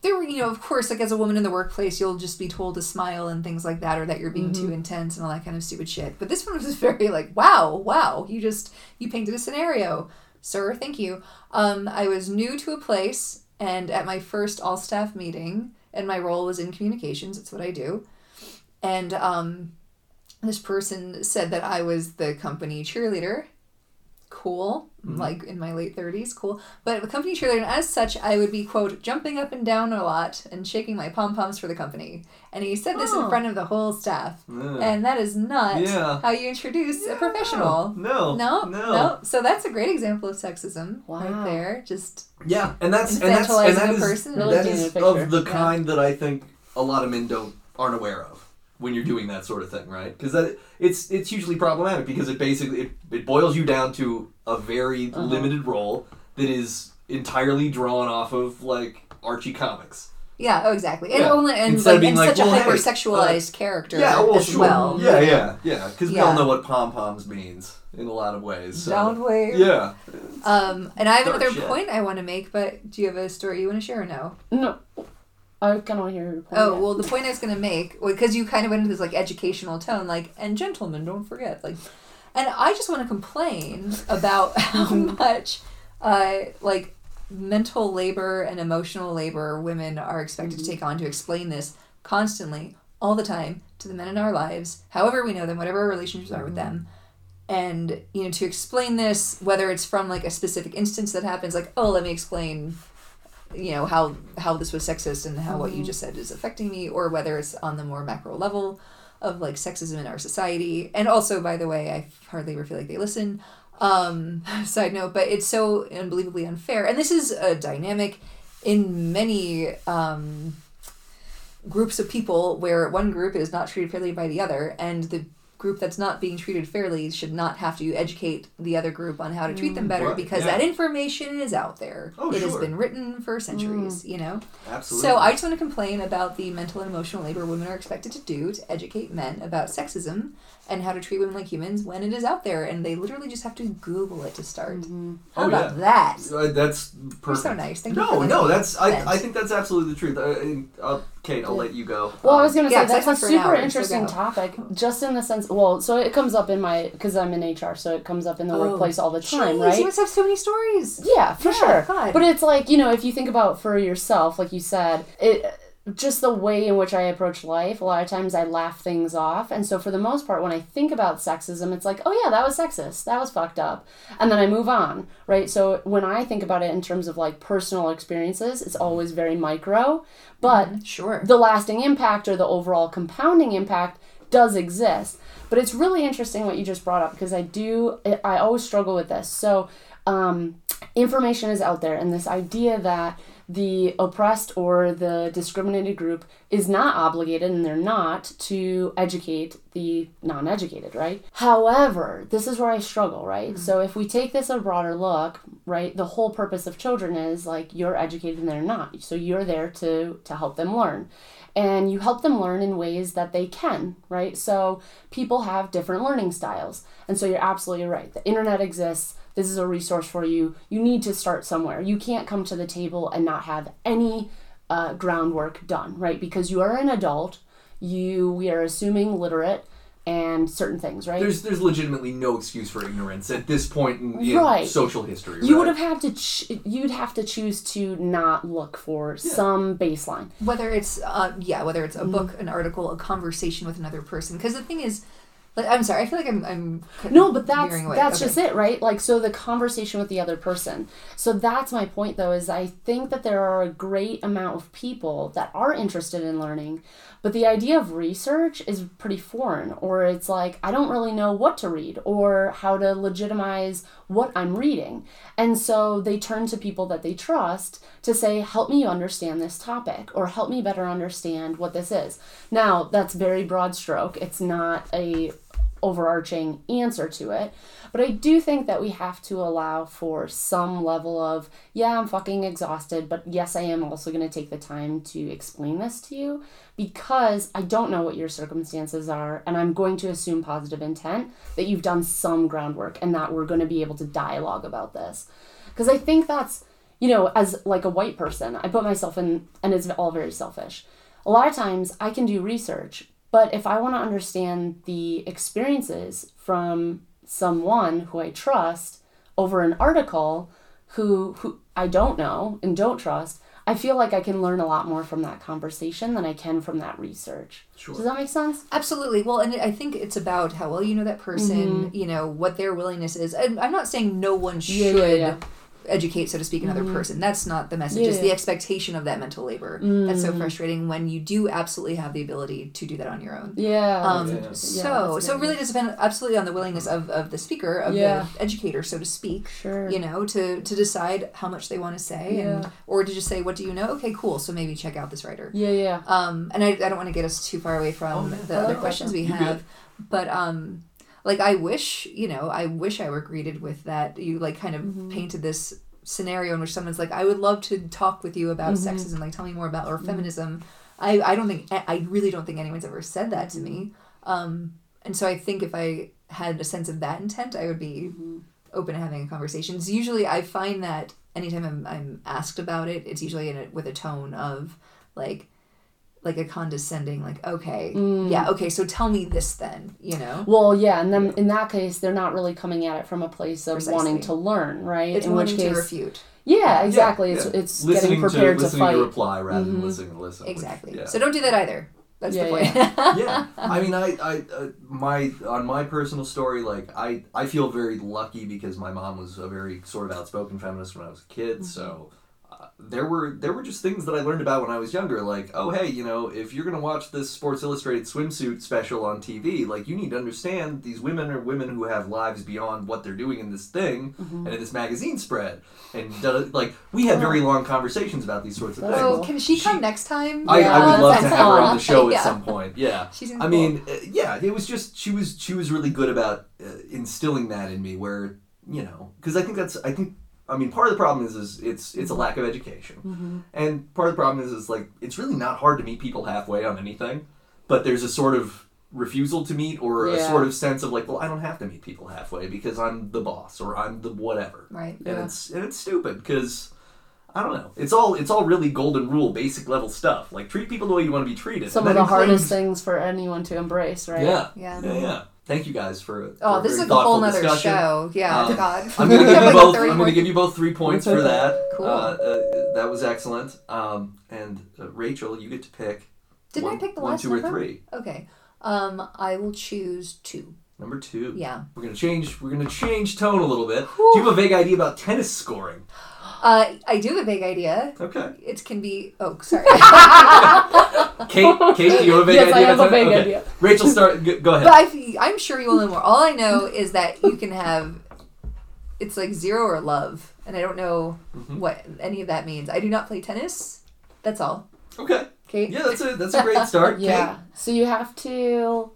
[SPEAKER 2] there were, you know, of course, like as a woman in the workplace, you'll just be told to smile and things like that, or that you're being
[SPEAKER 1] Mm-hmm.
[SPEAKER 2] too intense and all that kind of stupid shit. But this one was [laughs] very like, wow, wow, you just you painted a scenario, sir. Thank you. Um, I was new to a place, and at my first all staff meeting, and my role was in communications. It's what I do, and um, this person said that I was the company cheerleader. Cool,
[SPEAKER 1] Mm-hmm.
[SPEAKER 2] like in my late thirties, cool. But a company cheerleader, and as such, I would be quote jumping up and down a lot and shaking my pom poms for the company. And he said this
[SPEAKER 3] Oh.
[SPEAKER 2] in front of the whole staff,
[SPEAKER 1] Yeah.
[SPEAKER 2] and that is not
[SPEAKER 1] Yeah.
[SPEAKER 2] how you introduce a professional.
[SPEAKER 1] No.
[SPEAKER 2] No, no,
[SPEAKER 1] No.
[SPEAKER 2] So that's a great example of sexism
[SPEAKER 3] Wow.
[SPEAKER 2] right there. Just
[SPEAKER 1] Yeah, and that's and that's and that
[SPEAKER 2] Infantilizing a
[SPEAKER 1] is,
[SPEAKER 2] person.
[SPEAKER 3] Really
[SPEAKER 1] that
[SPEAKER 3] painting
[SPEAKER 1] is
[SPEAKER 3] a picture.
[SPEAKER 1] of the
[SPEAKER 2] Yeah.
[SPEAKER 1] kind that I think a lot of men don't aren't aware of when you're doing that sort of thing, right? Because that it's it's hugely problematic because it basically it, it boils you down to a very
[SPEAKER 2] Uh-huh.
[SPEAKER 1] limited role that is entirely drawn off of like Archie comics.
[SPEAKER 2] yeah, oh exactly. And
[SPEAKER 1] Yeah.
[SPEAKER 2] only and,
[SPEAKER 1] Instead of
[SPEAKER 2] like,
[SPEAKER 1] being
[SPEAKER 2] and
[SPEAKER 1] like,
[SPEAKER 2] such a
[SPEAKER 1] well, hey, uh,
[SPEAKER 2] hypersexualized character
[SPEAKER 1] Yeah, well,
[SPEAKER 2] as
[SPEAKER 1] sure.
[SPEAKER 2] well.
[SPEAKER 1] Yeah, yeah, yeah. Because we all
[SPEAKER 2] Yeah.
[SPEAKER 1] know what pom poms means in a lot of ways. So.
[SPEAKER 2] Don't wait.
[SPEAKER 1] Yeah.
[SPEAKER 2] Um, and I have
[SPEAKER 1] Dark
[SPEAKER 2] another
[SPEAKER 1] shit.
[SPEAKER 2] point I want to make, but do you have a story you want to share or no?
[SPEAKER 3] No. I kind of want to hear your point.
[SPEAKER 2] Oh, well, the point I was going to make, because you kind of went into this like educational tone, like, and gentlemen, don't forget. Like, and I just want to complain about [laughs] how much, uh, like, mental labor and emotional labor women are expected to take on to explain this constantly, all the time, to the men in our lives, however we know them, whatever our relationships are with them. And, you know, to explain this, whether it's from like a specific instance that happens, like, oh, let me explain you know how how this was sexist and how what you just said is affecting me or whether it's on the more macro level of like sexism in our society and also by the way i hardly ever feel like they listen um [laughs] side note but it's so unbelievably unfair and this is a dynamic in many um groups of people where one group is not treated fairly by the other and the group that's not being treated fairly should not have to educate the other group on how to treat them better
[SPEAKER 1] Right,
[SPEAKER 2] because
[SPEAKER 1] yeah.
[SPEAKER 2] that information is out there
[SPEAKER 1] Oh,
[SPEAKER 2] it has
[SPEAKER 1] sure.
[SPEAKER 2] been written for
[SPEAKER 3] Mm.
[SPEAKER 2] centuries, you know?
[SPEAKER 1] Absolutely.
[SPEAKER 2] So I just want to complain about the mental and emotional labor women are expected to do to educate men about sexism and how to treat women like humans when it is out there and they literally just have to Google it to start.
[SPEAKER 3] Mm-hmm.
[SPEAKER 2] How
[SPEAKER 1] Oh,
[SPEAKER 2] about
[SPEAKER 1] yeah.
[SPEAKER 2] that?
[SPEAKER 1] Uh, that's perfect.
[SPEAKER 2] You're so nice. Thank you
[SPEAKER 1] no,
[SPEAKER 2] for that
[SPEAKER 1] no, that's
[SPEAKER 2] sense.
[SPEAKER 1] I, I think that's absolutely the truth. Uh, uh, Kate, I'll let you go.
[SPEAKER 3] Well, I
[SPEAKER 1] Um,
[SPEAKER 3] was gonna
[SPEAKER 2] Yeah, 'cause I
[SPEAKER 3] say
[SPEAKER 2] talked
[SPEAKER 3] that's
[SPEAKER 2] for
[SPEAKER 3] a
[SPEAKER 2] an
[SPEAKER 3] super
[SPEAKER 2] hour, so
[SPEAKER 3] interesting
[SPEAKER 2] go.
[SPEAKER 3] topic, just in the sense. Well, so it comes up in my because I'm in HR, so it comes up
[SPEAKER 2] Oh.
[SPEAKER 3] in the workplace all the time,
[SPEAKER 2] Jeez, You
[SPEAKER 3] right?
[SPEAKER 2] must have so many stories.
[SPEAKER 3] Yeah, for
[SPEAKER 2] Yeah,
[SPEAKER 3] sure.
[SPEAKER 2] God.
[SPEAKER 3] But it's like you know, if you think about for yourself, like you said, it just the way in which I approach life. A lot of times I laugh things off, and so for the most part, when I think about sexism, it's like, oh yeah, that was sexist, that was fucked up, and then I move on, right? So when I think about it in terms of like personal experiences, it's always very micro, but
[SPEAKER 2] Sure.
[SPEAKER 3] the lasting impact or the overall compounding impact does exist. But it's really interesting what you just brought up because I do, I- I always struggle with this. So, um, information is out there, and this idea that the oppressed or the discriminated group is not obligated and they're not to educate the non educated, right? However, this is where I struggle, right? So, if we take this a broader look, right, the whole purpose of children is like you're educated and they're not. So, you're there to, to help them learn. And you help them learn in ways that they can, right? So, people have different learning styles. And so, you're absolutely right. The internet exists this is a resource for you. You need to start somewhere. You can't come to the table and not have any uh, groundwork done, right? Because you are an adult. You we are assuming literate and certain things, right?
[SPEAKER 1] There's there's legitimately no excuse for ignorance at this point in, in
[SPEAKER 3] Right.
[SPEAKER 1] social history.
[SPEAKER 3] you
[SPEAKER 1] right?
[SPEAKER 3] would have had to ch- you'd have to choose to not look for some baseline.
[SPEAKER 2] whether it's uh, yeah whether
[SPEAKER 3] Mm-hmm.
[SPEAKER 2] it's a book an article a conversation with another person because the thing is like, i'm sorry i feel like i'm, I'm
[SPEAKER 3] No, but that's
[SPEAKER 2] veering away.
[SPEAKER 3] that's
[SPEAKER 2] Okay.
[SPEAKER 3] just it, right? Like so the conversation with the other person. So that's my point though is I think that there are a great amount of people that are interested in learning, but the idea of research is pretty foreign or it's like I don't really know what to read or how to legitimize what I'm reading. And so they turn to people that they trust to say help me understand this topic or help me better understand what this is. Now, that's very broad stroke. It's not a overarching answer to it. But I do think that we have to allow for some level of, yeah, I'm fucking exhausted, but yes, I am also going to take the time to explain this to you because I don't know what your circumstances are, and I'm going to assume positive intent that you've done some groundwork and that we're going to be able to dialogue about this. Because I think that's you know, as like a white person, I put myself in, and it's all very selfish. A lot of times I can do research, but if I want to understand the experiences from someone who I trust over an article who, who I don't know and don't trust, I feel like I can learn a lot more from that conversation than I can from that research.
[SPEAKER 1] Sure.
[SPEAKER 3] Does that make sense?
[SPEAKER 2] Absolutely. Well, and I think it's about how well you know that person, you know, what their willingness is. And I'm not saying no one
[SPEAKER 3] Mm-hmm. Yeah, yeah,
[SPEAKER 2] should
[SPEAKER 3] yeah. Mm-hmm.
[SPEAKER 2] educate, so to speak, another person. That's not the message.
[SPEAKER 3] Yeah,
[SPEAKER 2] It's the
[SPEAKER 3] yeah. Mm.
[SPEAKER 2] expectation of that mental labor. That's so frustrating when you do absolutely have the ability to do that on your own.
[SPEAKER 3] Yeah.
[SPEAKER 2] Um,
[SPEAKER 1] Yeah.
[SPEAKER 2] So,
[SPEAKER 3] that's
[SPEAKER 2] so it really does depend absolutely on the willingness of, of the speaker, of
[SPEAKER 3] Yeah.
[SPEAKER 2] the educator, so to speak.
[SPEAKER 3] Sure.
[SPEAKER 2] You know, to to decide how much they want to say,
[SPEAKER 3] Yeah.
[SPEAKER 2] and or to just say, "What do you know?" Okay, cool. So maybe check out this writer.
[SPEAKER 3] yeah, yeah.
[SPEAKER 2] Um, and I, I don't want to get us too far away from
[SPEAKER 1] Oh, yeah.
[SPEAKER 2] the other
[SPEAKER 3] Oh,
[SPEAKER 2] questions we
[SPEAKER 1] you're
[SPEAKER 2] have, but um, like I wish you know I wish I were greeted with that. You like kind of painted this scenario in which someone's like, I would love to talk with you about sexism, like tell me more about or feminism. I I don't think I I really don't think anyone's ever said that to me. Um, and so I think if I had a sense of that intent, I would be
[SPEAKER 3] Mm-hmm.
[SPEAKER 2] open to having conversations. Usually, I find that anytime I'm, I'm asked about it, it's usually in a, with a tone of like, like a condescending, like, okay,
[SPEAKER 3] Mm.
[SPEAKER 2] yeah, okay, so tell me this then, you know?
[SPEAKER 3] Well, yeah, and then in that case, they're not really coming at it from a place of
[SPEAKER 2] Precisely.
[SPEAKER 3] wanting to learn, right?
[SPEAKER 2] It's
[SPEAKER 3] in
[SPEAKER 2] wanting
[SPEAKER 3] which
[SPEAKER 2] to
[SPEAKER 3] case,
[SPEAKER 2] refute.
[SPEAKER 3] yeah, exactly. It's
[SPEAKER 1] Yeah.
[SPEAKER 3] it's
[SPEAKER 1] listening
[SPEAKER 3] getting prepared
[SPEAKER 1] to,
[SPEAKER 3] to,
[SPEAKER 1] listening
[SPEAKER 3] fight. Mm-hmm.
[SPEAKER 1] to reply rather than listening to listen. which-
[SPEAKER 2] Exactly.
[SPEAKER 1] yeah.
[SPEAKER 2] So don't do that either. That's
[SPEAKER 3] Yeah,
[SPEAKER 2] the point. [laughs]
[SPEAKER 1] yeah i mean i i uh, my on my personal story like i i feel very lucky because my mom was a very sort of outspoken feminist when i was a kid so uh, there were there were just things that I learned about when I was younger, like oh hey, you know if you're gonna watch this Sports Illustrated swimsuit special on TV, like you need to understand these women are women who have lives beyond what they're doing in this thing and in this magazine spread, and do, like we had very long conversations about these sorts of
[SPEAKER 3] That's
[SPEAKER 1] things.
[SPEAKER 2] so
[SPEAKER 3] cool.
[SPEAKER 2] can she come next time?
[SPEAKER 1] I, I would
[SPEAKER 3] Yeah.
[SPEAKER 1] love to
[SPEAKER 3] That's
[SPEAKER 1] have her on
[SPEAKER 3] fun.
[SPEAKER 1] the show at
[SPEAKER 2] Yeah.
[SPEAKER 1] some point.
[SPEAKER 3] [laughs]
[SPEAKER 1] Yeah,
[SPEAKER 2] She seems
[SPEAKER 1] I mean, uh, yeah, it was just she was she was really good about uh, instilling that in me, where you know, because I think that's I think I mean part of the problem is is it's it's a lack of education,
[SPEAKER 3] Mm-hmm.
[SPEAKER 1] and part of the problem is is like it's really not hard to meet people halfway on anything, but there's a sort of refusal to meet or a
[SPEAKER 3] Yeah.
[SPEAKER 1] sort of sense of like, well, I don't have to meet people halfway because I'm the boss or I'm the whatever
[SPEAKER 2] Right.
[SPEAKER 1] and
[SPEAKER 3] Yeah.
[SPEAKER 1] it's and it's stupid because I don't know. It's all it's all really golden rule, basic level stuff. Like treat people the way you want to be treated.
[SPEAKER 3] Some of
[SPEAKER 1] And
[SPEAKER 3] the
[SPEAKER 1] that
[SPEAKER 3] hardest
[SPEAKER 1] includes-
[SPEAKER 3] things for anyone to embrace, right?
[SPEAKER 1] Yeah,
[SPEAKER 2] Yeah.
[SPEAKER 1] yeah, yeah, Thank you guys for. for
[SPEAKER 2] Oh,
[SPEAKER 1] a
[SPEAKER 2] this is
[SPEAKER 1] very
[SPEAKER 2] like a whole
[SPEAKER 1] thoughtful
[SPEAKER 2] nother
[SPEAKER 1] discussion.
[SPEAKER 2] show. Yeah,
[SPEAKER 1] Um,
[SPEAKER 2] God. [laughs]
[SPEAKER 1] I'm gonna give
[SPEAKER 2] Like
[SPEAKER 1] you
[SPEAKER 2] a
[SPEAKER 1] both.
[SPEAKER 2] three
[SPEAKER 1] I'm gonna
[SPEAKER 2] point-
[SPEAKER 1] give you both three points for that.
[SPEAKER 2] Cool.
[SPEAKER 1] Uh, uh, that was excellent. Um, and uh, Rachel, you get to pick.
[SPEAKER 2] Didn't
[SPEAKER 1] one,
[SPEAKER 2] I pick the
[SPEAKER 1] one,
[SPEAKER 2] last
[SPEAKER 1] two,
[SPEAKER 2] number?
[SPEAKER 1] or three?
[SPEAKER 2] Okay. Um, I will choose two.
[SPEAKER 1] Number two.
[SPEAKER 2] Yeah.
[SPEAKER 1] We're gonna change. We're gonna change tone a little bit. Do you have a vague idea about tennis scoring?
[SPEAKER 2] Uh, I do have a big idea.
[SPEAKER 1] Okay.
[SPEAKER 2] It can be. Oh,
[SPEAKER 1] [laughs]
[SPEAKER 2] sorry.
[SPEAKER 1] Kate, Kate, do you have a vague
[SPEAKER 3] Yes, I
[SPEAKER 1] idea?
[SPEAKER 3] have
[SPEAKER 1] about tennis?
[SPEAKER 3] a vague
[SPEAKER 1] Okay.
[SPEAKER 3] idea.
[SPEAKER 1] Rachel, start. Go go ahead.
[SPEAKER 2] but I, I'm sure you will know more. All I know is that you can have, it's like zero or love, and I don't know
[SPEAKER 1] Mm-hmm.
[SPEAKER 2] what any of that means. I do not play tennis. That's all.
[SPEAKER 1] Okay.
[SPEAKER 2] Okay.
[SPEAKER 1] Yeah, that's a that's a great start.
[SPEAKER 3] [laughs] Yeah. So you have to.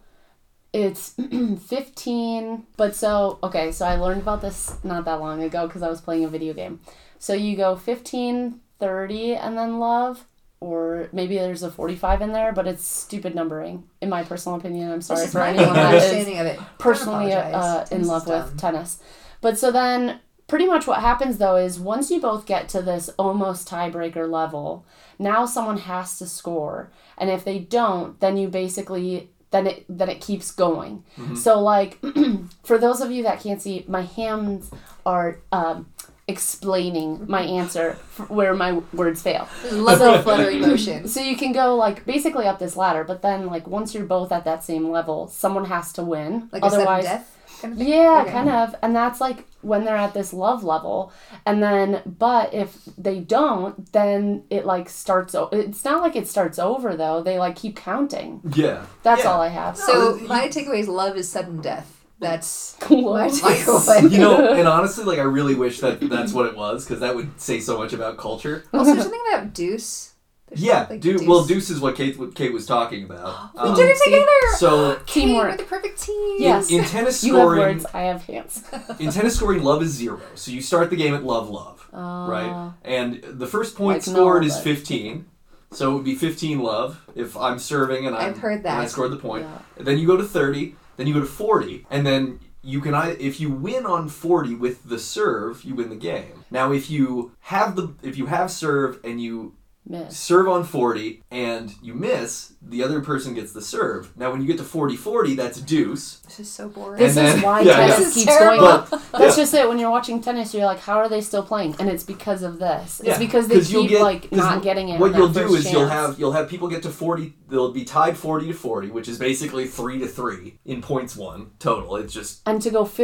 [SPEAKER 3] It's [clears throat] 15, but so, okay, so I learned about this not that long ago because I was playing a video game. So you go 15, 30, and then love, or maybe there's a 45 in there, but it's stupid numbering, in my personal opinion. I'm sorry
[SPEAKER 2] This is
[SPEAKER 3] for
[SPEAKER 2] my
[SPEAKER 1] [laughs]
[SPEAKER 3] anyone
[SPEAKER 2] [laughs]
[SPEAKER 3] that is
[SPEAKER 2] understanding of it.
[SPEAKER 3] personally
[SPEAKER 2] I apologize.
[SPEAKER 3] uh, in
[SPEAKER 2] Tennis
[SPEAKER 3] love
[SPEAKER 2] is
[SPEAKER 3] with
[SPEAKER 2] dumb.
[SPEAKER 3] tennis. But so then, pretty much what happens though is once you both get to this almost tiebreaker level, now someone has to score, and if they don't, then you basically then it then it keeps going.
[SPEAKER 2] Mm-hmm.
[SPEAKER 3] So like, [clears throat] for those of you that can't see, my hands are. Um, explaining my answer f- where my words fail
[SPEAKER 2] This is
[SPEAKER 1] [laughs]
[SPEAKER 2] Lovely fluttering motions.
[SPEAKER 3] so you can go like basically up this ladder but then like once you're both at that same level someone has to win
[SPEAKER 2] Like
[SPEAKER 3] otherwise
[SPEAKER 2] a sudden death kind of thing.
[SPEAKER 3] yeah,
[SPEAKER 2] Okay.
[SPEAKER 3] kind of. And that's like when they're at this love level. And then, but if they don't, then it like starts. O- it's not like it starts over though. They like keep counting.
[SPEAKER 1] Yeah.
[SPEAKER 3] That's
[SPEAKER 1] Yeah.
[SPEAKER 3] all I have.
[SPEAKER 2] So
[SPEAKER 1] No, you-
[SPEAKER 2] my takeaway is love is sudden death. That's my
[SPEAKER 3] [laughs]
[SPEAKER 2] [laughs]
[SPEAKER 3] What?
[SPEAKER 2] takeaway.
[SPEAKER 1] You know, and honestly, like I really wish that that's what it was because that would say so much about culture.
[SPEAKER 2] also, there's something about Deuce. There's
[SPEAKER 1] Yeah,
[SPEAKER 2] something like
[SPEAKER 1] Deuce. Well, Deuce is what Kate what Kate was talking
[SPEAKER 3] [gasps]
[SPEAKER 1] about.
[SPEAKER 2] We
[SPEAKER 1] Um,
[SPEAKER 2] did it together.
[SPEAKER 1] So
[SPEAKER 2] Okay, We're
[SPEAKER 3] Teamwork.
[SPEAKER 2] the perfect team.
[SPEAKER 3] Yeah. [gasps] Yes.
[SPEAKER 1] in tennis
[SPEAKER 3] [laughs] You
[SPEAKER 1] [laughs]
[SPEAKER 3] have
[SPEAKER 1] scoring,
[SPEAKER 3] words. I have hands. [laughs]
[SPEAKER 1] in tennis scoring, love is zero. So you start the game at love, love, right? And the first point
[SPEAKER 3] Like no,
[SPEAKER 1] scored is
[SPEAKER 3] but-
[SPEAKER 1] fifteen. So it would be fifteen love if I'm serving and I'm,
[SPEAKER 2] I've heard that.
[SPEAKER 1] and I scored the point.
[SPEAKER 3] Yeah.
[SPEAKER 1] Then you go to thirty. Then you go to forty, and then you can either, if you win on 40 with the serve, you win the game. Now if you have the if you have serve and you
[SPEAKER 3] Miss.
[SPEAKER 1] serve on 40 and you miss, the other person gets the serve. Now when you get to 40 40, that's deuce.
[SPEAKER 2] This is so boring.
[SPEAKER 3] This
[SPEAKER 1] then-
[SPEAKER 3] is why
[SPEAKER 1] yeah,
[SPEAKER 3] tennis
[SPEAKER 2] yeah. This is
[SPEAKER 3] keeps going
[SPEAKER 2] terrible.
[SPEAKER 1] [laughs]
[SPEAKER 3] up. That's
[SPEAKER 1] yeah.
[SPEAKER 3] just it. When you're watching tennis, you're like, "How are they still playing?" And it's because of this. It's
[SPEAKER 1] Yeah,
[SPEAKER 3] because they
[SPEAKER 1] 'cause you'll
[SPEAKER 3] keep
[SPEAKER 1] get-
[SPEAKER 3] like
[SPEAKER 1] 'cause
[SPEAKER 3] not
[SPEAKER 1] wh-
[SPEAKER 3] getting it.
[SPEAKER 1] What
[SPEAKER 3] on
[SPEAKER 1] you'll
[SPEAKER 3] that
[SPEAKER 1] do is
[SPEAKER 3] first
[SPEAKER 1] you'll
[SPEAKER 3] chance.
[SPEAKER 1] have you'll have people get to forty. They'll be tied forty to forty, which is basically three to three in points one total. It's just
[SPEAKER 3] and to go
[SPEAKER 1] Trumped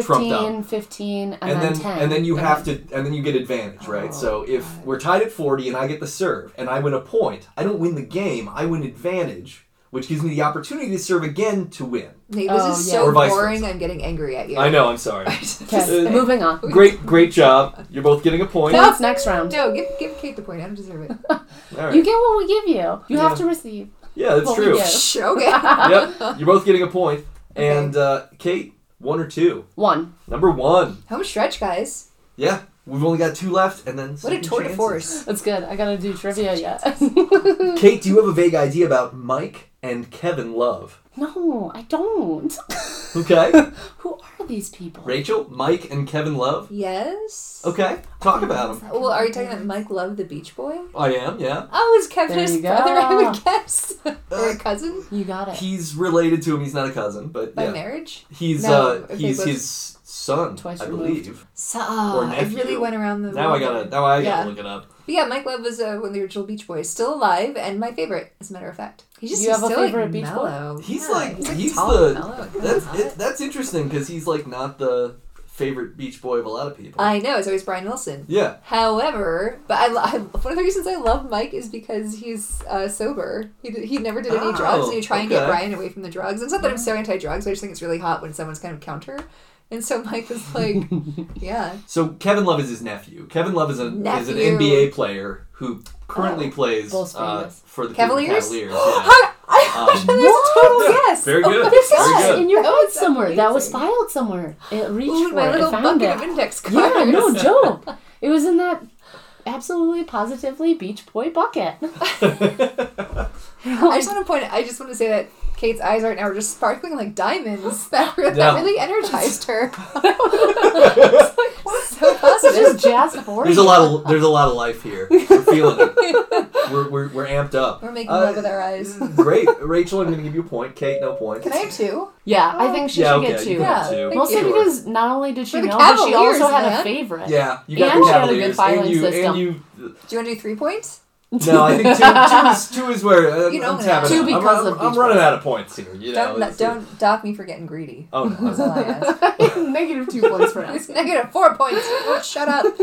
[SPEAKER 3] 15, 15, and,
[SPEAKER 1] and,
[SPEAKER 3] then,
[SPEAKER 1] then,
[SPEAKER 3] 10.
[SPEAKER 1] and then you
[SPEAKER 3] and
[SPEAKER 1] have to and then you get advantage, right?
[SPEAKER 3] Oh,
[SPEAKER 1] so if
[SPEAKER 3] God.
[SPEAKER 1] we're tied at forty and I get the serve and I win a point, I don't win the game. I win advantage, which gives me the opportunity to serve again to win.
[SPEAKER 2] Nate, this
[SPEAKER 3] Oh,
[SPEAKER 2] is
[SPEAKER 3] yeah.
[SPEAKER 2] so
[SPEAKER 1] Or vice
[SPEAKER 2] boring. I'm getting angry at you.
[SPEAKER 1] I know. I'm sorry.
[SPEAKER 3] Okay,
[SPEAKER 1] Uh,
[SPEAKER 3] moving on.
[SPEAKER 1] great, great job. You're both getting a point.
[SPEAKER 3] [laughs] No, it's next round.
[SPEAKER 2] No, give, give Kate the point. I don't deserve it.
[SPEAKER 3] [laughs]
[SPEAKER 1] All right.
[SPEAKER 3] You get what we give you. You
[SPEAKER 1] Yeah.
[SPEAKER 3] have to receive.
[SPEAKER 1] yeah, that's
[SPEAKER 3] Well, we
[SPEAKER 1] true.
[SPEAKER 3] get-
[SPEAKER 2] Shh, [laughs] okay.
[SPEAKER 1] yep, you're both getting a
[SPEAKER 3] [laughs]
[SPEAKER 1] point. And uh, Kate, one or two.
[SPEAKER 3] One.
[SPEAKER 1] Number one.
[SPEAKER 2] Home stretch, guys.
[SPEAKER 1] Yeah, we've only got two left, and then
[SPEAKER 2] What a
[SPEAKER 1] second
[SPEAKER 2] tour de
[SPEAKER 1] chances.
[SPEAKER 2] force.
[SPEAKER 3] That's good. I gotta do trivia yet.
[SPEAKER 1] [laughs] Kate, do you have a vague idea about Mike and Kevin Love?
[SPEAKER 3] [laughs] no, I don't.
[SPEAKER 1] Okay,
[SPEAKER 3] Who are these
[SPEAKER 1] [laughs]
[SPEAKER 3] people?
[SPEAKER 1] Rachel, Mike, and Kevin Love.
[SPEAKER 2] Yes.
[SPEAKER 1] Okay, talk about them.
[SPEAKER 2] Well, are you talking about Mike Love, the Beach Boy?
[SPEAKER 1] I am, yeah.
[SPEAKER 2] Oh, is Kevin
[SPEAKER 3] There
[SPEAKER 2] his
[SPEAKER 3] you go.
[SPEAKER 2] brother? I would guess, [laughs] or
[SPEAKER 1] Uh,
[SPEAKER 2] a cousin
[SPEAKER 3] You got it.
[SPEAKER 1] He's related to him. He's not a cousin, but
[SPEAKER 2] by
[SPEAKER 1] yeah,
[SPEAKER 2] marriage.
[SPEAKER 1] he's
[SPEAKER 2] No,
[SPEAKER 1] uh,
[SPEAKER 2] if they
[SPEAKER 1] he's
[SPEAKER 2] both-
[SPEAKER 1] his son,
[SPEAKER 3] Twice
[SPEAKER 1] I
[SPEAKER 3] removed.
[SPEAKER 1] believe.
[SPEAKER 2] So, ah, I
[SPEAKER 1] nephew.
[SPEAKER 2] really went around the.
[SPEAKER 1] Now I gotta now I gotta
[SPEAKER 2] Yeah.
[SPEAKER 1] look it up.
[SPEAKER 2] But yeah, Mike Love was uh, one of the original Beach Boys, still alive, and my favorite, as a matter of fact. He's just
[SPEAKER 3] You
[SPEAKER 2] he's
[SPEAKER 3] have a
[SPEAKER 2] so, like,
[SPEAKER 3] favorite Beach Boy?
[SPEAKER 2] mellow.
[SPEAKER 1] He's
[SPEAKER 2] Yeah,
[SPEAKER 1] like he's
[SPEAKER 2] tall and
[SPEAKER 1] the
[SPEAKER 2] mellow.
[SPEAKER 1] that's it, that's interesting because he's like not the favorite Beach Boy of a lot of people.
[SPEAKER 2] I know. It's always Brian Wilson.
[SPEAKER 1] yeah,
[SPEAKER 2] However, but I, lo- I one of the reasons I love Mike is because he's uh, sober. He, d- he never did any
[SPEAKER 1] Oh,
[SPEAKER 2] drugs, and you try and get
[SPEAKER 1] okay.
[SPEAKER 2] Brian away from the drugs. And it's not that I'm so anti-drugs, but I just think it's really hot when someone's kind of counter. And so Mike was
[SPEAKER 1] [laughs]
[SPEAKER 2] like, yeah,
[SPEAKER 1] So Kevin Love is his nephew. Kevin Love is, a, is an
[SPEAKER 2] Nephew. Oh,
[SPEAKER 1] NBA player who currently plays
[SPEAKER 3] Bulls
[SPEAKER 1] uh,
[SPEAKER 3] famous.
[SPEAKER 1] for the
[SPEAKER 2] Cavaliers. [gasps]
[SPEAKER 1] Cleveland Cavaliers.
[SPEAKER 2] I, I
[SPEAKER 1] Um,
[SPEAKER 2] [laughs] that's a total yes.
[SPEAKER 1] Very
[SPEAKER 2] Oh
[SPEAKER 1] good.
[SPEAKER 2] my
[SPEAKER 3] This is
[SPEAKER 1] Very
[SPEAKER 2] God.
[SPEAKER 1] good.
[SPEAKER 3] in your
[SPEAKER 2] That
[SPEAKER 3] head
[SPEAKER 2] was
[SPEAKER 3] somewhere. That was
[SPEAKER 2] amazing.
[SPEAKER 3] filed somewhere.
[SPEAKER 2] [laughs]
[SPEAKER 3] It reached
[SPEAKER 2] Ooh,
[SPEAKER 3] for
[SPEAKER 2] my
[SPEAKER 3] it.
[SPEAKER 2] little
[SPEAKER 3] I found
[SPEAKER 2] bucket
[SPEAKER 3] it.
[SPEAKER 2] of index cards.
[SPEAKER 3] yeah,
[SPEAKER 2] [laughs]
[SPEAKER 3] no joke. It was in that absolutely positively beach boy bucket. [laughs]
[SPEAKER 1] Yeah.
[SPEAKER 2] [laughs] I just want to point. I just want to say that Kate's eyes right now are just sparkling like diamonds. [laughs] That, re-
[SPEAKER 1] Yeah.
[SPEAKER 2] that really energized her.
[SPEAKER 3] [laughs]
[SPEAKER 2] [laughs] so positive.
[SPEAKER 3] Just jazz for
[SPEAKER 1] there's a lot of there's a lot of life here. We're feeling it.
[SPEAKER 2] [laughs]
[SPEAKER 1] We're, we're, we're amped up.
[SPEAKER 2] We're making
[SPEAKER 1] Uh,
[SPEAKER 2] love with our
[SPEAKER 1] [laughs]
[SPEAKER 2] eyes.
[SPEAKER 1] Great, Rachel. I'm going to give you a point. Kate, no point.
[SPEAKER 2] Can I have two?
[SPEAKER 3] Yeah, I think she
[SPEAKER 1] yeah,
[SPEAKER 3] should
[SPEAKER 1] okay,
[SPEAKER 3] get
[SPEAKER 1] you
[SPEAKER 3] two.
[SPEAKER 1] can
[SPEAKER 2] Yeah,
[SPEAKER 1] have two.
[SPEAKER 2] thank
[SPEAKER 3] Mostly
[SPEAKER 2] you.
[SPEAKER 3] because not only did she
[SPEAKER 2] We're the
[SPEAKER 3] know, but she
[SPEAKER 2] Cavaliers,
[SPEAKER 3] also had
[SPEAKER 2] man.
[SPEAKER 3] a
[SPEAKER 2] [laughs]
[SPEAKER 3] favorite.
[SPEAKER 1] Yeah, you got
[SPEAKER 3] And
[SPEAKER 1] the
[SPEAKER 3] she had a good
[SPEAKER 1] Cavaliers, and
[SPEAKER 3] filing
[SPEAKER 1] you
[SPEAKER 3] system.
[SPEAKER 1] and you.
[SPEAKER 3] [laughs]
[SPEAKER 2] Do you want to do three points?
[SPEAKER 1] No, I think two, two, is, two is where uh,
[SPEAKER 2] You don't
[SPEAKER 1] I'm tapping.
[SPEAKER 3] have-
[SPEAKER 1] out.
[SPEAKER 3] Two
[SPEAKER 1] I'm-
[SPEAKER 3] because
[SPEAKER 1] I'm,
[SPEAKER 3] of
[SPEAKER 1] I'm
[SPEAKER 3] Beach
[SPEAKER 1] running
[SPEAKER 3] Boys.
[SPEAKER 1] out of points here. You know,
[SPEAKER 2] don't
[SPEAKER 1] it's-
[SPEAKER 2] don't dock me for getting
[SPEAKER 1] [laughs]
[SPEAKER 2] greedy. [laughs]
[SPEAKER 1] Oh
[SPEAKER 2] That's all
[SPEAKER 1] no.
[SPEAKER 2] I ask.
[SPEAKER 3] Negative two points for us.
[SPEAKER 2] It's negative four points. Oh, shut up.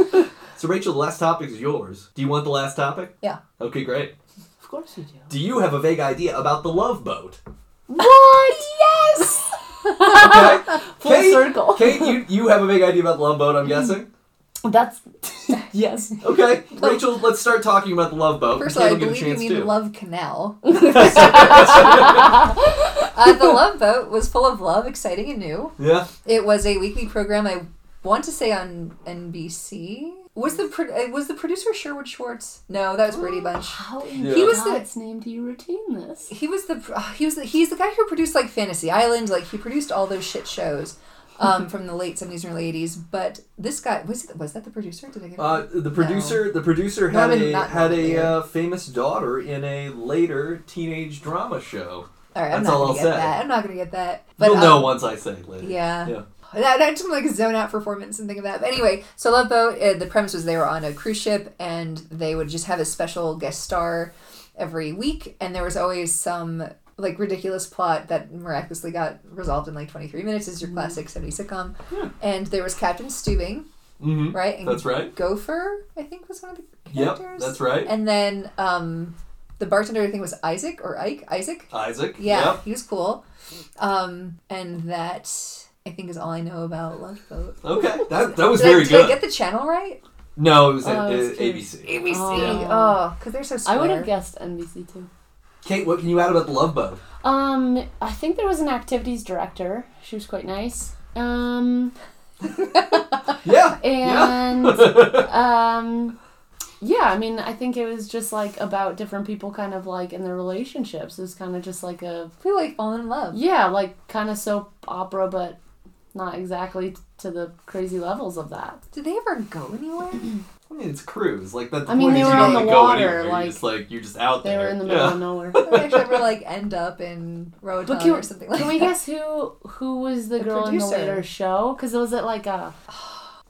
[SPEAKER 1] so Rachel, the last topic is yours. Do you want the last topic?
[SPEAKER 2] Yeah.
[SPEAKER 1] Okay, great.
[SPEAKER 3] Of course you do.
[SPEAKER 1] Do you have a vague idea about the
[SPEAKER 2] [laughs]
[SPEAKER 1] love boat?
[SPEAKER 3] What? [laughs] Yes!
[SPEAKER 1] Okay.
[SPEAKER 3] Full circle.
[SPEAKER 1] Kate, you, you have a big idea about the love boat,
[SPEAKER 2] [laughs]
[SPEAKER 1] I'm guessing.
[SPEAKER 3] That's [laughs] yes.
[SPEAKER 1] Okay. Rachel, let's start talking about the love boat.
[SPEAKER 2] First of all,
[SPEAKER 1] Kate
[SPEAKER 2] I
[SPEAKER 1] will get a
[SPEAKER 2] believe you
[SPEAKER 1] chance
[SPEAKER 2] mean
[SPEAKER 1] too.
[SPEAKER 2] Love
[SPEAKER 1] [laughs]
[SPEAKER 2] Canal. [laughs] Uh, the Love Boat was full of love, exciting and new.
[SPEAKER 1] yeah.
[SPEAKER 2] It was a weekly program. I want to say on NBC. Was the pro- uh, was the producer Sherwood Schwartz? No, that was Brady Bunch.
[SPEAKER 3] How in
[SPEAKER 1] Yeah.
[SPEAKER 2] He was the-
[SPEAKER 3] God's name do you retain this?
[SPEAKER 2] He was the uh, he was the, he's the guy who produced like Fantasy Island. Like he produced all those shit shows
[SPEAKER 1] [laughs]
[SPEAKER 2] um, from the late seventies and early eighties. But this guy was was that the producer? Did I get it?
[SPEAKER 1] Uh, the producer the producer
[SPEAKER 2] No, I
[SPEAKER 1] had
[SPEAKER 2] mean,
[SPEAKER 1] a
[SPEAKER 2] not
[SPEAKER 1] had a
[SPEAKER 2] nuclear.
[SPEAKER 1] uh, famous daughter in a later teenage drama show.
[SPEAKER 2] all right, I'm
[SPEAKER 1] that's
[SPEAKER 2] not
[SPEAKER 1] all
[SPEAKER 2] gonna
[SPEAKER 1] I'll
[SPEAKER 2] get
[SPEAKER 1] say.
[SPEAKER 2] that. I'm not gonna get that.
[SPEAKER 1] You'll
[SPEAKER 2] um,
[SPEAKER 1] know once I say it later.
[SPEAKER 2] Yeah.
[SPEAKER 1] Yeah.
[SPEAKER 2] And I, and I just wanna, like zone out for four minutes and think of that. But anyway, so Love Boat, uh, the premise was they were on a cruise ship and they would just have a special guest star every week. And there was always some like ridiculous plot that miraculously got resolved in like 23 minutes is your classic 70s sitcom. And there was Captain Steubing,
[SPEAKER 1] hmm
[SPEAKER 2] right? And
[SPEAKER 1] That's right.
[SPEAKER 2] Gopher, I think was one of the
[SPEAKER 1] Yep,
[SPEAKER 2] characters.
[SPEAKER 1] that's right.
[SPEAKER 2] And then um, the bartender, I think was Isaac or Ike. Isaac?
[SPEAKER 1] Isaac.
[SPEAKER 2] Yeah,
[SPEAKER 1] Yep.
[SPEAKER 2] he was cool. Um, and that I think is all I know about Love Boat.
[SPEAKER 1] Okay. That that was
[SPEAKER 2] did I-
[SPEAKER 1] very
[SPEAKER 2] did I
[SPEAKER 1] good.
[SPEAKER 2] get the channel right?
[SPEAKER 1] No, it was,
[SPEAKER 3] Oh,
[SPEAKER 1] uh,
[SPEAKER 3] it was
[SPEAKER 1] uh,
[SPEAKER 3] cute.
[SPEAKER 1] ABC.
[SPEAKER 2] ABC.
[SPEAKER 3] Oh.
[SPEAKER 2] Oh, because they're so.
[SPEAKER 3] I
[SPEAKER 2] Square.
[SPEAKER 3] would have guessed NBC too.
[SPEAKER 1] Kate, what can you add about the love boat?
[SPEAKER 3] Um, I think there was an activities director. She was quite nice. Um,
[SPEAKER 1] Yeah.
[SPEAKER 3] and
[SPEAKER 1] yeah. [laughs]
[SPEAKER 3] um, yeah, I mean, I think it was just like about different people, kind of like in their relationships. It was kind of just like a
[SPEAKER 2] I feel like falling in love.
[SPEAKER 3] yeah, like kind of soap opera, but not exactly t- to the crazy levels of that.
[SPEAKER 2] Did they ever go anywhere?
[SPEAKER 1] I mean, it's cruise. Like that.
[SPEAKER 3] I mean,
[SPEAKER 1] point
[SPEAKER 3] they
[SPEAKER 1] is
[SPEAKER 3] were
[SPEAKER 1] you don't
[SPEAKER 3] on the
[SPEAKER 1] really go
[SPEAKER 3] water,
[SPEAKER 1] anywhere.
[SPEAKER 3] like-
[SPEAKER 1] you're just like you're just out
[SPEAKER 3] They
[SPEAKER 1] there.
[SPEAKER 3] were in the middle
[SPEAKER 1] yeah. [laughs]
[SPEAKER 3] of nowhere.
[SPEAKER 2] Did they actually ever like end up in Roatan
[SPEAKER 3] But can,
[SPEAKER 2] or something like
[SPEAKER 3] can we
[SPEAKER 2] that?
[SPEAKER 3] guess who who was the,
[SPEAKER 2] The
[SPEAKER 3] girl in
[SPEAKER 2] producer.
[SPEAKER 3] the later show? Because was it like a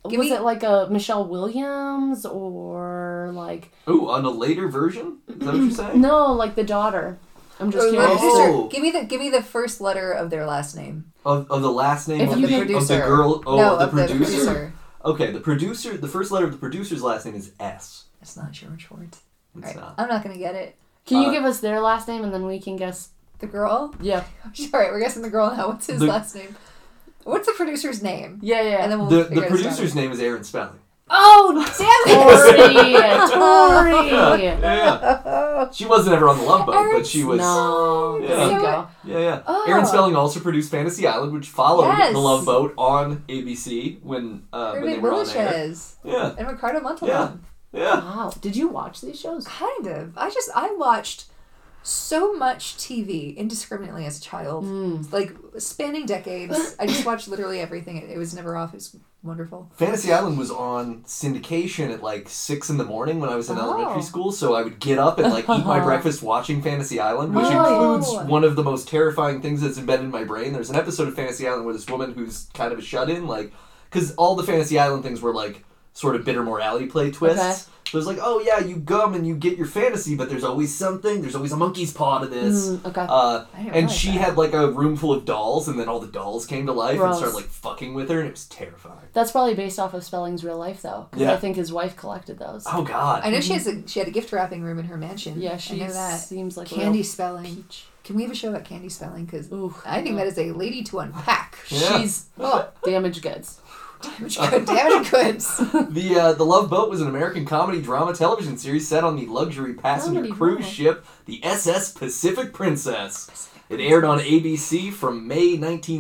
[SPEAKER 3] was
[SPEAKER 2] Give me-
[SPEAKER 3] it like a Michelle Williams or like
[SPEAKER 1] Ooh, on a later version? Is that what you're saying?
[SPEAKER 3] no like the daughter? I'm just
[SPEAKER 2] Or the
[SPEAKER 3] curious.
[SPEAKER 2] producer,
[SPEAKER 1] Oh.
[SPEAKER 2] give me the give me the first letter of their last name.
[SPEAKER 1] Of, of the last name
[SPEAKER 3] If
[SPEAKER 1] of,
[SPEAKER 3] you
[SPEAKER 1] the,
[SPEAKER 3] could-
[SPEAKER 1] of the girl. Oh,
[SPEAKER 2] no,
[SPEAKER 1] of the producer.
[SPEAKER 2] producer.
[SPEAKER 1] Okay, the producer. The first letter of the producer's last name is S.
[SPEAKER 2] It's not George Schwartz.
[SPEAKER 1] It's
[SPEAKER 2] Alright,
[SPEAKER 1] not.
[SPEAKER 2] I'm not gonna get it.
[SPEAKER 3] Can you
[SPEAKER 1] Uh,
[SPEAKER 3] give us their last name and then we can guess?
[SPEAKER 2] The girl. [laughs]
[SPEAKER 3] Yeah,
[SPEAKER 2] Alright, we're guessing the girl now. What's his
[SPEAKER 1] The-
[SPEAKER 2] last name? What's the producer's name?
[SPEAKER 3] yeah, yeah.
[SPEAKER 2] And then we'll
[SPEAKER 1] The, the
[SPEAKER 2] figure this out.
[SPEAKER 1] producer's name is Aaron Spelling.
[SPEAKER 2] [laughs] Oh
[SPEAKER 1] [laughs]
[SPEAKER 2] damn it!
[SPEAKER 3] Tori, Tori.
[SPEAKER 1] Yeah. She wasn't ever on the Love Boat,
[SPEAKER 2] Aaron
[SPEAKER 1] but she was.
[SPEAKER 3] No, there you
[SPEAKER 1] Yeah.
[SPEAKER 3] go.
[SPEAKER 1] Yeah, yeah.
[SPEAKER 2] Oh.
[SPEAKER 1] Aaron Spelling also produced Fantasy Island, which followed
[SPEAKER 2] Yes.
[SPEAKER 1] the Love Boat on ABC when uh, when they
[SPEAKER 2] Ruben
[SPEAKER 1] were on air.
[SPEAKER 2] Willishes
[SPEAKER 1] Yeah,
[SPEAKER 2] and Ricardo Montalban.
[SPEAKER 1] Yeah. yeah.
[SPEAKER 3] Wow, did you watch these shows?
[SPEAKER 2] Kind of. I just I watched so much TV indiscriminately as a child,
[SPEAKER 3] Hmm.
[SPEAKER 2] like spanning
[SPEAKER 3] [laughs]
[SPEAKER 2] decades. I just watched literally everything. It, it was never off. It was wonderful.
[SPEAKER 1] Fantasy Island was on syndication at like six in the morning when I was in
[SPEAKER 2] Oh.
[SPEAKER 1] elementary school, so I would get up and like
[SPEAKER 2] [laughs]
[SPEAKER 1] eat my breakfast watching Fantasy Island, which
[SPEAKER 2] Whoa.
[SPEAKER 1] includes one of the most terrifying things that's embedded in my brain. There's an episode of Fantasy Island where this woman who's kind of a shut in, like, because all the Fantasy Island things were like sort of bitter morality play twists.
[SPEAKER 3] Okay.
[SPEAKER 1] So it's like, oh yeah, you gum and you get your fantasy, but there's always something. There's always a monkey's paw to this.
[SPEAKER 3] Mm, okay.
[SPEAKER 1] Uh,
[SPEAKER 2] I didn't
[SPEAKER 1] and
[SPEAKER 2] realize
[SPEAKER 1] she
[SPEAKER 2] that.
[SPEAKER 1] had like a room full of dolls, and then all the dolls came to life and
[SPEAKER 3] Gross.
[SPEAKER 1] started like fucking with her, and it was terrifying.
[SPEAKER 3] That's probably based off of Spelling's real life though, because
[SPEAKER 1] Yeah.
[SPEAKER 3] I think his wife collected those.
[SPEAKER 1] Oh god.
[SPEAKER 2] I know she has a she had a gift wrapping room in her mansion.
[SPEAKER 3] yeah,
[SPEAKER 2] I
[SPEAKER 3] she
[SPEAKER 2] know that.
[SPEAKER 3] seems like a real
[SPEAKER 2] Candy spelling.
[SPEAKER 3] peach.
[SPEAKER 2] Can we have a show about candy spelling? Because
[SPEAKER 3] Ooh,
[SPEAKER 2] I think that is a lady to unpack.
[SPEAKER 1] Yeah.
[SPEAKER 3] She's
[SPEAKER 2] Oh,
[SPEAKER 3] damaged goods.
[SPEAKER 2] [laughs] damage good, damage
[SPEAKER 3] [laughs]
[SPEAKER 2] goods.
[SPEAKER 1] The uh, The Love Boat was an American comedy drama television series set on the luxury passenger
[SPEAKER 3] Comedy
[SPEAKER 1] cruise
[SPEAKER 3] drama.
[SPEAKER 1] ship, the SS Pacific Princess. It aired on ABC from May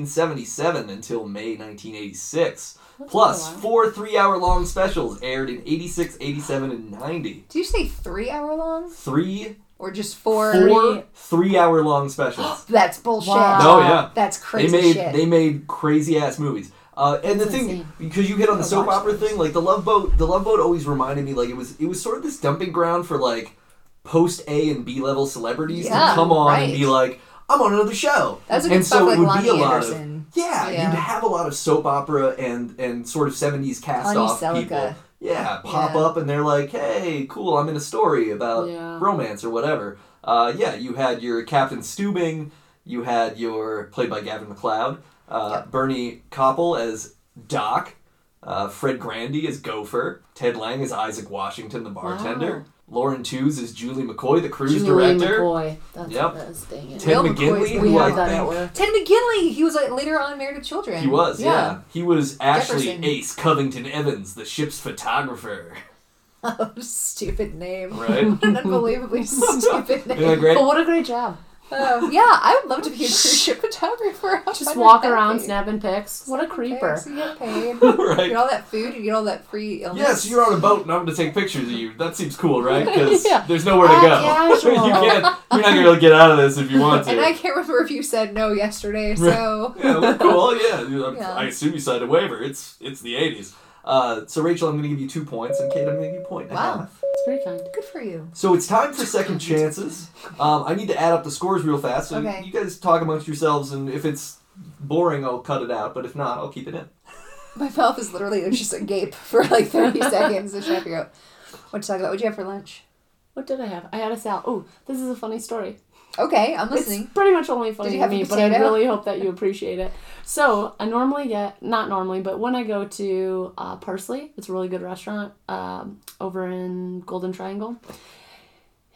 [SPEAKER 1] 1977 until May 1986. Plus,
[SPEAKER 3] a while.
[SPEAKER 1] four three hour long specials aired in 86, 87, and 90.
[SPEAKER 2] Did you say three hour long
[SPEAKER 1] Three,
[SPEAKER 2] or just four?
[SPEAKER 1] four three hour long specials. [gasps]
[SPEAKER 2] That's bullshit.
[SPEAKER 3] Wow.
[SPEAKER 1] No, Oh, yeah.
[SPEAKER 2] That's
[SPEAKER 1] they
[SPEAKER 2] crazy
[SPEAKER 1] made
[SPEAKER 2] shit.
[SPEAKER 1] they made crazy ass movies. Uh, and the
[SPEAKER 3] That's
[SPEAKER 1] thing,
[SPEAKER 3] insane.
[SPEAKER 1] because you hit on the
[SPEAKER 3] I
[SPEAKER 1] soap
[SPEAKER 3] watched
[SPEAKER 1] opera thing, like the Love Boat, the Love Boat always reminded me like it was it was sort of this dumping ground for like post A and B level celebrities
[SPEAKER 2] Yeah,
[SPEAKER 1] to come on and
[SPEAKER 2] right.
[SPEAKER 1] be like, I'm on another show.
[SPEAKER 2] That's what
[SPEAKER 1] and
[SPEAKER 2] good stuff
[SPEAKER 1] so
[SPEAKER 2] like
[SPEAKER 1] it would
[SPEAKER 2] Lonnie
[SPEAKER 1] be a lot of
[SPEAKER 2] Anderson.
[SPEAKER 1] yeah,
[SPEAKER 2] Yeah.
[SPEAKER 1] you'd have a lot of soap opera and and sort of seventies cast off
[SPEAKER 2] Tony Selica.
[SPEAKER 1] people. Yeah, pop
[SPEAKER 2] Yeah.
[SPEAKER 1] up and they're like, hey, cool, I'm in a story about
[SPEAKER 3] Yeah.
[SPEAKER 1] uh, romance or whatever. Uh, yeah, you had your Captain Stubing, you had your played by Gavin McLeod, uh, Bernie Koppel as Doc, uh, Fred Grandy as Gopher, Ted Lang as Isaac Washington, the bartender,
[SPEAKER 3] Wow.
[SPEAKER 1] Lauren Tooze as Julie McCoy, the cruise
[SPEAKER 3] Julie
[SPEAKER 1] director,
[SPEAKER 3] McCoy. That's
[SPEAKER 1] Yep.
[SPEAKER 3] what that is. Dang it.
[SPEAKER 1] Ted
[SPEAKER 2] Bill McCoy's
[SPEAKER 1] McGinley,
[SPEAKER 2] the
[SPEAKER 1] who
[SPEAKER 3] we
[SPEAKER 1] I
[SPEAKER 3] have that
[SPEAKER 1] think
[SPEAKER 3] at work.
[SPEAKER 2] Ted McGinley. He was like later on Married with Children.
[SPEAKER 1] He was, yeah. He was actually
[SPEAKER 2] Jefferson.
[SPEAKER 1] Ace Covington Evans, the ship's photographer. [laughs]
[SPEAKER 2] [laughs] Oh, Stupid name.
[SPEAKER 1] Right.
[SPEAKER 2] What [laughs] an
[SPEAKER 1] [laughs]
[SPEAKER 2] unbelievably stupid
[SPEAKER 1] Isn't that
[SPEAKER 2] name.
[SPEAKER 3] [laughs]
[SPEAKER 1] great?
[SPEAKER 3] But what a great job.
[SPEAKER 2] Um, yeah, I would love to be a cruise ship photographer. [laughs] How fun
[SPEAKER 3] Just
[SPEAKER 2] would
[SPEAKER 3] walk
[SPEAKER 2] that
[SPEAKER 3] around
[SPEAKER 2] be?
[SPEAKER 3] snapping pics. What a creeper.
[SPEAKER 2] Thanks, You get
[SPEAKER 1] [laughs]
[SPEAKER 2] paid. You get
[SPEAKER 1] right.
[SPEAKER 2] all that food. You get all that free illness.
[SPEAKER 1] Yes, you're on a boat and I'm going to take pictures of you. That seems cool, right? Because
[SPEAKER 3] Yeah.
[SPEAKER 1] there's nowhere to
[SPEAKER 3] Ah,
[SPEAKER 1] go. [laughs]
[SPEAKER 3] casual.
[SPEAKER 1] you can't, you're not going to be able to get out of this if you want to.
[SPEAKER 2] And I can't remember if you said no yesterday, so
[SPEAKER 1] yeah, we're cool.
[SPEAKER 2] [laughs]
[SPEAKER 1] Yeah. you- I'm-
[SPEAKER 2] Yeah.
[SPEAKER 1] I assume you signed a waiver. It's it's the 80s. Uh, so, Rachel, I'm going to give you two points, and Kate, I'm going to give you a point. and a
[SPEAKER 2] Wow.
[SPEAKER 1] half.
[SPEAKER 3] It's pretty kind.
[SPEAKER 2] good for you.
[SPEAKER 1] So it's time for
[SPEAKER 2] [laughs]
[SPEAKER 1] second chances. Um, I need to add up the scores real fast. So
[SPEAKER 2] Okay.
[SPEAKER 1] You guys talk amongst yourselves, and if it's boring, I'll cut it out. But if not, I'll keep it in.
[SPEAKER 2] My mouth is literally just a gape [laughs] for like
[SPEAKER 1] [laughs]
[SPEAKER 2] 30 seconds. I should figure out what to talk about. What'd you have for lunch?
[SPEAKER 3] What did I have? I had a salad. Oh, this is a funny story.
[SPEAKER 2] Okay, I'm listening.
[SPEAKER 3] It's pretty much only funny
[SPEAKER 2] Did you
[SPEAKER 3] to
[SPEAKER 2] have a
[SPEAKER 3] me, but I
[SPEAKER 2] potato?
[SPEAKER 3] really hope that you appreciate it. So I normally get not normally, but when I go to uh, Parsley, it's a really good restaurant um, over in Golden Triangle.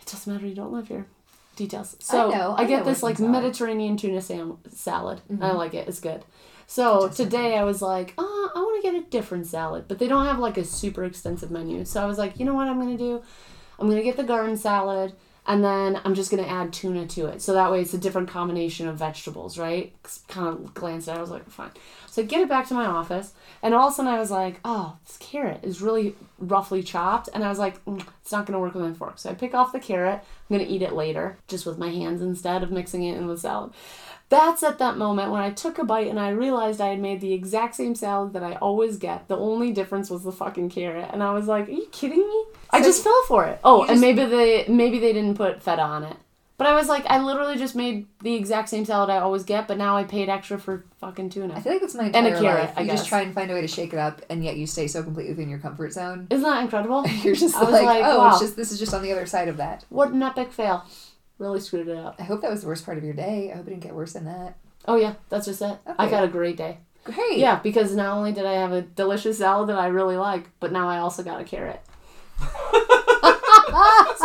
[SPEAKER 3] It doesn't matter. You don't live here. Details. So
[SPEAKER 2] I know,
[SPEAKER 3] I,
[SPEAKER 2] I
[SPEAKER 3] get
[SPEAKER 2] know
[SPEAKER 3] this
[SPEAKER 2] what Mm-hmm.
[SPEAKER 3] like
[SPEAKER 2] these are.
[SPEAKER 3] Mediterranean tuna sam- salad. I like it. It's good. So today I was like, oh, I want to get a different salad, but they don't have like a super extensive menu. So I was like, you know what I'm gonna do? I'm gonna get the garden salad, and then I'm just gonna add tuna to it. So that way it's a different combination of vegetables, right? Kind of glanced at, it, I was like, fine. So I get it back to my office, and all of a sudden I was like, oh, this carrot is really roughly chopped, and I was like, mm, it's not gonna work with my fork. So I pick off the carrot. I'm gonna eat it later, just with my hands instead of mixing it in with salad. That's at that moment when I took a bite and I realized I had made the exact same salad that I always get. The only difference was the fucking carrot, and I was like, "Are you kidding me?" I
[SPEAKER 2] So-
[SPEAKER 3] just fell for it. Oh,
[SPEAKER 2] You
[SPEAKER 3] and
[SPEAKER 2] just-
[SPEAKER 3] maybe they maybe they didn't put feta on it, but I was like, I literally just made the exact same salad I always get, but now I paid extra for fucking
[SPEAKER 2] I
[SPEAKER 3] tuna.
[SPEAKER 2] feel like that's my
[SPEAKER 3] a
[SPEAKER 2] entire
[SPEAKER 3] carrot,
[SPEAKER 2] life.
[SPEAKER 3] I
[SPEAKER 2] You just
[SPEAKER 3] guess.
[SPEAKER 2] try and find a way to shake it up, and yet you stay so completely within your comfort zone. [laughs]
[SPEAKER 3] Isn't
[SPEAKER 1] [laughs]
[SPEAKER 3] that incredible?
[SPEAKER 2] You're just
[SPEAKER 3] I was
[SPEAKER 2] like,
[SPEAKER 3] like,
[SPEAKER 2] oh,
[SPEAKER 3] wow.
[SPEAKER 2] it's just this is just on the other side of that.
[SPEAKER 3] What an epic fail! Really screwed it up.
[SPEAKER 2] I hope that was the worst part of your day. I hope it didn't get worse than that.
[SPEAKER 3] Oh yeah, that's just it. I've
[SPEAKER 2] Okay.
[SPEAKER 3] had a great day.
[SPEAKER 2] Great.
[SPEAKER 3] Yeah, because not only did I have a delicious salad that I really like, but now I also got a carrot. [laughs] so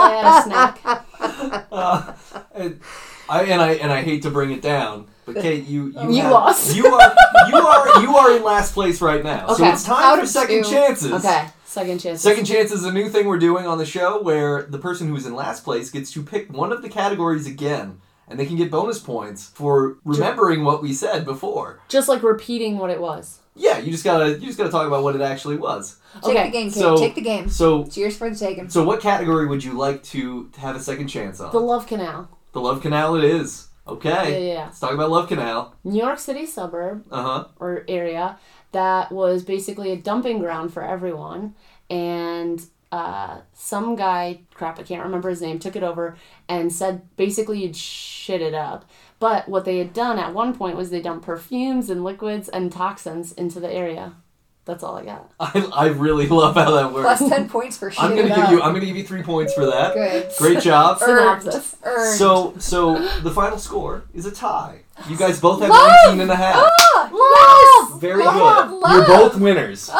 [SPEAKER 3] I had a
[SPEAKER 1] [laughs]
[SPEAKER 3] snack.
[SPEAKER 1] Uh, and I and I and I hate to bring it down, but Kate, you you,
[SPEAKER 3] You
[SPEAKER 1] have-
[SPEAKER 3] lost.
[SPEAKER 1] You are you are you are in last place right now. So
[SPEAKER 3] Okay.
[SPEAKER 1] it's time
[SPEAKER 2] Out
[SPEAKER 1] for
[SPEAKER 2] of
[SPEAKER 1] second
[SPEAKER 2] two.
[SPEAKER 1] chances.
[SPEAKER 3] Okay, second chance.
[SPEAKER 1] Second chance is a new thing we're doing on the show where the person who's in last place gets to pick one of the categories again, and they can get bonus points for remembering what we said before.
[SPEAKER 3] Just like repeating what it was.
[SPEAKER 1] Yeah, you just gotta you just gotta talk about what it actually was.
[SPEAKER 2] Take
[SPEAKER 3] Okay,
[SPEAKER 2] the game, Kate.
[SPEAKER 1] so-
[SPEAKER 2] Take the game.
[SPEAKER 1] So
[SPEAKER 2] Cheers for the taking.
[SPEAKER 1] so what category would you like to have a second chance on?
[SPEAKER 3] The Love Canal,
[SPEAKER 1] The Love Canal it is. Okay.
[SPEAKER 3] Yeah, yeah.
[SPEAKER 1] Let's talk about Love Canal.
[SPEAKER 3] New York City suburb
[SPEAKER 1] Uh-huh.
[SPEAKER 3] or area that was basically a dumping ground for everyone, and uh, some guy, crap, I can't remember his name, took it over and said basically you'd shit it up. But what they had done at one point was they dumped perfumes and liquids and toxins into the area. That's all I got.
[SPEAKER 1] I, I really love how that works.
[SPEAKER 2] Plus
[SPEAKER 3] [laughs]
[SPEAKER 2] ten points for shit.
[SPEAKER 1] I'm
[SPEAKER 2] it
[SPEAKER 1] gonna give
[SPEAKER 2] up.
[SPEAKER 1] you I'm gonna give you three points for that.
[SPEAKER 2] Good. [laughs]
[SPEAKER 1] Great job.
[SPEAKER 2] Earned.
[SPEAKER 3] Synopsis.
[SPEAKER 2] Earned.
[SPEAKER 1] So so the final score is a tie. You guys both have
[SPEAKER 2] Love!
[SPEAKER 1] 19 and a half.
[SPEAKER 2] Ah, yes!
[SPEAKER 1] Very
[SPEAKER 2] Love,
[SPEAKER 1] good.
[SPEAKER 2] love. Oh.
[SPEAKER 1] You're
[SPEAKER 2] [laughs]
[SPEAKER 1] both winners.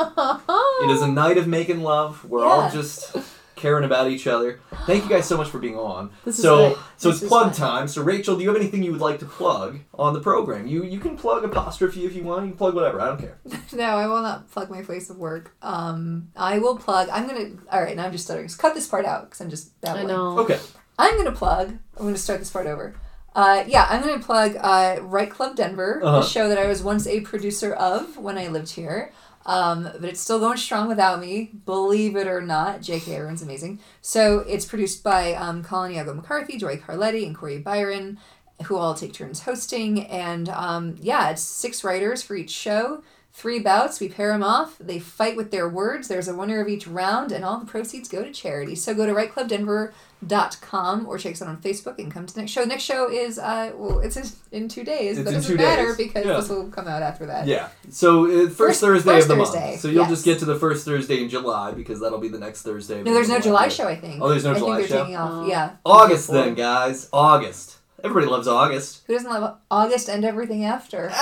[SPEAKER 1] It is a night of making love. We're all
[SPEAKER 2] Yeah.
[SPEAKER 1] just caring about each other. Thank you guys so much for being on.
[SPEAKER 3] This is
[SPEAKER 1] so
[SPEAKER 3] great.
[SPEAKER 1] so
[SPEAKER 3] This
[SPEAKER 1] it's
[SPEAKER 3] is
[SPEAKER 1] plug
[SPEAKER 3] fun.
[SPEAKER 1] time. So Rachel, do you have anything you would like to plug on the program? You you can plug apostrophe if you want. You can plug whatever. I don't care.
[SPEAKER 2] No, I will not plug my place of work. Um, I will plug. I'm gonna. All right, now I'm just stuttering. Just cut this part out because I'm just
[SPEAKER 3] I
[SPEAKER 2] babbling.
[SPEAKER 3] know.
[SPEAKER 1] Okay.
[SPEAKER 2] I'm gonna plug. I'm gonna start this part over. Uh, yeah, I'm gonna plug uh, Right Club Denver,
[SPEAKER 1] Uh-huh.
[SPEAKER 2] a show that I was once a producer of when I lived here. Um, but it's still going strong without me, believe it or not. JK, everyone's amazing. So it's produced by um, Colin Iago McCarthy, Joy Carletti, and Corey Byron, who all take turns hosting. And um, yeah, it's six writers for each show, three bouts. We pair them off. They fight with their words. There's a winner of each round, and all the proceeds go to charity. So go to rightclubdenver.com or check us out on Facebook and come to the next show. next show is, uh, well, it's in, in two days,
[SPEAKER 1] It's
[SPEAKER 2] but
[SPEAKER 1] in
[SPEAKER 2] it doesn't
[SPEAKER 1] two
[SPEAKER 2] matter
[SPEAKER 1] days.
[SPEAKER 2] because
[SPEAKER 1] Yeah.
[SPEAKER 2] this will come out after that.
[SPEAKER 1] Yeah. So uh, first,
[SPEAKER 2] First-
[SPEAKER 1] Thursday
[SPEAKER 2] first
[SPEAKER 1] of the
[SPEAKER 2] Thursday,
[SPEAKER 1] month. So you'll
[SPEAKER 2] yes.
[SPEAKER 1] just get to the first Thursday in July because that'll be the next Thursday. of
[SPEAKER 2] No,
[SPEAKER 1] the
[SPEAKER 2] there's no
[SPEAKER 1] month.
[SPEAKER 2] July show, I think.
[SPEAKER 1] Oh, there's no
[SPEAKER 2] I
[SPEAKER 1] July
[SPEAKER 2] think they're
[SPEAKER 1] show?
[SPEAKER 2] taking off.
[SPEAKER 3] Oh.
[SPEAKER 2] yeah.
[SPEAKER 1] August
[SPEAKER 2] Before.
[SPEAKER 1] then, guys. August. Everybody
[SPEAKER 2] [laughs]
[SPEAKER 1] loves August.
[SPEAKER 2] Who doesn't love August and everything after?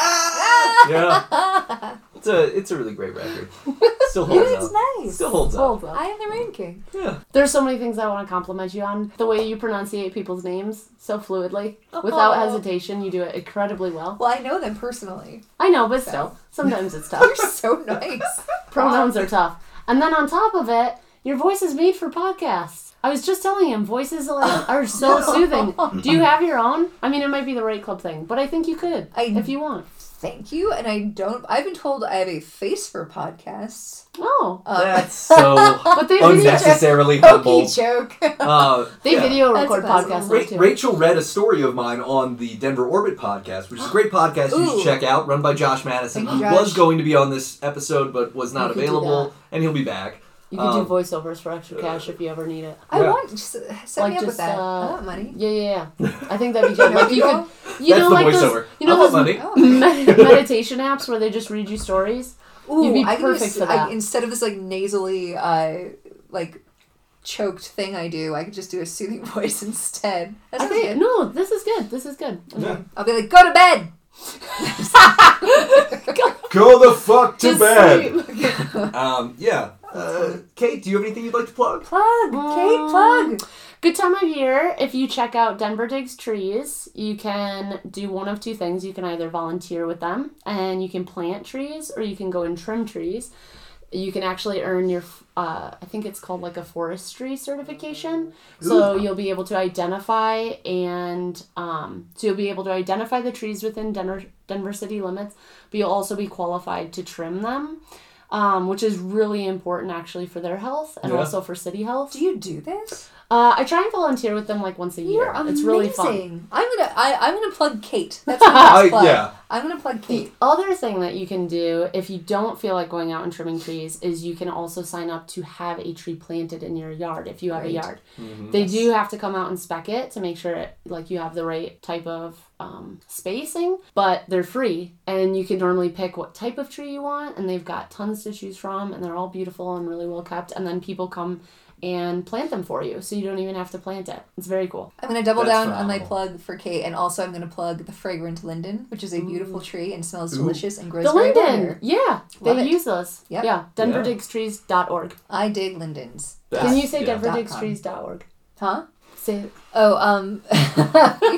[SPEAKER 1] yeah. It's a it's a really great record. Still holds
[SPEAKER 2] it's
[SPEAKER 1] up.
[SPEAKER 2] nice.
[SPEAKER 1] Still holds up.
[SPEAKER 3] Hold up.
[SPEAKER 2] [laughs] I am the Rain King.
[SPEAKER 1] Yeah.
[SPEAKER 3] There's so many things I want to compliment you on. The way you pronunciate people's names so fluidly, without
[SPEAKER 2] Oh.
[SPEAKER 3] hesitation, you do it incredibly well.
[SPEAKER 2] Well, I know them personally. [laughs]
[SPEAKER 3] I know, but still, sometimes it's tough.
[SPEAKER 2] They're [laughs] so nice.
[SPEAKER 3] Pronouns are tough. And then on top of it, your voice is made for podcasts. I was just telling him, voices like, are [laughs] so soothing. Do you have your own? I mean, it might be the right club thing, but I think you could
[SPEAKER 2] I-
[SPEAKER 3] if you want.
[SPEAKER 2] Thank you. And I don't. I've been told I have a face for podcasts.
[SPEAKER 3] Oh,
[SPEAKER 2] Um, [laughs]
[SPEAKER 1] That's so
[SPEAKER 3] but they video,
[SPEAKER 1] unnecessarily
[SPEAKER 2] Pokey
[SPEAKER 1] humble.
[SPEAKER 2] joke. [laughs]
[SPEAKER 1] Uh,
[SPEAKER 3] they
[SPEAKER 1] yeah.
[SPEAKER 3] video
[SPEAKER 2] That's
[SPEAKER 3] record
[SPEAKER 2] possible.
[SPEAKER 3] podcasts now,
[SPEAKER 1] Ra-
[SPEAKER 3] too.
[SPEAKER 1] Rachel read a story of mine on the Denver Orbit podcast, which is
[SPEAKER 2] [gasps]
[SPEAKER 1] a great podcast you should
[SPEAKER 2] Ooh.
[SPEAKER 1] check out, run by Josh Madison.
[SPEAKER 2] Thank
[SPEAKER 1] He
[SPEAKER 2] you,
[SPEAKER 1] was
[SPEAKER 2] Josh.
[SPEAKER 1] going to be on this episode, but was not
[SPEAKER 3] You could do
[SPEAKER 1] available, and he'll be back.
[SPEAKER 3] you could
[SPEAKER 1] um,
[SPEAKER 3] do voiceovers for extra cash if you ever need it.
[SPEAKER 2] I
[SPEAKER 1] Yeah.
[SPEAKER 2] want. Just, uh, set
[SPEAKER 3] Like
[SPEAKER 2] me up
[SPEAKER 3] just,
[SPEAKER 2] with that. I
[SPEAKER 3] uh,
[SPEAKER 2] want money.
[SPEAKER 3] Yeah, yeah,
[SPEAKER 1] [laughs]
[SPEAKER 3] yeah. I think that'd be
[SPEAKER 2] You know
[SPEAKER 3] good. Like you
[SPEAKER 2] what
[SPEAKER 3] could, you
[SPEAKER 1] That's
[SPEAKER 3] know,
[SPEAKER 1] the
[SPEAKER 3] like
[SPEAKER 1] voiceover.
[SPEAKER 3] those, you know
[SPEAKER 1] I want
[SPEAKER 3] those [laughs]
[SPEAKER 2] [laughs]
[SPEAKER 1] money. [laughs]
[SPEAKER 3] med- meditation apps where they just read you stories.
[SPEAKER 2] Ooh,
[SPEAKER 3] You'd be
[SPEAKER 2] I could do
[SPEAKER 3] perfect
[SPEAKER 2] s-
[SPEAKER 3] for that.
[SPEAKER 2] I, instead of this like nasally, uh, like choked thing I do, I could just do a soothing [laughs] voice instead. That's
[SPEAKER 3] I think,
[SPEAKER 2] good.
[SPEAKER 3] no, this is good. This is good. Okay.
[SPEAKER 1] Yeah.
[SPEAKER 2] I'll be like, go to
[SPEAKER 3] [laughs]
[SPEAKER 2] bed.
[SPEAKER 1] Go the fuck
[SPEAKER 3] Just sleep.
[SPEAKER 1] Um, yeah. Uh, Kate, do you have anything you'd like to plug?
[SPEAKER 2] Plug,
[SPEAKER 3] Mm.
[SPEAKER 2] Kate, plug.
[SPEAKER 3] Good time of year. If you check out Denver Digs Trees, you can do one of two things. You can either volunteer with them and you can plant trees, or you can go and trim trees. You can actually earn your, uh, I think it's called like a forestry certification. So you'll be able to identify and, um, so you'll be able to identify the trees within Denver, Denver city limits, but you'll also be qualified to trim them. um, which is really important actually for their health and
[SPEAKER 1] Yeah.
[SPEAKER 3] also for city health.
[SPEAKER 2] Do you do this?
[SPEAKER 3] Uh, I try and volunteer with them like once a year.
[SPEAKER 2] You're amazing.
[SPEAKER 3] It's really fun.
[SPEAKER 2] I'm gonna I, I'm gonna plug Kate.
[SPEAKER 3] [laughs]
[SPEAKER 2] That's my next
[SPEAKER 1] I-
[SPEAKER 2] plug.
[SPEAKER 1] yeah.
[SPEAKER 2] I'm gonna plug Kate.
[SPEAKER 3] The other thing that you can do if you don't feel like going out and trimming trees is you can also sign up to have a tree planted in your yard if you have
[SPEAKER 2] Right.
[SPEAKER 3] a yard.
[SPEAKER 1] Mhm.
[SPEAKER 3] They do have to come out and spec it to make sure it, like you have the right type of um, spacing, but they're free and you can normally pick what type of tree you want and they've got tons to choose from and they're all beautiful and really well kept and then people come and plant them for you so you don't even have to plant it. It's very cool.
[SPEAKER 2] I'm gonna double down
[SPEAKER 1] That's
[SPEAKER 2] on my
[SPEAKER 1] phenomenal.
[SPEAKER 2] plug for Kate, and also I'm gonna plug the fragrant linden, which is a beautiful tree and smells
[SPEAKER 1] Ooh.
[SPEAKER 2] delicious and grows
[SPEAKER 3] The
[SPEAKER 2] very well
[SPEAKER 3] linden.
[SPEAKER 2] here.
[SPEAKER 3] Yeah. They
[SPEAKER 2] Love it.
[SPEAKER 3] use those.
[SPEAKER 2] Yep.
[SPEAKER 1] Yeah.
[SPEAKER 3] Yeah. DenverDigsTrees.org.
[SPEAKER 2] I dig lindens.
[SPEAKER 1] That's-
[SPEAKER 3] Can you say
[SPEAKER 1] yeah.
[SPEAKER 2] Dot com.
[SPEAKER 3] DenverDigsTrees.org?
[SPEAKER 2] Huh?
[SPEAKER 3] Say it.
[SPEAKER 2] Oh, um, [laughs]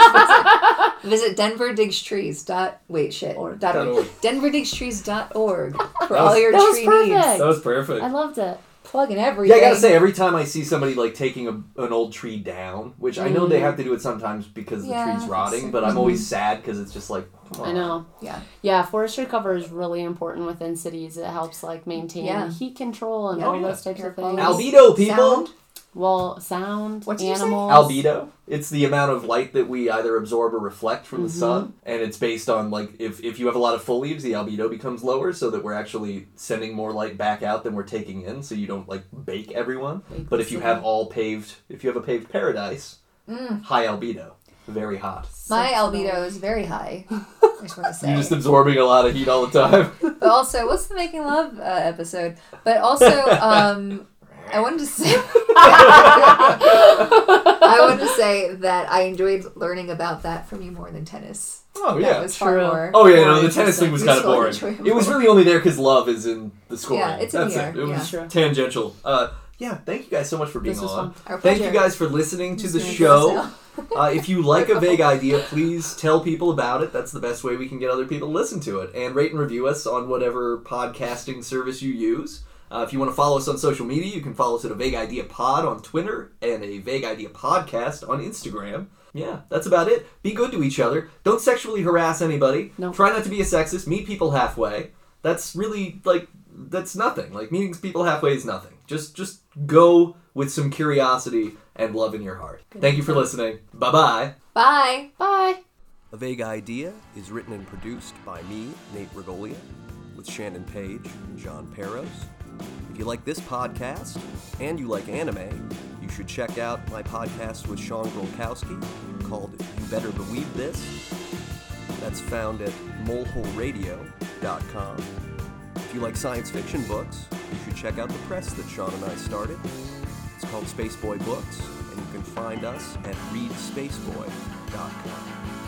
[SPEAKER 2] visit denverdigstrees dot wait shit
[SPEAKER 3] Org.
[SPEAKER 2] dot org
[SPEAKER 1] Dot org.
[SPEAKER 2] denverdigstrees dot
[SPEAKER 3] [laughs]
[SPEAKER 2] org for
[SPEAKER 1] That
[SPEAKER 2] all
[SPEAKER 1] was-
[SPEAKER 2] your
[SPEAKER 3] that was
[SPEAKER 2] tree
[SPEAKER 3] perfect.
[SPEAKER 2] needs.
[SPEAKER 1] That was perfect.
[SPEAKER 3] I loved it.
[SPEAKER 2] Plugging
[SPEAKER 1] Yeah,
[SPEAKER 2] everything.
[SPEAKER 1] I gotta say, every time I see somebody like taking a, an old tree down, which I know
[SPEAKER 3] Mm.
[SPEAKER 1] they have to do it sometimes because
[SPEAKER 2] Yeah,
[SPEAKER 1] the
[SPEAKER 2] that's
[SPEAKER 1] tree's rotting,
[SPEAKER 2] it.
[SPEAKER 1] but I'm always sad because it's just like, come
[SPEAKER 3] Mm-hmm. I
[SPEAKER 1] on.
[SPEAKER 3] know.
[SPEAKER 2] Yeah.
[SPEAKER 3] Yeah, forestry cover is really important within cities. It helps like maintain
[SPEAKER 2] Yeah.
[SPEAKER 3] heat control and
[SPEAKER 2] Yeah.
[SPEAKER 3] all
[SPEAKER 1] Oh, yeah.
[SPEAKER 3] those types
[SPEAKER 2] Air
[SPEAKER 3] of things.
[SPEAKER 2] quality.
[SPEAKER 1] Albedo, people.
[SPEAKER 2] Sound.
[SPEAKER 3] well, sound,
[SPEAKER 2] What did you say?
[SPEAKER 3] animals.
[SPEAKER 1] Albedo. It's the amount of light that we either absorb or reflect from the sun, and it's based on like if if you have a lot of full leaves, the albedo becomes lower, so that we're actually sending more light back out than we're taking in, so you don't like bake everyone.
[SPEAKER 3] Bake
[SPEAKER 1] but
[SPEAKER 3] the
[SPEAKER 1] if you
[SPEAKER 3] city.
[SPEAKER 1] have all paved, if you have a paved paradise, high albedo, very hot.
[SPEAKER 2] My
[SPEAKER 3] Sexual.
[SPEAKER 2] albedo is very
[SPEAKER 1] [laughs]
[SPEAKER 2] high. I just want to say.
[SPEAKER 1] You're just absorbing a lot of heat all the time.
[SPEAKER 2] But also, what's the making love uh, episode? But also, um, I wanted to say, [laughs] I wanted to say that I enjoyed learning about that from you more than tennis.
[SPEAKER 1] Oh
[SPEAKER 2] That
[SPEAKER 1] yeah.
[SPEAKER 2] was far
[SPEAKER 3] true.
[SPEAKER 2] more.
[SPEAKER 1] Oh yeah,
[SPEAKER 2] more
[SPEAKER 1] no, the
[SPEAKER 2] interesting.
[SPEAKER 1] tennis thing was
[SPEAKER 2] We
[SPEAKER 1] kind of
[SPEAKER 2] still
[SPEAKER 1] boring.
[SPEAKER 2] enjoy
[SPEAKER 1] It was really only there because love is in the scoring.
[SPEAKER 2] Yeah, it's in
[SPEAKER 1] That's
[SPEAKER 2] the air,
[SPEAKER 1] it. It was
[SPEAKER 3] yeah.
[SPEAKER 1] tangential. Uh, yeah, thank you guys so much for being
[SPEAKER 3] This was
[SPEAKER 1] on.
[SPEAKER 3] fun.
[SPEAKER 2] Our
[SPEAKER 1] Thank you
[SPEAKER 2] pleasure.
[SPEAKER 1] guys for listening to the
[SPEAKER 2] Just
[SPEAKER 1] show.
[SPEAKER 2] gonna
[SPEAKER 1] Uh, if you like a vague idea, please tell people about it. That's the best way we can get other people to listen to it. And rate and review us on whatever podcasting service you use. Uh, if you want to follow us on social media, you can follow us at a Vague Idea Pod on Twitter and a Vague Idea Podcast on Instagram. Yeah, that's about it. Be good to each other. Don't sexually harass anybody.
[SPEAKER 3] No.
[SPEAKER 1] Try not to be a sexist. Meet people halfway. That's really like that's nothing. Like meeting people halfway is nothing. Just just go with some curiosity and love in your heart. Thank you for listening. Bye bye.
[SPEAKER 2] Bye.
[SPEAKER 3] Bye.
[SPEAKER 1] A Vague Idea is written and produced by me, Nate Regolia, with Shannon Page and John Peros. If you like this podcast and you like anime, you should check out my podcast with Sean Grolkowski called You Better Believe This. That's found at moleholeradio.com. If you like science fiction books, you should check out the press that Sean and I started. It's called Spaceboy Books, and you can find us at readspaceboy.com.